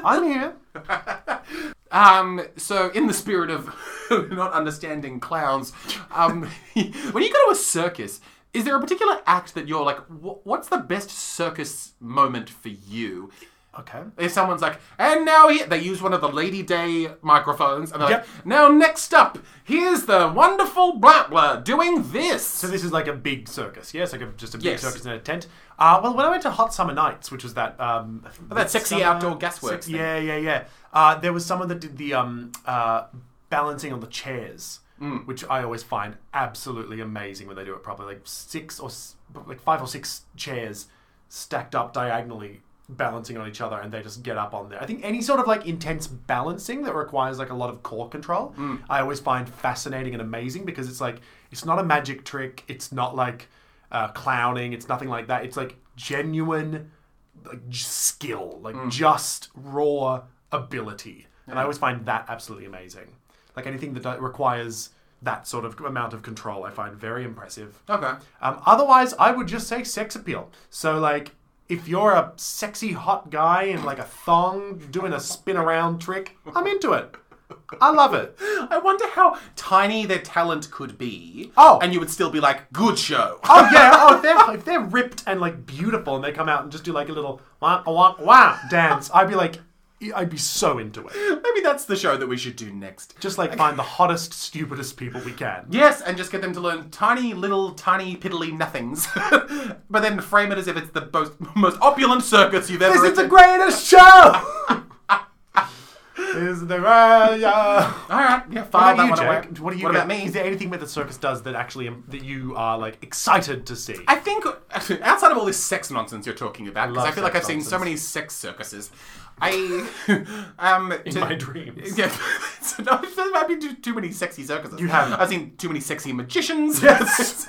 [SPEAKER 1] I'm here.
[SPEAKER 2] Um, so, in the spirit of not understanding clowns, um, when you go to a circus, is there a particular act that you're like, "Wh- what's the best circus moment for you?
[SPEAKER 1] Okay.
[SPEAKER 2] If someone's like, and now he, they use one of the Lady Day microphones, and they're
[SPEAKER 1] Yep.
[SPEAKER 2] like, now next up, here's the wonderful blah blah doing this.
[SPEAKER 1] So this is like a big circus, yes, like a, just a big
[SPEAKER 2] Yes.
[SPEAKER 1] circus in a tent. Uh, well, when I went to Hot Summer Nights, which was that um, I think
[SPEAKER 2] that sexy
[SPEAKER 1] midsummer-
[SPEAKER 2] outdoor gasworks thing.
[SPEAKER 1] yeah, yeah, yeah. Uh, there was someone that did the um, uh, balancing on the chairs,
[SPEAKER 2] Mm.
[SPEAKER 1] which I always find absolutely amazing when they do it properly. Like six or s- like five or six chairs stacked up diagonally, balancing on each other, and they just get up on there. I think any sort of like intense balancing that requires like a lot of core control,
[SPEAKER 2] Mm.
[SPEAKER 1] I always find fascinating and amazing because it's like it's not a magic trick. It's not like uh, clowning. It's nothing like that. It's like genuine like, j- skill, like just raw ability. And I always find that absolutely amazing. Like anything that do- requires that sort of amount of control, I find very impressive.
[SPEAKER 2] Okay.
[SPEAKER 1] Um, otherwise, I would just say sex appeal. So, like, if you're a sexy hot guy in like a thong doing a spin around trick, I'm into it. I love it.
[SPEAKER 2] I wonder how tiny their talent could be.
[SPEAKER 1] Oh.
[SPEAKER 2] And you would still be like, good show.
[SPEAKER 1] Oh yeah. Oh, if they're, if they're ripped and like beautiful, and they come out and just do like a little wah wah wah dance, I'd be like, I'd be so into it.
[SPEAKER 2] Maybe that's the show that we should do next.
[SPEAKER 1] Just like find the hottest, stupidest people we can.
[SPEAKER 2] Yes, and just get them to learn tiny little tiny piddly nothings, but then frame it as if it's the most, most opulent circus you've ever.
[SPEAKER 1] This is the
[SPEAKER 2] attended.
[SPEAKER 1] greatest show. is the uh,
[SPEAKER 2] All right, yeah,
[SPEAKER 1] What
[SPEAKER 2] file
[SPEAKER 1] about
[SPEAKER 2] that
[SPEAKER 1] you,
[SPEAKER 2] one away.
[SPEAKER 1] Jake? What, do you
[SPEAKER 2] What
[SPEAKER 1] get-
[SPEAKER 2] about me?
[SPEAKER 1] Is there anything that the circus does that actually um, that you are like excited to see?
[SPEAKER 2] I think outside of all this sex nonsense you're talking about, because
[SPEAKER 1] love
[SPEAKER 2] I, feel like I've
[SPEAKER 1] sex
[SPEAKER 2] seen so
[SPEAKER 1] nonsense.
[SPEAKER 2] many sex circuses. I um
[SPEAKER 1] in
[SPEAKER 2] to-
[SPEAKER 1] my dreams.
[SPEAKER 2] Yeah, so no, there might be too, too many sexy circuses.
[SPEAKER 1] You haven't.
[SPEAKER 2] I've seen too many sexy magicians.
[SPEAKER 1] Yes.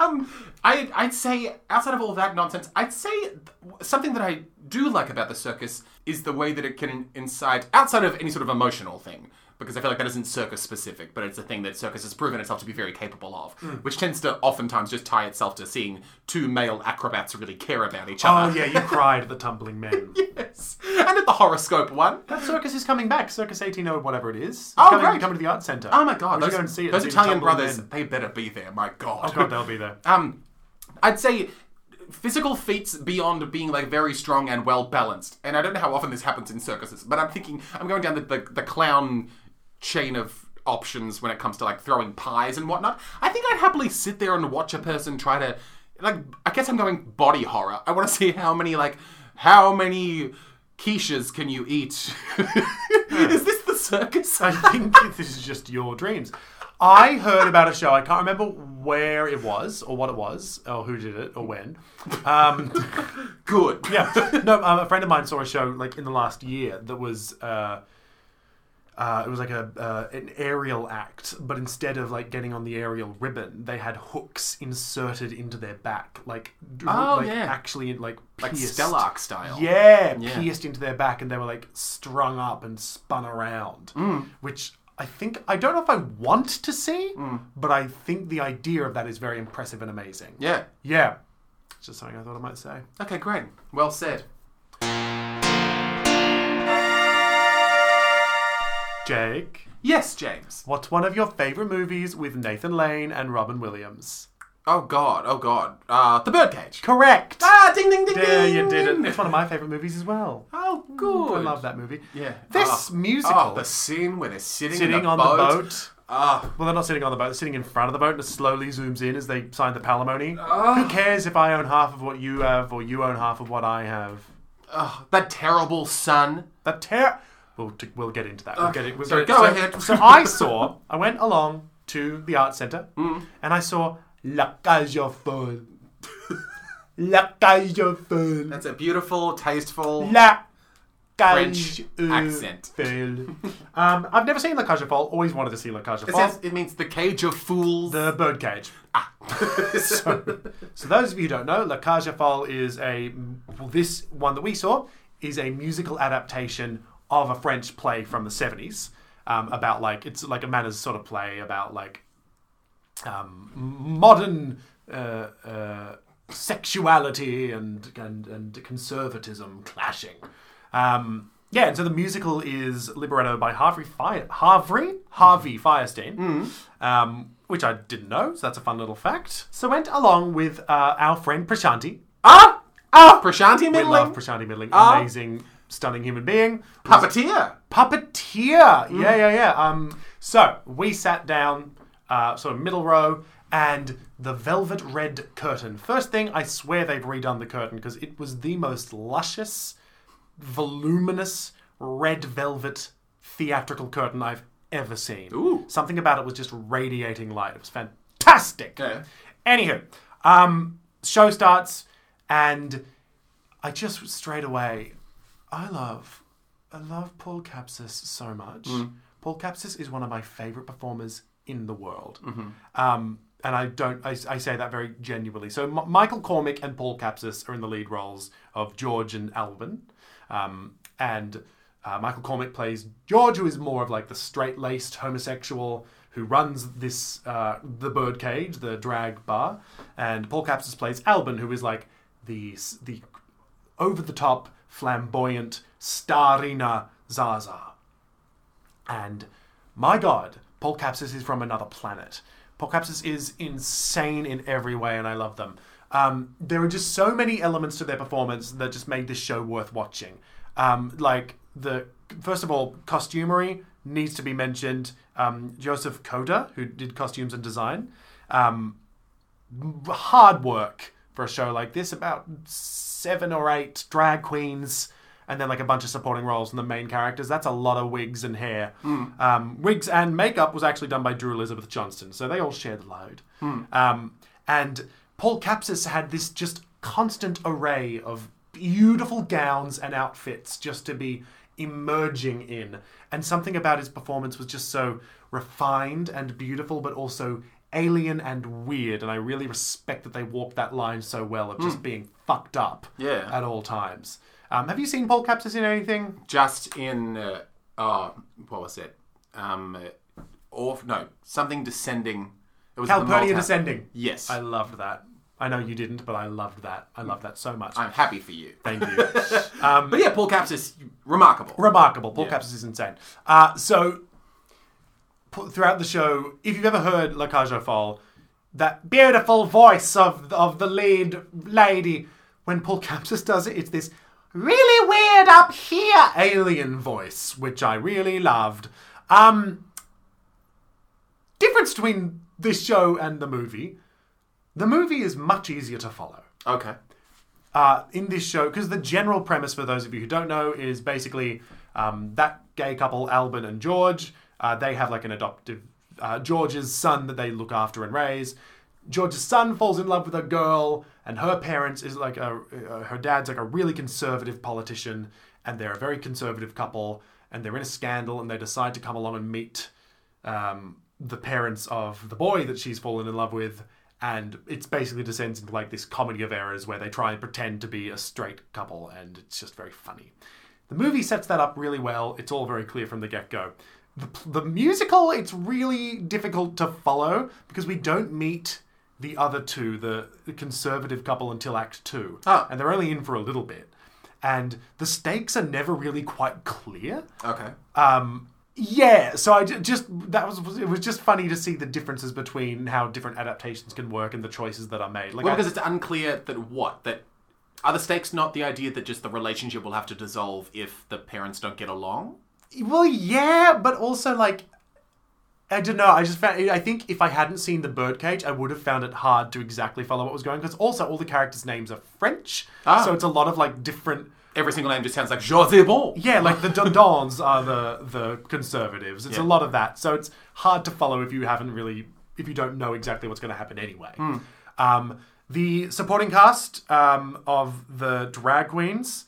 [SPEAKER 2] um, I, I'd say, outside of all that nonsense, I'd say th- something that I do like about the circus is the way that it can incite, outside of any sort of emotional thing, because I feel like that isn't circus specific, but it's a thing that circus has proven itself to be very capable of,
[SPEAKER 1] Hmm.
[SPEAKER 2] which tends to oftentimes just tie itself to seeing two male acrobats really care about each
[SPEAKER 1] Oh
[SPEAKER 2] other.
[SPEAKER 1] yeah, you cried at the tumbling men.
[SPEAKER 2] Yes. And at the horoscope one.
[SPEAKER 1] That circus is coming back. Circus 18 or whatever it is. It's
[SPEAKER 2] Oh,
[SPEAKER 1] coming,
[SPEAKER 2] great.
[SPEAKER 1] coming to the art centre.
[SPEAKER 2] Oh my god,
[SPEAKER 1] We should
[SPEAKER 2] those,
[SPEAKER 1] go and see it.
[SPEAKER 2] those
[SPEAKER 1] See the
[SPEAKER 2] Italian
[SPEAKER 1] tumbling
[SPEAKER 2] brothers,
[SPEAKER 1] men.
[SPEAKER 2] they better be there, my god.
[SPEAKER 1] Oh god, they'll be there.
[SPEAKER 2] Um, I'd say physical feats beyond being like very strong and well balanced. And I don't know how often this happens in circuses, but I'm thinking I'm going down the the, the clown chain of options when it comes to like throwing pies and whatnot. I think I'd happily sit there and watch a person try to like. I guess I'm going body horror. I want to see how many like how many. Quiches, can you eat? Is this the circus?
[SPEAKER 1] I think this is just your dreams. I heard about a show. I can't remember where it was or what it was or who did it or when. Um,
[SPEAKER 2] Good.
[SPEAKER 1] yeah. No, um, a friend of mine saw a show like in the last year that was uh, uh, it was like a uh, an aerial act, but instead of like getting on the aerial ribbon, they had hooks inserted into their back, like d-
[SPEAKER 2] Oh,
[SPEAKER 1] like
[SPEAKER 2] yeah.
[SPEAKER 1] actually like
[SPEAKER 2] Like
[SPEAKER 1] pierced.
[SPEAKER 2] Stellark style.
[SPEAKER 1] Yeah,
[SPEAKER 2] Yeah.
[SPEAKER 1] pierced into their back, and they were like strung up and spun around,
[SPEAKER 2] Mm.
[SPEAKER 1] which. I think I don't know if I want to see, but I think the idea of that is very impressive and amazing.
[SPEAKER 2] Mm. Yeah.
[SPEAKER 1] yeah, it's just something I thought I might say.
[SPEAKER 2] Okay, great. Well said.
[SPEAKER 1] Jake,
[SPEAKER 2] Yes, James.
[SPEAKER 1] What's one of your favourite movies with Nathan Lane and Robin Williams?
[SPEAKER 2] Oh God, oh God. Uh, the birdcage.
[SPEAKER 1] Correct!
[SPEAKER 2] Ah, ding, ding, ding,
[SPEAKER 1] Yeah,
[SPEAKER 2] ding.
[SPEAKER 1] you did it. It's one of my favourite movies as well.
[SPEAKER 2] Oh,
[SPEAKER 1] I
[SPEAKER 2] good.
[SPEAKER 1] love that movie.
[SPEAKER 2] Yeah.
[SPEAKER 1] This
[SPEAKER 2] Oh.
[SPEAKER 1] musical,
[SPEAKER 2] Oh, the scene where they're sitting, in
[SPEAKER 1] sitting
[SPEAKER 2] the
[SPEAKER 1] on
[SPEAKER 2] boat.
[SPEAKER 1] the boat.
[SPEAKER 2] Ah,
[SPEAKER 1] Well, they're not sitting on the boat, they're sitting in front of the boat and it slowly zooms in as they sign the palimony.
[SPEAKER 2] Ah.
[SPEAKER 1] Who cares if I own half of what you have or you own half of what I have?
[SPEAKER 2] ah, that terrible sun.
[SPEAKER 1] That ter- We'll, t- we'll get into that. We'll get it. We'll
[SPEAKER 2] sorry,
[SPEAKER 1] get it.
[SPEAKER 2] Ah, go
[SPEAKER 1] so,
[SPEAKER 2] ahead.
[SPEAKER 1] so I saw, I went along to the art centre
[SPEAKER 2] Mm.
[SPEAKER 1] and I saw La Cage aux Folles. La Cage aux Folles.
[SPEAKER 2] That's a beautiful, tasteful.
[SPEAKER 1] La
[SPEAKER 2] French
[SPEAKER 1] Cage
[SPEAKER 2] accent.
[SPEAKER 1] Folle. Um, I've never seen La Cage aux Folles. Always wanted to see La Cage aux
[SPEAKER 2] It
[SPEAKER 1] Folles.
[SPEAKER 2] says it means the cage of fools.
[SPEAKER 1] The birdcage. Ah. so, so those of you who don't know, La Cage aux Folles is a well, this one that we saw is a musical adaptation of a French play from the seventies um, about like it's like a manners sort of play about like um, modern uh, uh, sexuality and, and and conservatism clashing. Um, Yeah, and so the musical is Libretto by Harvey Fire Harvey Harvey Firestein, um, which I didn't know. So that's a fun little fact. So went along with uh, our friend Prashanti.
[SPEAKER 2] Ah! Ah! Prashanti
[SPEAKER 1] We
[SPEAKER 2] Middling?
[SPEAKER 1] love Prashanti Middling, amazing, stunning human being,
[SPEAKER 2] Puppeteer!
[SPEAKER 1] puppeteer.
[SPEAKER 2] Mm.
[SPEAKER 1] Yeah, yeah, yeah. Um, so we sat down, uh, sort of middle row, and the velvet red curtain. First thing, I swear they've redone the curtain because it was the most luscious, voluminous red velvet theatrical curtain I've ever seen.
[SPEAKER 2] Ooh.
[SPEAKER 1] Something about it was just radiating light. It was fantastic.
[SPEAKER 2] Yeah.
[SPEAKER 1] Anywho, um, show starts, and I just straight away, I love, I love Paul Capsis so much. Paul Capsis is one of my favorite performers in the world, um, and I don't, I, I say that very genuinely. So M- Michael Cormick and Paul Capsis are in the lead roles of George and Alvin, um, and. Uh, Michael Cormick plays George, who is more of like the straight-laced homosexual who runs this uh, the birdcage, the drag bar, and Paul Capsis plays Alban, who is like the s- the over-the-top, flamboyant starina Zaza. And my God, Polcapsis is from another planet. Polcapsis is insane in every way, and I love them. Um, there are just so many elements to their performance that just made this show worth watching. Um, like the first of all, costumery needs to be mentioned. Um, Joseph Koda, who did costumes and design, um, hard work for a show like this about seven or eight drag queens and then like a bunch of supporting roles and the main characters that's a lot of wigs and hair um, wigs and makeup was actually done by drew elizabeth johnston so they all shared the load um, and paul capsis had this just constant array of beautiful gowns and outfits just to be emerging in. And something about his performance was just so refined and beautiful, but also alien and weird. And I really respect that they walked that line so well of just being fucked up
[SPEAKER 2] Hmm. Yeah.
[SPEAKER 1] at all times. Um, have you seen Paul Capsis in anything?
[SPEAKER 2] Just in, uh, oh, what was it? Um, uh, or, no, something descending. It was the
[SPEAKER 1] Calpurnia
[SPEAKER 2] Malta-
[SPEAKER 1] Descending.
[SPEAKER 2] Yes.
[SPEAKER 1] I loved that. I know you didn't, but I loved that.
[SPEAKER 2] Hmm.
[SPEAKER 1] I loved that so much.
[SPEAKER 2] I'm happy for you.
[SPEAKER 1] Thank you. Um,
[SPEAKER 2] but yeah, Paul Capps is remarkable.
[SPEAKER 1] remarkable. Paul Capsis is insane. Uh, so pu- throughout the show, if you've ever heard La Cage aux Folles, that beautiful voice of of the lead lady, when Paul Capsis does it, it's this really weird up here alien voice, which I really loved. Um, difference between this show and the movie, the movie is much easier to follow
[SPEAKER 2] Okay.
[SPEAKER 1] uh, in this show, because the general premise for those of you who don't know is basically um, that gay couple, Alban and George, uh, they have like an adoptive uh, George's son that they look after and raise. George's son falls in love with a girl, and her parents is like a uh, her dad's like a really conservative politician, and they're a very conservative couple, and they're in a scandal, and they decide to come along and meet um, the parents of the boy that she's fallen in love with, and it's basically descends into like this comedy of errors where they try and pretend to be a straight couple, and it's just very funny. The movie sets that up really well. It's all very clear from the get go. The, p- the musical, it's really difficult to follow because we don't meet the other two, the, the conservative couple, until Act Two.
[SPEAKER 2] Ah.
[SPEAKER 1] And they're only in for a little bit. And the stakes are never really quite clear
[SPEAKER 2] Okay.
[SPEAKER 1] um yeah so i ju- just that was it was just funny to see the differences between how different adaptations can work and the choices that are made like
[SPEAKER 2] well,
[SPEAKER 1] I-
[SPEAKER 2] because it's unclear that what that are the stakes not the idea that just the relationship will have to dissolve if the parents don't get along.
[SPEAKER 1] well yeah but also like i don't know i just found i think if i hadn't seen the birdcage i would have found it hard to exactly follow what was going because also all the characters names are french
[SPEAKER 2] Ah.
[SPEAKER 1] so it's a lot of like different
[SPEAKER 2] Every single name just sounds like José Bon.
[SPEAKER 1] Yeah, like the Dondons are the the conservatives. It's a
[SPEAKER 2] Yeah.
[SPEAKER 1] lot of that, so it's hard to follow if you haven't really if you don't know exactly what's going to happen anyway. Um, the supporting cast um, of the drag queens,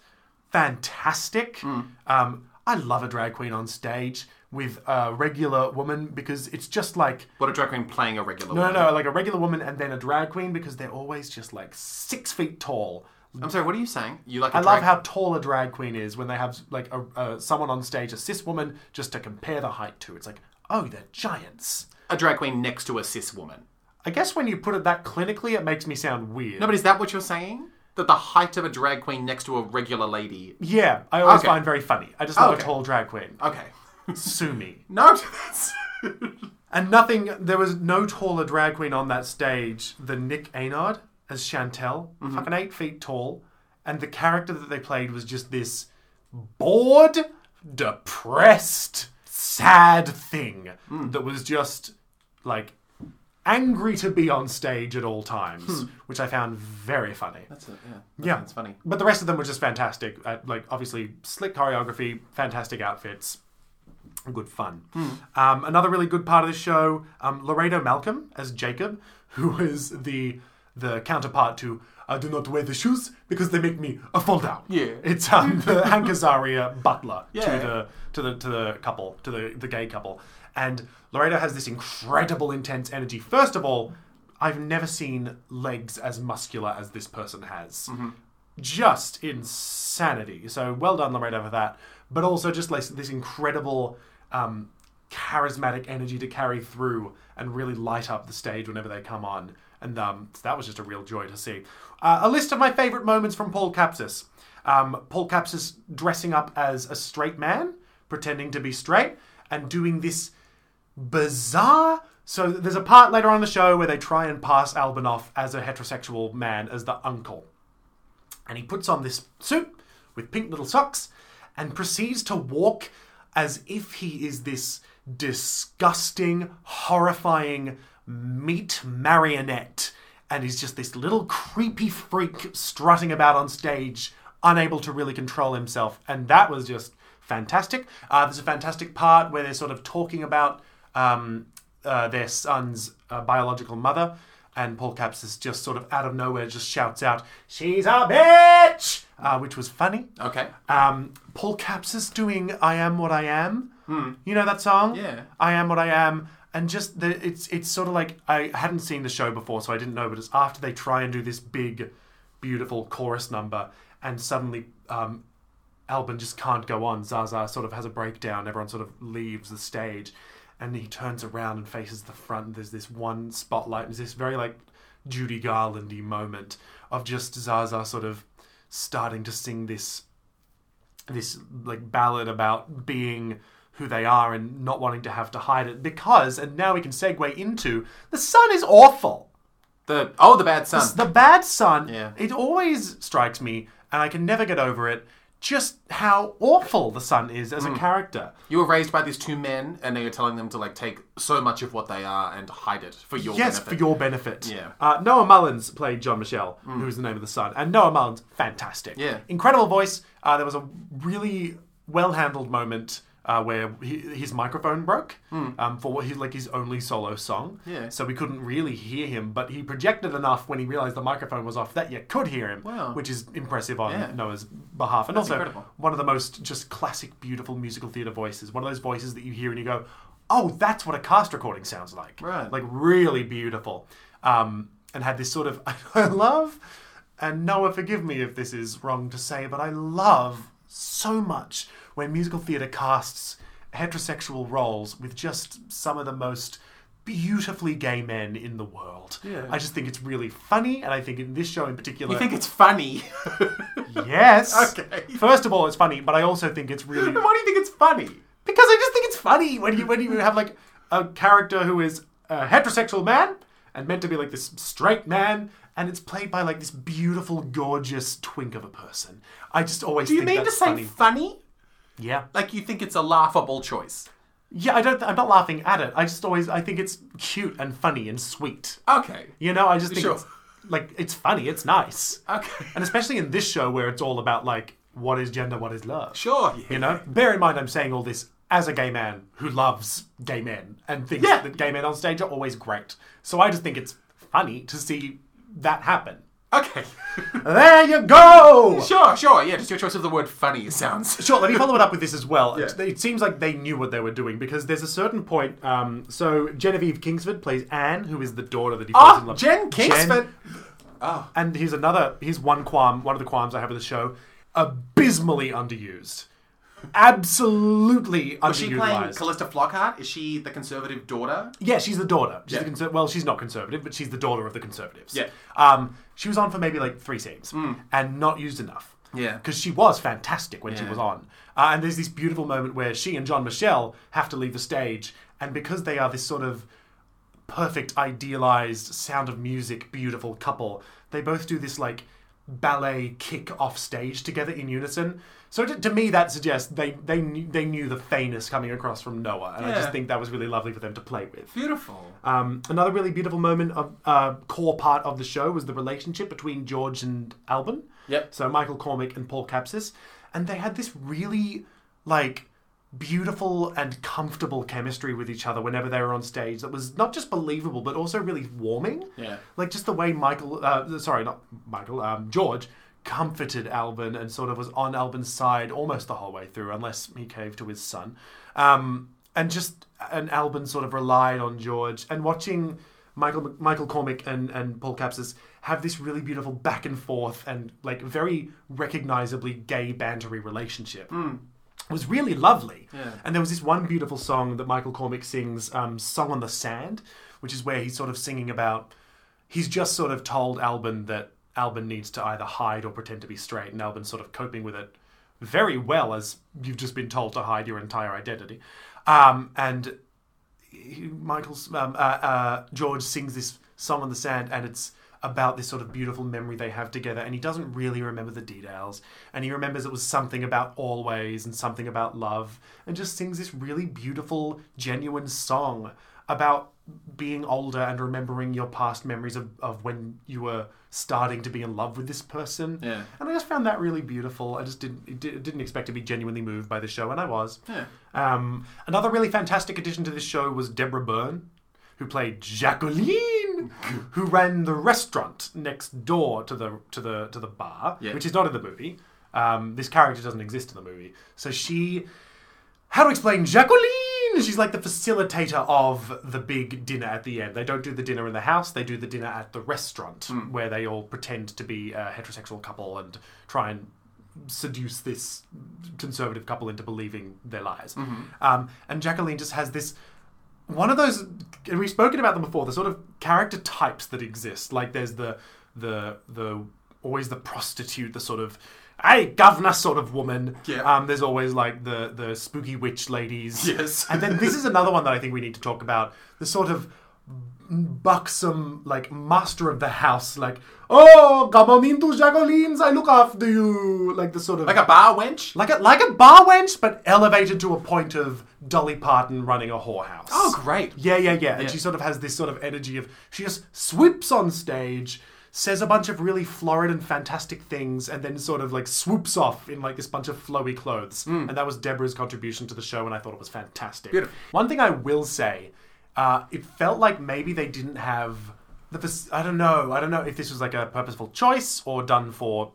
[SPEAKER 1] fantastic. Um, I love a drag queen on stage with a regular woman because it's just like
[SPEAKER 2] What a drag queen playing a regular.
[SPEAKER 1] no,
[SPEAKER 2] woman.
[SPEAKER 1] no, no, like a regular woman and then a drag queen because they're always just like six feet tall.
[SPEAKER 2] I'm sorry. What are you saying? You like? a
[SPEAKER 1] I love
[SPEAKER 2] drag-
[SPEAKER 1] how tall a drag queen is when they have like a, a someone on stage, a cis woman, just to compare the height to. It's like, oh, they're giants.
[SPEAKER 2] a drag queen next to a cis woman.
[SPEAKER 1] I guess when you put it that clinically, it makes me sound weird.
[SPEAKER 2] No, but is that what you're saying? that the height of a drag queen next to a regular lady.
[SPEAKER 1] Yeah, I always
[SPEAKER 2] Okay.
[SPEAKER 1] find very funny. I just love
[SPEAKER 2] Okay.
[SPEAKER 1] a tall drag queen.
[SPEAKER 2] Okay.
[SPEAKER 1] Sue me.
[SPEAKER 2] No, that's.
[SPEAKER 1] And nothing. There was no taller drag queen on that stage than Nick Aynard as Chantel, fucking eight feet tall, and the character that they played was just this bored, depressed, sad thing that was just like angry to be on stage at all times, which I found very funny.
[SPEAKER 2] that's it, yeah.
[SPEAKER 1] yeah,
[SPEAKER 2] That's funny.
[SPEAKER 1] But the rest of them were just fantastic. Uh, like obviously slick choreography, fantastic outfits, good fun.
[SPEAKER 2] Hmm.
[SPEAKER 1] Um, another really good part of the show: um, Laredo Malcolm as Jacob, who is the the counterpart to "I do not wear the shoes because they make me a fall down."
[SPEAKER 2] Yeah.
[SPEAKER 1] it's um, the Hank Azaria butler
[SPEAKER 2] Yeah.
[SPEAKER 1] to the to the to the couple to the the gay couple, and Laredo has this incredible intense energy. First of all. I've never seen legs as muscular as this person has just insanity. So well done, Laredo, for that. But also just like this incredible um, charismatic energy to carry through and really light up the stage whenever they come on. And um, so that was just a real joy to see. Uh, a list of my favorite moments from Paul Capsis. Um, Paul Capsis dressing up as a straight man, pretending to be straight, and doing this bizarre. So there's a part later on in the show where they try and pass Albin off as a heterosexual man, as the uncle and he puts on this suit with pink little socks and proceeds to walk as if he is this disgusting, horrifying meat marionette. And he's just this little creepy freak strutting about on stage, unable to really control himself. And that was just fantastic. Uh, there's a fantastic part where they're sort of talking about um, uh, their son's uh, biological mother, and Paul Caps is just sort of out of nowhere just shouts out, "She's a bitch," uh, which was funny.
[SPEAKER 2] Okay.
[SPEAKER 1] Um, Paul Caps is doing "I Am What I Am." You know that song?
[SPEAKER 2] Yeah.
[SPEAKER 1] I am what I am. And just the, it's it's sort of like I hadn't seen the show before, so I didn't know. But it's after they try and do this big, beautiful chorus number, and suddenly um, Albin just can't go on. Zaza sort of has a breakdown. Everyone sort of leaves the stage, and he turns around and faces the front. There's this one spotlight. There's this very like Judy Garlandy moment of just Zaza sort of starting to sing this this like ballad about being who they are and not wanting to have to hide it because and now we can segue into the sun is awful
[SPEAKER 2] The oh, the bad son.
[SPEAKER 1] the bad sun
[SPEAKER 2] Yeah.
[SPEAKER 1] it always strikes me and i can never get over it just how awful the sun is as a character
[SPEAKER 2] You were raised by these two men, and now you're telling them to like take so much of what they are and hide it for your
[SPEAKER 1] yes
[SPEAKER 2] benefit.
[SPEAKER 1] for your benefit
[SPEAKER 2] Yeah. Mm.
[SPEAKER 1] uh, noah mullins played john michelle who was the name of the son and noah mullins fantastic
[SPEAKER 2] Yeah.
[SPEAKER 1] incredible voice uh, there was a really well handled moment uh, where he, his microphone broke um, for what he like his only solo song
[SPEAKER 2] Hmm. Yeah.
[SPEAKER 1] so we couldn't really hear him but he projected enough when he realized the microphone was off that you could hear him
[SPEAKER 2] Wow.
[SPEAKER 1] which is impressive on
[SPEAKER 2] Yeah.
[SPEAKER 1] noah's behalf and also
[SPEAKER 2] incredible.
[SPEAKER 1] one of the most just classic beautiful musical theater voices one of those voices that you hear and you go oh that's what a cast recording sounds like
[SPEAKER 2] Right.
[SPEAKER 1] like really beautiful um, and had this sort of i love and noah forgive me if this is wrong to say but i love so much when musical theatre casts heterosexual roles with just some of the most beautifully gay men in the world
[SPEAKER 2] Yeah.
[SPEAKER 1] i just think it's really funny and i think in this show in particular
[SPEAKER 2] You think it's funny?
[SPEAKER 1] yes
[SPEAKER 2] Okay.
[SPEAKER 1] first of all it's funny but i also think it's really
[SPEAKER 2] Why do you think it's funny?
[SPEAKER 1] because I just think it's funny when you when you have like a character who is a heterosexual man and meant to be like this straight man, and it's played by like this beautiful, gorgeous twink of a person. I just always
[SPEAKER 2] Do you
[SPEAKER 1] think
[SPEAKER 2] mean to
[SPEAKER 1] that's
[SPEAKER 2] say funny?
[SPEAKER 1] funny. Yeah,
[SPEAKER 2] Like you think it's a laughable choice?
[SPEAKER 1] yeah. I don't. I'm not laughing at it. I just always I think it's cute and funny and sweet.
[SPEAKER 2] Okay.
[SPEAKER 1] You know, I just think
[SPEAKER 2] Sure.
[SPEAKER 1] it's, like it's funny. It's nice.
[SPEAKER 2] Okay.
[SPEAKER 1] And especially in this show where it's all about like what is gender, what is love.
[SPEAKER 2] Sure.
[SPEAKER 1] You know, bear in mind I'm saying all this as a gay man who loves gay men and thinks
[SPEAKER 2] Yeah.
[SPEAKER 1] that gay men on stage are always great. So I just think it's funny to see that happen.
[SPEAKER 2] Okay.
[SPEAKER 1] There you go.
[SPEAKER 2] sure. Sure. Yeah. Just your choice of the word "funny" sounds.
[SPEAKER 1] Sure, let me follow it up with this as well.
[SPEAKER 2] Yeah.
[SPEAKER 1] It, it seems like they knew what they were doing because there's a certain point. Um, so Genevieve Kingsford plays Anne, who is the daughter that he falls in
[SPEAKER 2] Ah,
[SPEAKER 1] love.
[SPEAKER 2] Jen Kingsford.
[SPEAKER 1] And here's another. Here's one qualm. One of the qualms I have with the show: abysmally underused. absolutely
[SPEAKER 2] Was she playing
[SPEAKER 1] underutilized.
[SPEAKER 2] Callista Flockhart? Is she the conservative daughter?
[SPEAKER 1] yeah, she's the daughter. She's
[SPEAKER 2] Yeah.
[SPEAKER 1] the conser- well, she's not conservative, but she's the daughter of the conservatives.
[SPEAKER 2] Yeah. Hmm.
[SPEAKER 1] Um, she was on for maybe like three scenes and not used enough.
[SPEAKER 2] Yeah.
[SPEAKER 1] Because she was fantastic when she
[SPEAKER 2] Yeah.
[SPEAKER 1] was on. Uh, and there's this beautiful moment where she and John Michelle have to leave the stage, and because they are this sort of perfect, idealized sound of music, beautiful couple. They both do this like ballet kick off stage together in unison. So to, to me, that suggests they they knew, they knew the faintness coming across from Noah, and I just
[SPEAKER 2] Yeah.
[SPEAKER 1] think that was really lovely for them to play with.
[SPEAKER 2] Beautiful.
[SPEAKER 1] Um, another really beautiful moment of uh, core part of the show was the relationship between George and Alban.
[SPEAKER 2] Yep.
[SPEAKER 1] So Michael Cormick and Paul Capsis, and they had this really like beautiful and comfortable chemistry with each other whenever they were on stage. That was not just believable, but also really warming.
[SPEAKER 2] Yeah.
[SPEAKER 1] Like just the way Michael, uh, sorry, not Michael, um, George comforted Alban and sort of was on Alban's side almost the whole way through, unless he caved to his son. Um, and just and Alban sort of relied on George and watching Michael Michael Cormick and and Paul Capsis have this really beautiful back and forth and like very recognizably gay bantery relationship was really lovely. And there was this one beautiful song that Michael Cormick sings, um, Song on the Sand, which is where he's sort of singing about, he's just sort of told Alban that Alban needs to either hide or pretend to be straight, and Alban's sort of coping with it very well as you've just been told to hide your entire identity. Um, and he- Michael's um, uh, uh, George sings this song on the sand, and it's about this sort of beautiful memory they have together. And he doesn't really remember the details, and he remembers it was something about always and something about love, and just sings this really beautiful, genuine song about being older and remembering your past memories of, of when you were starting to be in love with this person.
[SPEAKER 2] Yeah.
[SPEAKER 1] And I just found that really beautiful. I just didn't it di- didn't expect to be genuinely moved by the show, and I was.
[SPEAKER 2] Yeah.
[SPEAKER 1] Um, another really fantastic addition to this show was Deborah Byrne, who played Jacqueline, who ran the restaurant next door to the to the to the bar,
[SPEAKER 2] Yeah.
[SPEAKER 1] which is not in the movie. Um, this character doesn't exist in the movie, so she how to explain Jacqueline? She's like the facilitator of the big dinner at the end. They don't do the dinner in the house, they do the dinner at the restaurant where they all pretend to be a heterosexual couple and try and seduce this conservative couple into believing their lies. Um, and Jacqueline just has this one of those and we've spoken about them before the sort of character types that exist like there's the the the always the prostitute the sort of hey governor sort of woman
[SPEAKER 2] Yeah.
[SPEAKER 1] um, there's always like the the spooky witch ladies
[SPEAKER 2] Yes.
[SPEAKER 1] and then this is another one that i think we need to talk about the sort of buxom like master of the house like oh come on into jacqueline's i look after you like the sort of
[SPEAKER 2] Like a bar wench?
[SPEAKER 1] like a like a bar wench, but elevated to a point of Dolly Parton running a whorehouse.
[SPEAKER 2] Oh, great.
[SPEAKER 1] Yeah, yeah, yeah. And
[SPEAKER 2] Yeah.
[SPEAKER 1] she sort of has this sort of energy of she just swoops on stage, says a bunch of really florid and fantastic things, and then sort of like swoops off in like this bunch of flowy clothes. And that was Deborah's contribution to the show, and I thought it was fantastic.
[SPEAKER 2] Hmm. Beautiful.
[SPEAKER 1] One thing I will say, uh, it felt like maybe they didn't have the. fac- I don't know. I don't know if this was like a purposeful choice or done for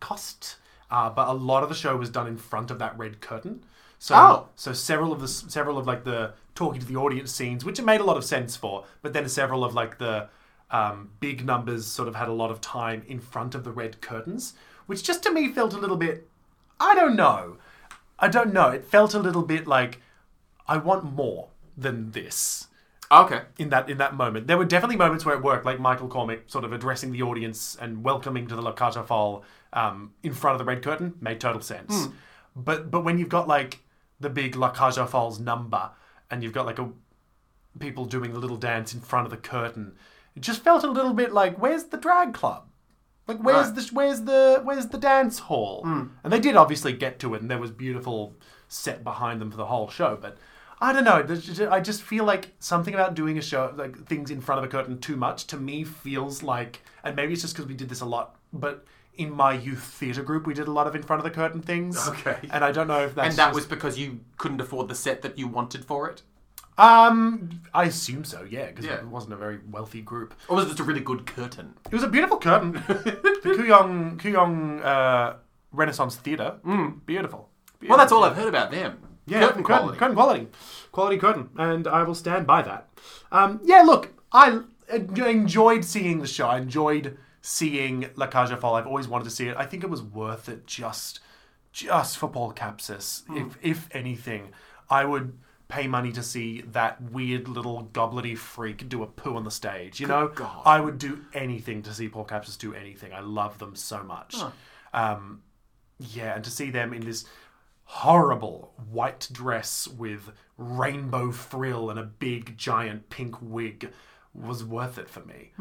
[SPEAKER 1] cost. Uh, but a lot of the show was done in front of that red curtain. So,
[SPEAKER 2] Oh.
[SPEAKER 1] so several of the several of like the talking to the audience scenes, which it made a lot of sense for. But then several of like the um, big numbers sort of had a lot of time in front of the red curtains, which just to me felt a little bit. I don't know. I don't know. It felt a little bit like I want more than this
[SPEAKER 2] Okay.
[SPEAKER 1] in that in that moment. There were definitely moments where it worked, like Michael Cormick sort of addressing the audience and welcoming to the Locata Fall um, in front of the red curtain made total sense. But but when you've got like the big Locata Falls number and you've got like a people doing the little dance in front of the curtain, it just felt a little bit like where's the drag club? Like where's
[SPEAKER 2] Right. Hmm.
[SPEAKER 1] the where's the where's the dance hall? And they did obviously get to it, and there was beautiful set behind them for the whole show. But I don't know. there's just- I just feel like something about doing a show like things in front of a curtain too much to me feels like, and maybe it's just because we did this a lot, but. In my youth theatre group, we did a lot of in front of the curtain things.
[SPEAKER 2] Okay.
[SPEAKER 1] and I don't know if that's
[SPEAKER 2] And that
[SPEAKER 1] just-
[SPEAKER 2] was because you couldn't afford the set that you wanted for it?
[SPEAKER 1] um, I assume so. Yeah, because
[SPEAKER 2] Yeah.
[SPEAKER 1] it wasn't a very wealthy group.
[SPEAKER 2] Or was it just a really good curtain?
[SPEAKER 1] It was a beautiful curtain. the Kuyong Kuyong uh, Renaissance Theatre. Mm. Beautiful.
[SPEAKER 2] Well, that's all I've heard about them.
[SPEAKER 1] Yeah, curtain,
[SPEAKER 2] curtain quality.
[SPEAKER 1] curtain quality, quality curtain, and I will stand by that. Um, yeah, look, I en- enjoyed seeing the show. I enjoyed seeing La Cage aux Folles. I've always wanted to see it. I think it was worth it just just for Paul Capsis,
[SPEAKER 2] Hmm.
[SPEAKER 1] if if anything, I would pay money to see that weird little goblety freak do a poo on the stage. You know,
[SPEAKER 2] God.
[SPEAKER 1] I would do anything to see Paul Capsis do anything. I love them so much. Um, yeah, and to see them in this horrible white dress with rainbow frill and a big giant pink wig was worth it for me.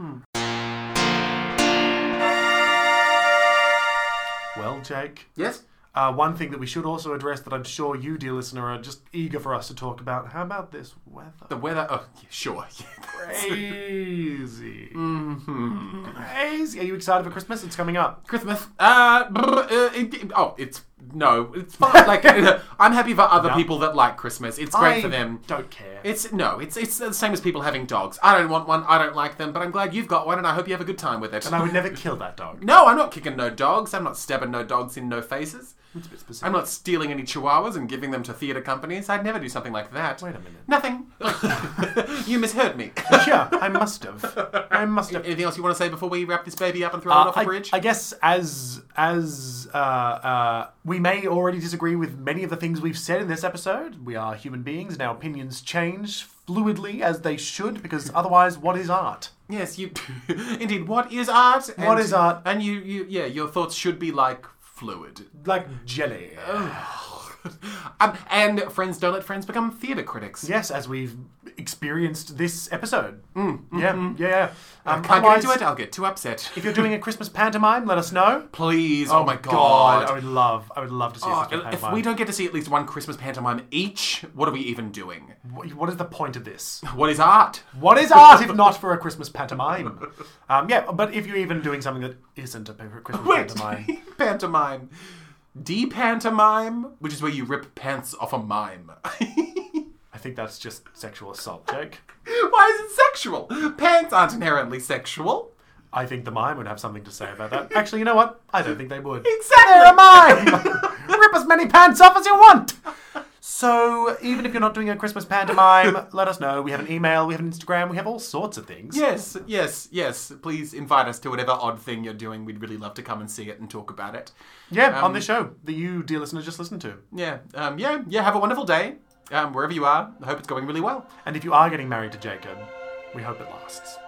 [SPEAKER 1] Well, Jake.
[SPEAKER 2] Yes.
[SPEAKER 1] Uh, one thing that we should also address that I'm sure you, dear listener, are just eager for us to talk about. How about this weather?
[SPEAKER 2] The weather. Oh, yeah, sure.
[SPEAKER 1] Crazy. Crazy. Are you excited for Christmas? It's coming up.
[SPEAKER 2] Christmas. Uh, brr, uh, it- oh, it's no, it's fine. like I'm happy for other
[SPEAKER 1] No.
[SPEAKER 2] people that like Christmas. It's great
[SPEAKER 1] I
[SPEAKER 2] for them.
[SPEAKER 1] Don't care.
[SPEAKER 2] It's no, it's it's the same as people having dogs. I don't want one. I don't like them, but I'm glad you've got one, and I hope you have a good time with it.
[SPEAKER 1] and I would never kill that dog.
[SPEAKER 2] No, I'm not kicking no dogs. I'm not stabbing no dogs in no faces.
[SPEAKER 1] It's a bit specific.
[SPEAKER 2] I'm not stealing any chihuahuas and giving them to theatre companies. I'd never do something like that.
[SPEAKER 1] Wait a minute.
[SPEAKER 2] Nothing. you misheard me.
[SPEAKER 1] yeah, I must have. I must have.
[SPEAKER 2] Anything else you want to say before we wrap this baby up and throw it
[SPEAKER 1] Uh,
[SPEAKER 2] off a
[SPEAKER 1] I,
[SPEAKER 2] bridge?
[SPEAKER 1] I guess as as uh, uh, we may already disagree with many of the things we've said in this episode, we are human beings and our opinions change fluidly as they should, because otherwise, what is art?
[SPEAKER 2] Yes, you. indeed, what is art? And,
[SPEAKER 1] What is art?
[SPEAKER 2] And you, you, yeah, your thoughts should be like fluid.
[SPEAKER 1] Like jelly.
[SPEAKER 2] Um, and friends don't let friends become theatre critics.
[SPEAKER 1] yes, as we've experienced this episode.
[SPEAKER 2] Mm,
[SPEAKER 1] yeah, yeah, yeah. Um,
[SPEAKER 2] Uh, Can't
[SPEAKER 1] otherwise,
[SPEAKER 2] get into it. I'll get too upset.
[SPEAKER 1] If you're doing a Christmas pantomime, let us know.
[SPEAKER 2] Please, oh, my
[SPEAKER 1] I would love, I would love to see a
[SPEAKER 2] Oh,
[SPEAKER 1] Christmas
[SPEAKER 2] if
[SPEAKER 1] pantomime.
[SPEAKER 2] we don't get to see at least one Christmas pantomime each, what are we even doing?
[SPEAKER 1] What- What is the point of this?
[SPEAKER 2] What is art?
[SPEAKER 1] What is art if not for a Christmas pantomime? Um, yeah, but if you're even doing something that isn't a pa- Christmas pantomime,
[SPEAKER 2] pantomime. De pantomime, which is where you rip pants off a mime.
[SPEAKER 1] I think that's just sexual assault, Jake.
[SPEAKER 2] Why is it sexual? Pants aren't inherently sexual.
[SPEAKER 1] I think the mime would have something to say about that. Actually, you know what? I don't think they would.
[SPEAKER 2] Exactly.
[SPEAKER 1] They're a mime! Rip as many pants off as you want! So, even if you're not doing a Christmas pantomime, let us know. We have an email, we have an Instagram, we have all sorts of things.
[SPEAKER 2] Yes, yes, yes. Please invite us to whatever odd thing you're doing. We'd really love to come and see it and talk about it.
[SPEAKER 1] Yeah, on this show that you, dear listener, just listened to.
[SPEAKER 2] Yeah, um, yeah, yeah. Have a wonderful day, um, wherever you are. I hope it's going really well.
[SPEAKER 1] And if you are getting married to Jacob, we hope it lasts.